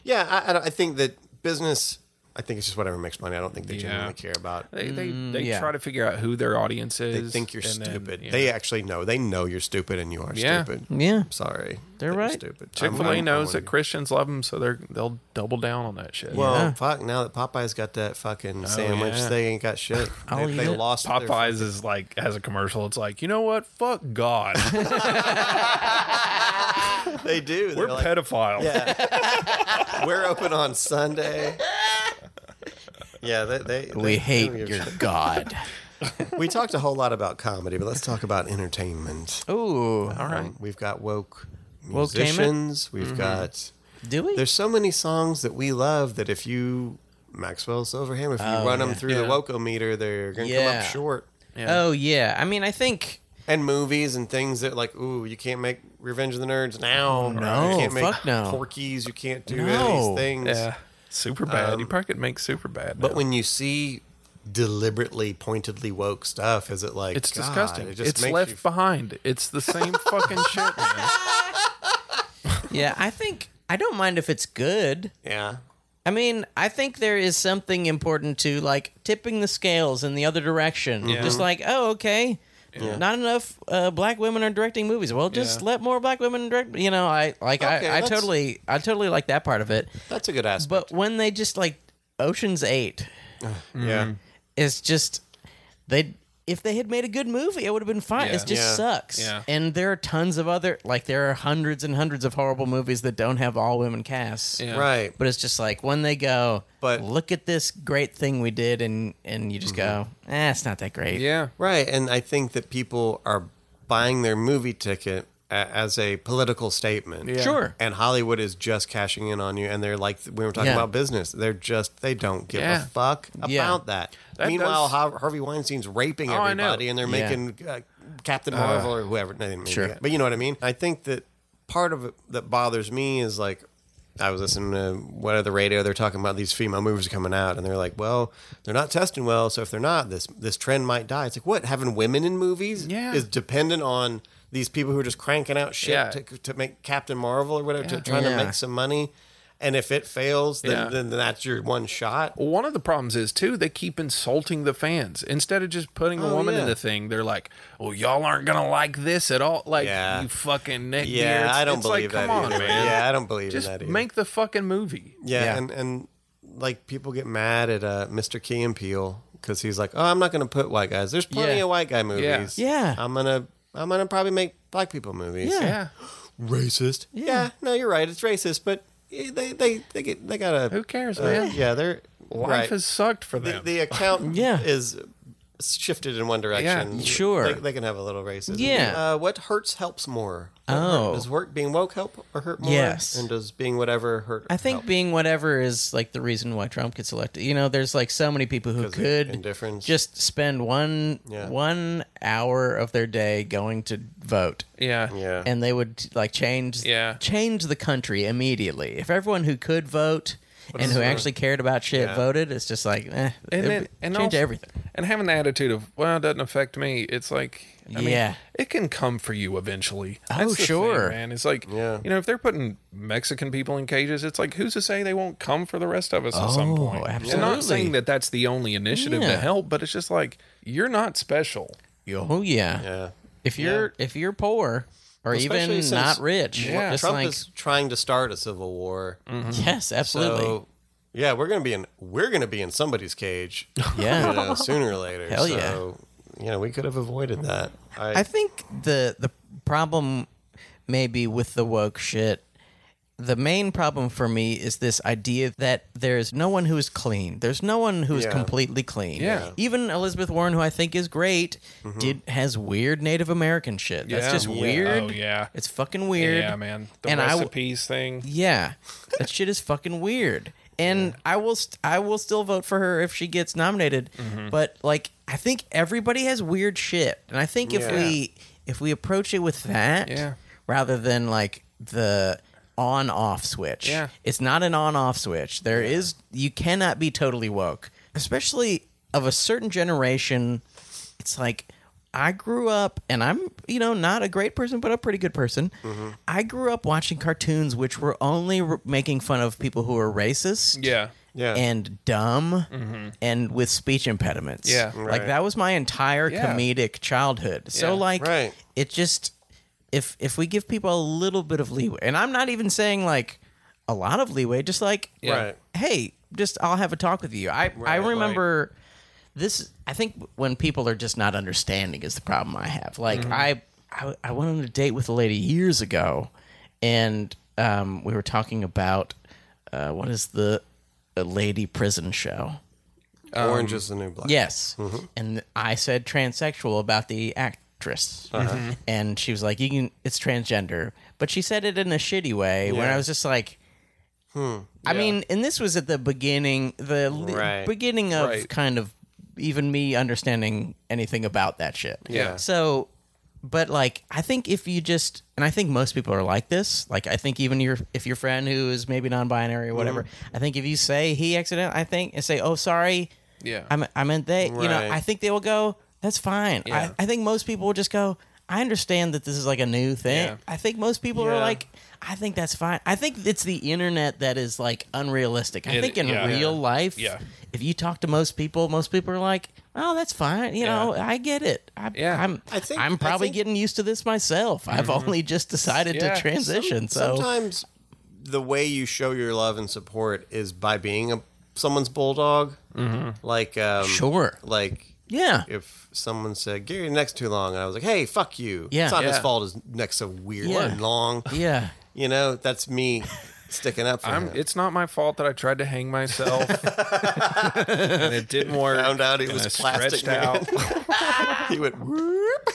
Speaker 4: yeah, I, I, don't- I think that business. I think it's just whatever makes money. I don't think they
Speaker 5: Yeah.
Speaker 4: genuinely care about.
Speaker 5: They they, they
Speaker 6: yeah.
Speaker 5: try to figure out who their audience
Speaker 4: Mm, They
Speaker 5: is.
Speaker 4: think you're
Speaker 5: and then,
Speaker 4: stupid.
Speaker 5: yeah.
Speaker 4: They actually know. They know you're stupid, and you are
Speaker 5: Yeah.
Speaker 4: stupid.
Speaker 6: Yeah.
Speaker 4: I'm sorry.
Speaker 6: They're
Speaker 4: that you're
Speaker 6: right.
Speaker 4: Stupid. I'm-
Speaker 5: Chick Fil
Speaker 4: I'm-
Speaker 5: A
Speaker 4: I'm
Speaker 5: knows
Speaker 4: with
Speaker 5: that
Speaker 4: you.
Speaker 5: Christians love them, so they're they'll double down on that shit.
Speaker 4: Well,
Speaker 6: Yeah.
Speaker 4: fuck. Now that Popeyes got that fucking sandwich,
Speaker 5: Oh, yeah.
Speaker 4: they ain't got
Speaker 6: <laughs>
Speaker 4: shit.
Speaker 6: I'll
Speaker 4: they
Speaker 6: eat
Speaker 4: they
Speaker 6: it.
Speaker 4: lost their
Speaker 5: Popeyes is like has a commercial. It's like you know what? Fuck
Speaker 4: <laughs>
Speaker 5: God.
Speaker 4: <laughs> They do. They're
Speaker 5: We're
Speaker 4: like,
Speaker 5: pedophiles.
Speaker 4: <laughs> We're open on
Speaker 5: <laughs>
Speaker 4: Sunday. Yeah, they. they, they
Speaker 6: We hate
Speaker 4: they don't give a
Speaker 6: your god.
Speaker 4: shit. We talked a whole lot about comedy, but let's talk about entertainment.
Speaker 6: Ooh.
Speaker 4: All we've got woke
Speaker 6: Woke-tainment?
Speaker 4: musicians. We've
Speaker 6: Mm-hmm.
Speaker 4: got.
Speaker 6: Do we?
Speaker 4: There's so many songs that we love that if you Maxwell Silverham, if you run them through the
Speaker 5: Yeah.
Speaker 4: Woco meter, they're gonna come
Speaker 6: Oh, Yeah.
Speaker 4: up short.
Speaker 6: Oh yeah. I mean, I think
Speaker 4: And movies and things that like, ooh, you can't make Revenge of the Nerds now.
Speaker 5: Oh,
Speaker 6: No,
Speaker 4: you can't make
Speaker 6: fuck no.
Speaker 4: Porkies. You can't do any
Speaker 6: No.
Speaker 4: of these things.
Speaker 5: yeah. Super bad. you probably could make super bad.
Speaker 4: Um, But when you see deliberately, pointedly woke stuff, is it like
Speaker 5: it's
Speaker 4: God,
Speaker 5: disgusting.
Speaker 4: It just
Speaker 5: it's
Speaker 4: makes
Speaker 5: left
Speaker 4: you-
Speaker 5: behind. It's
Speaker 4: <laughs>
Speaker 5: the same fucking shit. Man.
Speaker 6: yeah, I think I don't mind if it's good.
Speaker 4: Yeah,
Speaker 6: I mean, I think there is something important to like tipping the scales in the other direction. Just like, oh, okay, not enough uh, black women are directing movies. Well, just
Speaker 5: Yeah.
Speaker 6: let more black women direct. You know, I like
Speaker 4: Okay,
Speaker 6: I, I
Speaker 4: that's-
Speaker 6: totally I totally like that part of it.
Speaker 4: that's a good aspect.
Speaker 6: But when they just like Ocean's Eight
Speaker 4: yeah,
Speaker 6: is just they if they had made a good movie, it would have been fine.
Speaker 5: Yeah.
Speaker 6: It just
Speaker 4: Yeah.
Speaker 6: sucks.
Speaker 5: Yeah.
Speaker 6: And there are tons of other like there are hundreds and hundreds of horrible movies that don't have all women casts.
Speaker 5: Yeah.
Speaker 4: Right.
Speaker 6: But it's just like when they go,
Speaker 4: But-
Speaker 6: look at this great thing we did, and and you just go, eh, it's not that great.
Speaker 5: Yeah.
Speaker 4: Right. And I think that people are buying their movie ticket a- as a political statement.
Speaker 6: Sure.
Speaker 4: And Hollywood is just cashing in on you. And they're like, we were talking
Speaker 6: Yeah.
Speaker 4: about business. They're just, they don't give
Speaker 5: Yeah.
Speaker 4: a fuck about
Speaker 6: Yeah.
Speaker 4: that.
Speaker 5: That
Speaker 4: Meanwhile,
Speaker 5: does-
Speaker 4: Har- Harvey Weinstein's raping
Speaker 5: Oh, I know.
Speaker 4: everybody and they're
Speaker 6: Yeah.
Speaker 4: making uh, Captain Marvel or whoever. No, they didn't make
Speaker 6: Sure.
Speaker 4: it. But you know what I mean? I think that part of it that bothers me is like, I was listening to what other radio they're talking about these female movies coming out and they're like, well, they're not testing well, so if they're not, this this trend might die. It's like what having women in movies
Speaker 5: Yeah.
Speaker 4: is dependent on these people who are just cranking out shit
Speaker 5: Yeah.
Speaker 4: to, to make Captain Marvel or whatever, to trying
Speaker 6: Yeah.
Speaker 4: to make some money. And if it fails, then,
Speaker 5: Yeah.
Speaker 4: then that's your one shot.
Speaker 5: Well, one of the problems is too they keep insulting the fans instead of just putting a
Speaker 4: Oh,
Speaker 5: woman in
Speaker 4: yeah.
Speaker 5: the thing. They're like, "Well, y'all aren't gonna like this at all." Like
Speaker 4: Yeah.
Speaker 5: you fucking neck
Speaker 4: Yeah,
Speaker 5: beards.
Speaker 4: I don't
Speaker 5: It's
Speaker 4: believe
Speaker 5: like,
Speaker 4: that.
Speaker 5: Come on,
Speaker 4: either.
Speaker 5: man.
Speaker 4: Yeah, I don't believe in
Speaker 5: just
Speaker 4: that either.
Speaker 5: make the fucking movie.
Speaker 4: Yeah,
Speaker 6: Yeah.
Speaker 4: and and like people get mad at uh, Mr. Key and Peele because he's like, oh, I'm not going to put white guys. There's plenty
Speaker 6: Yeah.
Speaker 4: of white guy movies.
Speaker 6: Yeah.
Speaker 4: I'm gonna I'm gonna probably make black people movies.
Speaker 5: Yeah,
Speaker 4: racist. Yeah. no, you're right. It's racist, but eh, they they they get they gotta.
Speaker 5: who cares,
Speaker 4: uh,
Speaker 5: man?
Speaker 4: Yeah, they're
Speaker 5: Life
Speaker 4: right.
Speaker 5: has sucked for
Speaker 4: the,
Speaker 5: them.
Speaker 4: the account
Speaker 6: <laughs> Yeah.
Speaker 4: is shifted in one direction.
Speaker 5: Yeah,
Speaker 6: sure.
Speaker 4: They, they can have a little racism.
Speaker 6: Yeah.
Speaker 4: Uh, what hurts helps more? What hurt-
Speaker 6: Oh.
Speaker 4: does work being woke help or hurt more?
Speaker 6: Yes.
Speaker 4: And does being whatever hurt?
Speaker 6: I think
Speaker 4: help?
Speaker 6: being whatever is like the reason why Trump gets elected. You know, there's like so many people who
Speaker 4: 'Cause of
Speaker 6: could
Speaker 4: indifference.
Speaker 6: just spend one
Speaker 4: Yeah.
Speaker 6: one hour of their day going to vote.
Speaker 5: yeah,
Speaker 4: yeah.
Speaker 6: and they would like change
Speaker 5: Yeah.
Speaker 6: change the country immediately if everyone who could vote and who actually cared about shit voted it's just like eh,
Speaker 5: And
Speaker 6: it
Speaker 5: then
Speaker 6: would
Speaker 5: and
Speaker 6: change
Speaker 5: also-
Speaker 6: everything
Speaker 5: And having the attitude of, "Well, it doesn't affect me." It's like, I
Speaker 6: Yeah. Oh,
Speaker 5: mean, it can come for you eventually. the thing,
Speaker 6: sure.
Speaker 5: man. It's like, you know, if they're putting Mexican people in cages, it's like, who's to say they won't come for the rest of us at some
Speaker 6: Oh,
Speaker 5: point? And
Speaker 6: absolutely.
Speaker 5: not saying that that's the only initiative
Speaker 6: Yeah.
Speaker 5: to help, but it's just like you're not special.
Speaker 6: oh yeah.
Speaker 4: yeah.
Speaker 6: if you're if you're poor or
Speaker 4: Especially
Speaker 6: even
Speaker 4: since
Speaker 6: not rich
Speaker 5: Yeah.
Speaker 6: just
Speaker 4: Trump
Speaker 6: like
Speaker 4: is trying to start a civil war.
Speaker 6: <laughs> yes absolutely
Speaker 4: So yeah, we're gonna be in we're gonna be in somebody's cage. you
Speaker 6: <laughs> yeah
Speaker 4: know, sooner or later.
Speaker 6: Hell yeah.
Speaker 4: so, yeah. You know, we could have avoided that. I,
Speaker 6: i think the the problem maybe with the woke shit the main problem for me is this idea that there's no one who is clean. There's no one who is
Speaker 4: Yeah. Mm-hmm.
Speaker 6: completely clean.
Speaker 5: Yeah.
Speaker 6: Even Elizabeth Warren, who I think is great, did has weird Native American shit. That's
Speaker 5: Yeah.
Speaker 6: just weird.
Speaker 5: Oh yeah,
Speaker 6: It's fucking weird.
Speaker 5: yeah, man. The
Speaker 6: and I w-
Speaker 5: recipes thing.
Speaker 6: yeah. That shit is fucking weird. And I will st- I will still vote for her if she gets nominated.
Speaker 5: Mm-hmm.
Speaker 6: But like I think everybody has weird shit. And I think if we if we approach it with that
Speaker 5: Yeah.
Speaker 6: rather than like the on off switch.
Speaker 5: Yeah.
Speaker 6: It's not an on off switch. There is you cannot be totally woke. Especially of a certain generation it's like I grew up and I'm, you know, not a great person, but a pretty good person.
Speaker 5: Mm-hmm.
Speaker 6: I grew up watching cartoons which were only r making fun of people who were racist
Speaker 5: Yeah, Mm-hmm.
Speaker 4: yeah,
Speaker 6: and dumb and with speech impediments.
Speaker 5: Yeah.
Speaker 6: Like
Speaker 4: Right.
Speaker 6: that was my entire
Speaker 5: Yeah.
Speaker 6: comedic childhood. So
Speaker 5: Yeah.
Speaker 6: like
Speaker 4: Right.
Speaker 6: it just if if we give people a little bit of leeway and I'm not even saying like a lot of leeway, just like
Speaker 4: right.
Speaker 6: hey, just I'll have a talk with you. I I
Speaker 4: right.
Speaker 6: remember this. I think when people are just not understanding is the problem I have. Like
Speaker 4: Mm-hmm.
Speaker 6: I, I I went on a date with a lady years ago, and um, we were talking about uh, what is the a lady prison show.
Speaker 4: Orange is the new black.
Speaker 6: Yes.
Speaker 5: Mm-hmm.
Speaker 6: And I said transsexual about the actress.
Speaker 5: Uh-huh.
Speaker 6: And she was like, "You can it's transgender." But she said it in a shitty way when I was just like
Speaker 5: Hmm.
Speaker 6: I mean, and this was at the beginning the l-
Speaker 4: Right.
Speaker 6: beginning of
Speaker 5: Right.
Speaker 6: kind of even me understanding anything about that shit.
Speaker 5: Yeah.
Speaker 6: So but like I think if you just and I think most people are like this. Like I think even your if your friend who is maybe non-binary or whatever,
Speaker 5: Mm-hmm.
Speaker 6: I think if you say he accident, I think and say, "Oh, sorry."
Speaker 5: yeah.
Speaker 6: I mean, I meant they. You know,
Speaker 4: Right.
Speaker 6: I think they will go. That's fine. I, I think most people will just go. I understand that this is like a new thing.
Speaker 5: Yeah.
Speaker 6: I think most people are
Speaker 4: Yeah.
Speaker 6: like, I think that's fine. I think it's the internet that is like unrealistic. I
Speaker 5: It-
Speaker 6: think in
Speaker 5: yeah.
Speaker 6: real life,
Speaker 5: Yeah.
Speaker 6: if you talk to most people, most people are like, oh, that's fine. You know, I get it. I,
Speaker 5: Yeah. Mm-hmm.
Speaker 6: I'm, I
Speaker 4: I think-
Speaker 6: am
Speaker 4: I
Speaker 6: probably
Speaker 4: think-
Speaker 6: getting used to this myself. I've only just decided
Speaker 5: Yeah.
Speaker 6: to
Speaker 5: Some-
Speaker 6: transition. so
Speaker 4: sometimes the way you show your love and support is by being a someone's bulldog. Like um,
Speaker 6: Mm-hmm. Sure.
Speaker 4: like
Speaker 6: Yeah.
Speaker 4: if someone said, Gary, your neck's too long, and I was like, hey, fuck you.
Speaker 6: Yeah.
Speaker 4: It's not his
Speaker 5: Yeah.
Speaker 4: fault his neck's so weird
Speaker 6: Yeah.
Speaker 4: and long.
Speaker 6: Yeah.
Speaker 4: You know, that's me sticking up for
Speaker 5: I'm,
Speaker 4: him.
Speaker 5: it's not my fault that I tried to hang myself
Speaker 6: <laughs>
Speaker 5: and it didn't work.
Speaker 4: Found out it
Speaker 5: and
Speaker 4: was
Speaker 5: I
Speaker 4: plastic
Speaker 5: stretched out.
Speaker 4: <laughs> he went, whoop.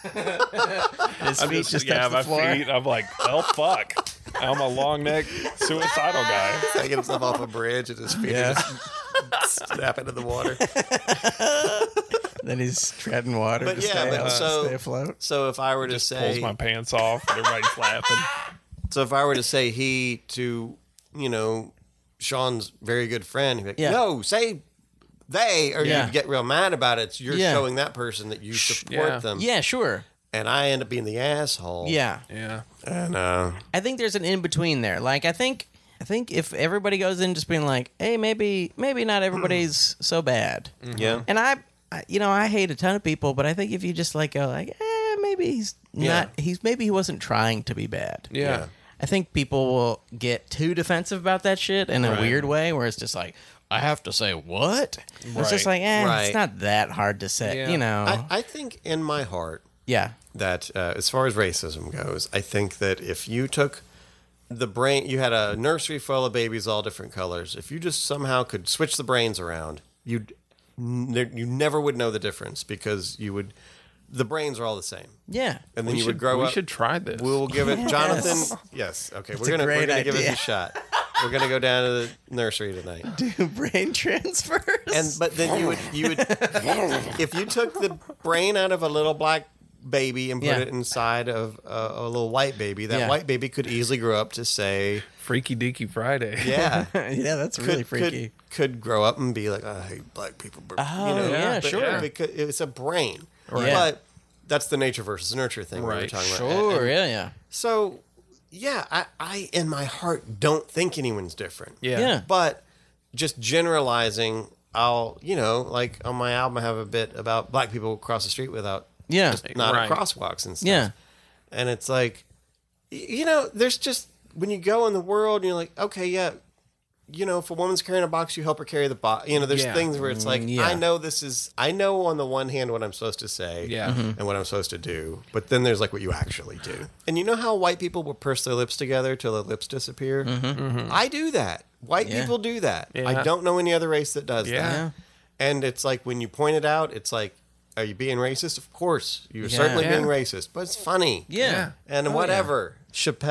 Speaker 6: <laughs> His
Speaker 5: I'm
Speaker 6: feet
Speaker 5: just,
Speaker 6: just
Speaker 5: yeah,
Speaker 6: touch
Speaker 5: my
Speaker 6: the floor.
Speaker 5: feet. I'm like, well, fuck. I'm a long neck suicidal guy.
Speaker 4: Taking himself off a bridge and his feet are just snap into the
Speaker 5: <laughs>
Speaker 4: water.
Speaker 6: Then he's treading water
Speaker 4: But
Speaker 6: to
Speaker 4: yeah,
Speaker 6: stay,
Speaker 4: but
Speaker 5: uh,
Speaker 6: up,
Speaker 4: so-
Speaker 6: stay afloat.
Speaker 4: So if I were to
Speaker 5: Pulls
Speaker 4: say,
Speaker 5: my pants off and everybody's laughing.
Speaker 4: so if I were to say he to, you know, Sean's very good friend, he'd be like,
Speaker 6: Yeah.
Speaker 4: no, say they, or
Speaker 6: Yeah.
Speaker 4: you'd get real mad about it. It's you're
Speaker 6: Yeah.
Speaker 4: showing that person that you support
Speaker 5: yeah.
Speaker 4: them.
Speaker 6: Yeah, sure.
Speaker 4: And I end up being the asshole.
Speaker 5: Oh.
Speaker 6: Yeah.
Speaker 5: Yeah.
Speaker 4: And, uh,
Speaker 6: I think there's an in between there. Like I think I think if everybody goes in just being like, "Hey, maybe maybe not everybody's <clears throat> so bad."
Speaker 4: yeah.
Speaker 6: And I, I you know, I hate a ton of people, but I think if you just like go like, "Eh, maybe he's not he's maybe he wasn't trying to be bad."
Speaker 5: Yeah.
Speaker 6: I think people will get too defensive about that shit in a weird way where it's just like, "I have to say what?" It's just like,
Speaker 5: Right.
Speaker 6: "Eh,
Speaker 4: Right.
Speaker 6: it's not that hard to say."
Speaker 5: Yeah.
Speaker 6: You know.
Speaker 5: Uh-huh.
Speaker 4: I, I think in my heart
Speaker 6: yeah.
Speaker 4: that uh, as far as racism goes, I think that if you took the brain, you had a nursery full of babies all different colors. If you just somehow could switch the brains around, you'd n- there- you never would know the difference because you would the brains are all the same.
Speaker 6: Yeah. <laughs>
Speaker 4: And then
Speaker 5: We
Speaker 4: you
Speaker 5: should,
Speaker 4: would grow
Speaker 5: we
Speaker 4: up.
Speaker 5: should try this.
Speaker 4: We'll give it Jonathan. Yes. Okay. we're
Speaker 6: a
Speaker 4: gonna we're
Speaker 6: great
Speaker 4: gonna give it
Speaker 6: idea.
Speaker 4: a shot. We're gonna go down to the nursery tonight.
Speaker 6: Brain <laughs> transfers.
Speaker 4: and but then you would you would if you took the brain out of a little black baby and put
Speaker 6: Yeah.
Speaker 4: it inside of a, a little white baby that
Speaker 6: Yeah.
Speaker 4: white baby could easily grow up to
Speaker 6: <laughs>
Speaker 4: say
Speaker 5: Freaky Deaky Friday.
Speaker 4: yeah
Speaker 6: <laughs> yeah, that's
Speaker 4: could,
Speaker 6: really
Speaker 4: could-
Speaker 6: freaky.
Speaker 4: could grow up and be like i hate black people but,
Speaker 6: Oh, yeah,
Speaker 4: but-
Speaker 6: sure.
Speaker 4: because it's a brain
Speaker 6: Right.
Speaker 4: but that's the nature versus nurture thing we were
Speaker 5: Right,
Speaker 4: talking about
Speaker 6: Sure, yeah, yeah.
Speaker 4: so yeah I, I in my heart don't think anyone's different
Speaker 5: Yeah.
Speaker 6: Yeah.
Speaker 4: but just generalizing i'll you know like on my album i have a bit about black people cross the street without
Speaker 6: Yeah.
Speaker 4: just not at
Speaker 5: Right.
Speaker 4: crosswalks and stuff
Speaker 6: Yeah.
Speaker 4: and it's like y- you know there's just when you go in the world and you're like okay yeah you know if a woman's carrying a box you help her carry the box you know there's
Speaker 5: Yeah.
Speaker 4: things where it's like
Speaker 6: yeah.
Speaker 4: i know this is i know on the one hand what i'm supposed to say
Speaker 5: Yeah.
Speaker 6: Mm-hmm.
Speaker 5: Mhm.
Speaker 4: and what i'm supposed to do but then there's like what you actually do and you know how white people will purse their lips together till their lips disappear i do that white
Speaker 6: Mm-hmm. Yeah.
Speaker 4: people do that
Speaker 5: Mm-hmm. Yeah.
Speaker 4: i don't know any other race that does that
Speaker 5: Yeah.
Speaker 4: and it's like when you point it out, it's like, are you being racist? Of course, you're
Speaker 6: Yeah.
Speaker 4: certainly
Speaker 5: Yeah.
Speaker 4: being racist, but it's funny.
Speaker 6: Yeah.
Speaker 4: And whatever.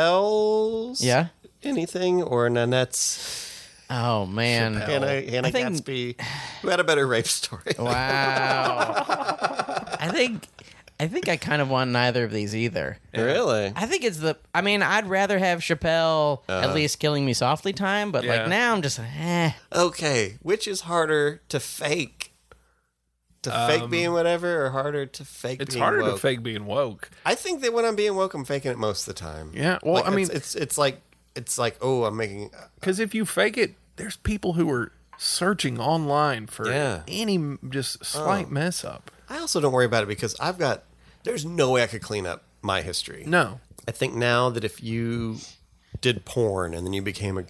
Speaker 4: Chappelle's
Speaker 6: Yeah.
Speaker 4: anything or Nanette's
Speaker 6: Oh man.
Speaker 4: Hannah, Hannah
Speaker 6: I think-
Speaker 4: Gatsby, who had a better rape story.
Speaker 6: Wow. I think I think I kind of want neither of these either.
Speaker 4: <laughs> Really?
Speaker 6: I think it's the I mean, I'd rather have Chappelle at least killing me softly time, but
Speaker 5: Uh-huh. Yeah.
Speaker 6: like now I'm just like, eh.
Speaker 4: Okay. Which is harder to fake? To fake being whatever or harder to fake
Speaker 5: <laughs> Um, It's
Speaker 4: being
Speaker 5: harder to
Speaker 4: woke?
Speaker 5: fake being woke.
Speaker 4: I think that when I'm being woke, I'm faking it most of the time.
Speaker 5: Yeah, well,
Speaker 4: Like,
Speaker 5: I mean-
Speaker 4: it's, it's it's like it's like oh, I'm making
Speaker 5: Because if you fake it, there's people who are searching online for
Speaker 4: Yeah.
Speaker 5: any m- just slight mess up.
Speaker 4: I also don't worry about it because I've got. There's no way I could clean up my history.
Speaker 5: No.
Speaker 4: I think now that if you did porn and then you became a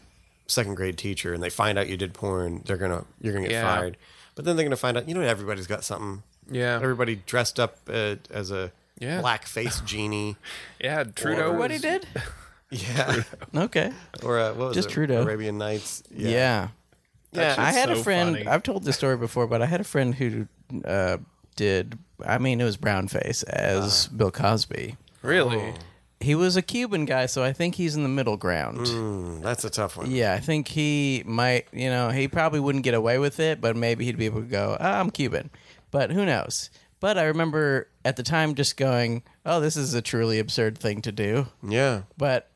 Speaker 4: second grade teacher and they find out you did porn, they're gonna you're gonna get
Speaker 5: Yeah.
Speaker 4: fired. But then they're gonna find out. You know, everybody's got something.
Speaker 5: Yeah.
Speaker 4: Everybody dressed up uh, as a
Speaker 5: Yeah.
Speaker 4: black
Speaker 5: <laughs>
Speaker 4: face genie.
Speaker 5: Yeah, Trudeau.
Speaker 6: What he
Speaker 5: was-
Speaker 6: did?
Speaker 4: Yeah.
Speaker 6: Okay.
Speaker 4: or uh, what was
Speaker 6: Just
Speaker 4: it?
Speaker 6: Trudeau.
Speaker 4: Arabian Nights.
Speaker 6: Yeah.
Speaker 4: Yeah.
Speaker 6: I had
Speaker 5: so
Speaker 6: a friend
Speaker 5: funny.
Speaker 6: I've told this story before, but I had a friend who uh, did I mean it was brownface as
Speaker 5: Uh-huh.
Speaker 6: Bill Cosby.
Speaker 5: Really?
Speaker 6: He was a Cuban guy, so I think he's in the middle ground.
Speaker 5: Mm.
Speaker 4: That's a tough one.
Speaker 6: Yeah, I think he might, you know, he probably wouldn't get away with it, but maybe he'd be able to go, oh, I'm Cuban. But who knows? But I remember at the time just going, oh, this is a truly absurd thing to do.
Speaker 4: Yeah.
Speaker 6: But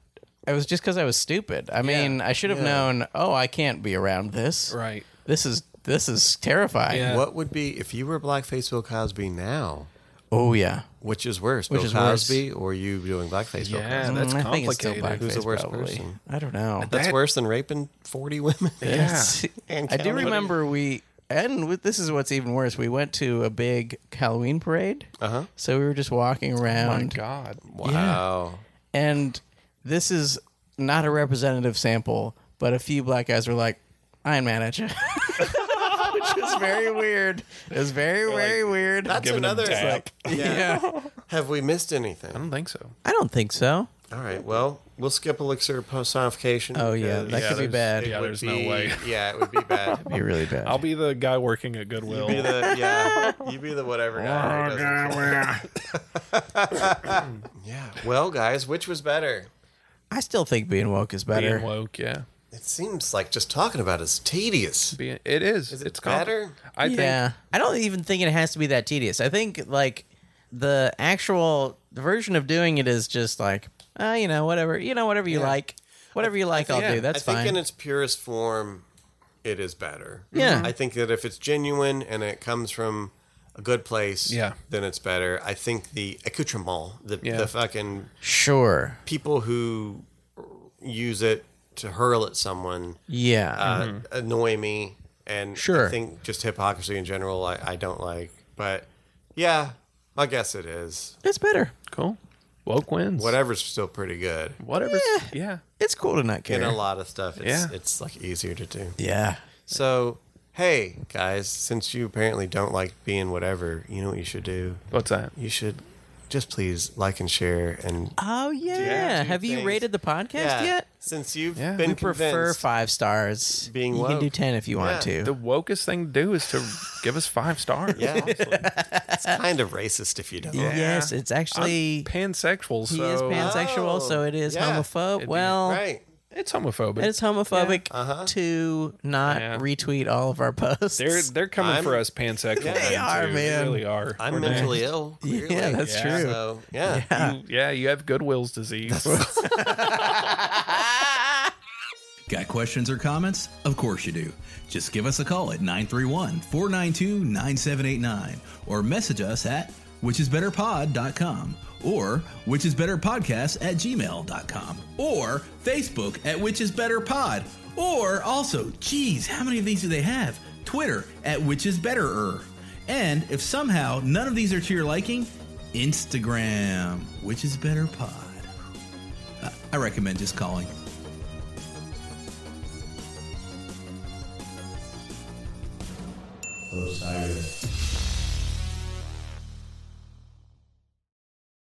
Speaker 6: it was just because I was stupid. I mean, I should have known, oh, I can't be around this.
Speaker 5: Right.
Speaker 6: This is this is terrifying.
Speaker 5: Yeah.
Speaker 4: What would be if you were blackface Bill Cosby now?
Speaker 6: Oh yeah.
Speaker 4: Which is worse, Bill
Speaker 6: is worse.
Speaker 4: Cosby or you doing blackface Bill Cosby?
Speaker 5: Yeah, that's
Speaker 6: Mm, I think it's still
Speaker 5: complicated.
Speaker 6: blackface.
Speaker 4: Who's the worst
Speaker 6: probably.
Speaker 4: person?
Speaker 6: I don't know.
Speaker 4: That's
Speaker 5: That-
Speaker 4: worse than raping 40 women.
Speaker 6: Yes.
Speaker 4: And
Speaker 6: I do
Speaker 4: counting.
Speaker 6: remember we, and with, this is what's even worse. We went to a big Halloween parade. Uh
Speaker 4: Uh-huh.
Speaker 6: huh. So we were just
Speaker 4: Oh
Speaker 6: walking
Speaker 5: Oh My
Speaker 6: around,
Speaker 5: God.
Speaker 4: <laughs> Wow.
Speaker 6: and this is not a representative sample, but a few black guys were like, "I ain't mad at you," <laughs> which It's very weird. It's very, very weird.
Speaker 4: That's
Speaker 5: Giving him
Speaker 4: another. it's
Speaker 5: tap.
Speaker 6: <laughs>
Speaker 4: like, <laughs> yeah. Have we missed anything?
Speaker 5: I
Speaker 6: Hmm.
Speaker 5: don't think so.
Speaker 6: I don't think so.
Speaker 4: All right. Well, we'll skip elixir personification.
Speaker 6: Oh, yeah,
Speaker 4: because
Speaker 6: that could be
Speaker 4: there's-
Speaker 6: bad.
Speaker 4: it
Speaker 5: Yeah,
Speaker 4: would
Speaker 5: there's no
Speaker 4: be-
Speaker 5: way.
Speaker 4: Yeah, it would be
Speaker 6: <laughs>
Speaker 4: bad.
Speaker 6: It'd be really bad.
Speaker 5: I'll be the guy working at Goodwill.
Speaker 4: be the yeah. You be the whatever guy. who doesn't care. <laughs> yeah. Well, guys, which was better?
Speaker 6: I still think being woke is better.
Speaker 5: being woke, yeah.
Speaker 4: It seems like just talking about it's tedious.
Speaker 5: Being, it is.
Speaker 4: Is it
Speaker 5: it's compli-
Speaker 4: better?
Speaker 5: I think.
Speaker 6: yeah. I don't even think it has to be that tedious. I think like the actual version of doing it is just like, uh, you know, whatever, you know, whatever you like, whatever you like, I'll
Speaker 5: yeah,
Speaker 6: do. That's
Speaker 4: I think
Speaker 6: fine.
Speaker 4: in its purest form, it is better.
Speaker 6: Yeah.
Speaker 4: I think that if it's genuine and it comes from a good place,
Speaker 5: Yeah.
Speaker 4: then it's better. I think the accoutrement, the,
Speaker 5: Yeah.
Speaker 4: the fucking
Speaker 6: sure.
Speaker 4: people who use it to hurl at someone
Speaker 6: Yeah.
Speaker 4: uh, annoy me. And
Speaker 6: Mm-hmm. Sure.
Speaker 4: I think just hypocrisy in general, I, I don't like. But yeah, I guess it is.
Speaker 6: it's better.
Speaker 5: Cool. Woke wins.
Speaker 4: Whatever's still pretty good.
Speaker 5: Whatever. Yeah.
Speaker 6: It's cool to not care.
Speaker 4: In a lot of stuff, it's,
Speaker 5: Yeah.
Speaker 4: it's like easier to do.
Speaker 6: yeah.
Speaker 4: So, hey guys, since you apparently don't like being whatever, you know what you should do?
Speaker 5: What's that?
Speaker 4: You should just please like and share and
Speaker 6: Oh yeah.
Speaker 4: Yeah, two
Speaker 6: Have you
Speaker 4: things.
Speaker 6: rated the podcast yet?
Speaker 4: Since you've
Speaker 5: Yeah.
Speaker 4: been
Speaker 5: We
Speaker 6: Prefer
Speaker 4: convinced,
Speaker 6: five stars.
Speaker 4: Being
Speaker 6: you can do
Speaker 4: woke.
Speaker 6: ten if you want
Speaker 4: Yeah.
Speaker 6: to.
Speaker 5: The wokest thing to do is to give us five stars.
Speaker 4: Yeah.
Speaker 5: honestly.
Speaker 4: it's kind of racist if you don't.
Speaker 6: Yes, it's
Speaker 5: I'm
Speaker 6: actually
Speaker 5: pansexual,
Speaker 6: he
Speaker 5: so
Speaker 6: is pansexual,
Speaker 4: Oh,
Speaker 6: so it is
Speaker 4: yeah.
Speaker 6: homophobic.
Speaker 5: be
Speaker 6: Well,
Speaker 4: Right.
Speaker 5: it's homophobic.
Speaker 6: And it's homophobic to not
Speaker 5: Uh-huh. Yeah.
Speaker 6: retweet all of our posts.
Speaker 5: they're they're coming
Speaker 4: I'm-
Speaker 5: for us pansexual.
Speaker 4: They
Speaker 5: men,
Speaker 6: are,
Speaker 5: too.
Speaker 6: man.
Speaker 5: They really are.
Speaker 4: I'm
Speaker 5: We're
Speaker 4: mentally ill. Clearly.
Speaker 6: yeah, that's
Speaker 5: Yeah.
Speaker 6: true.
Speaker 4: So, yeah.
Speaker 5: next. You- yeah, you have Goodwill's disease.
Speaker 3: Got questions or comments? Of course you do. Just give us a call at 931 492 9789 or message us at whichisbetterpod.com or whichisbetterpodcast at gmail.com or Facebook at whichisbetterpod or also, geez, how many of these do they have? Twitter at whichisbetterer. And if somehow none of these are to your liking, Instagram, which is better pod. I- I recommend just calling.
Speaker 9: Osiris.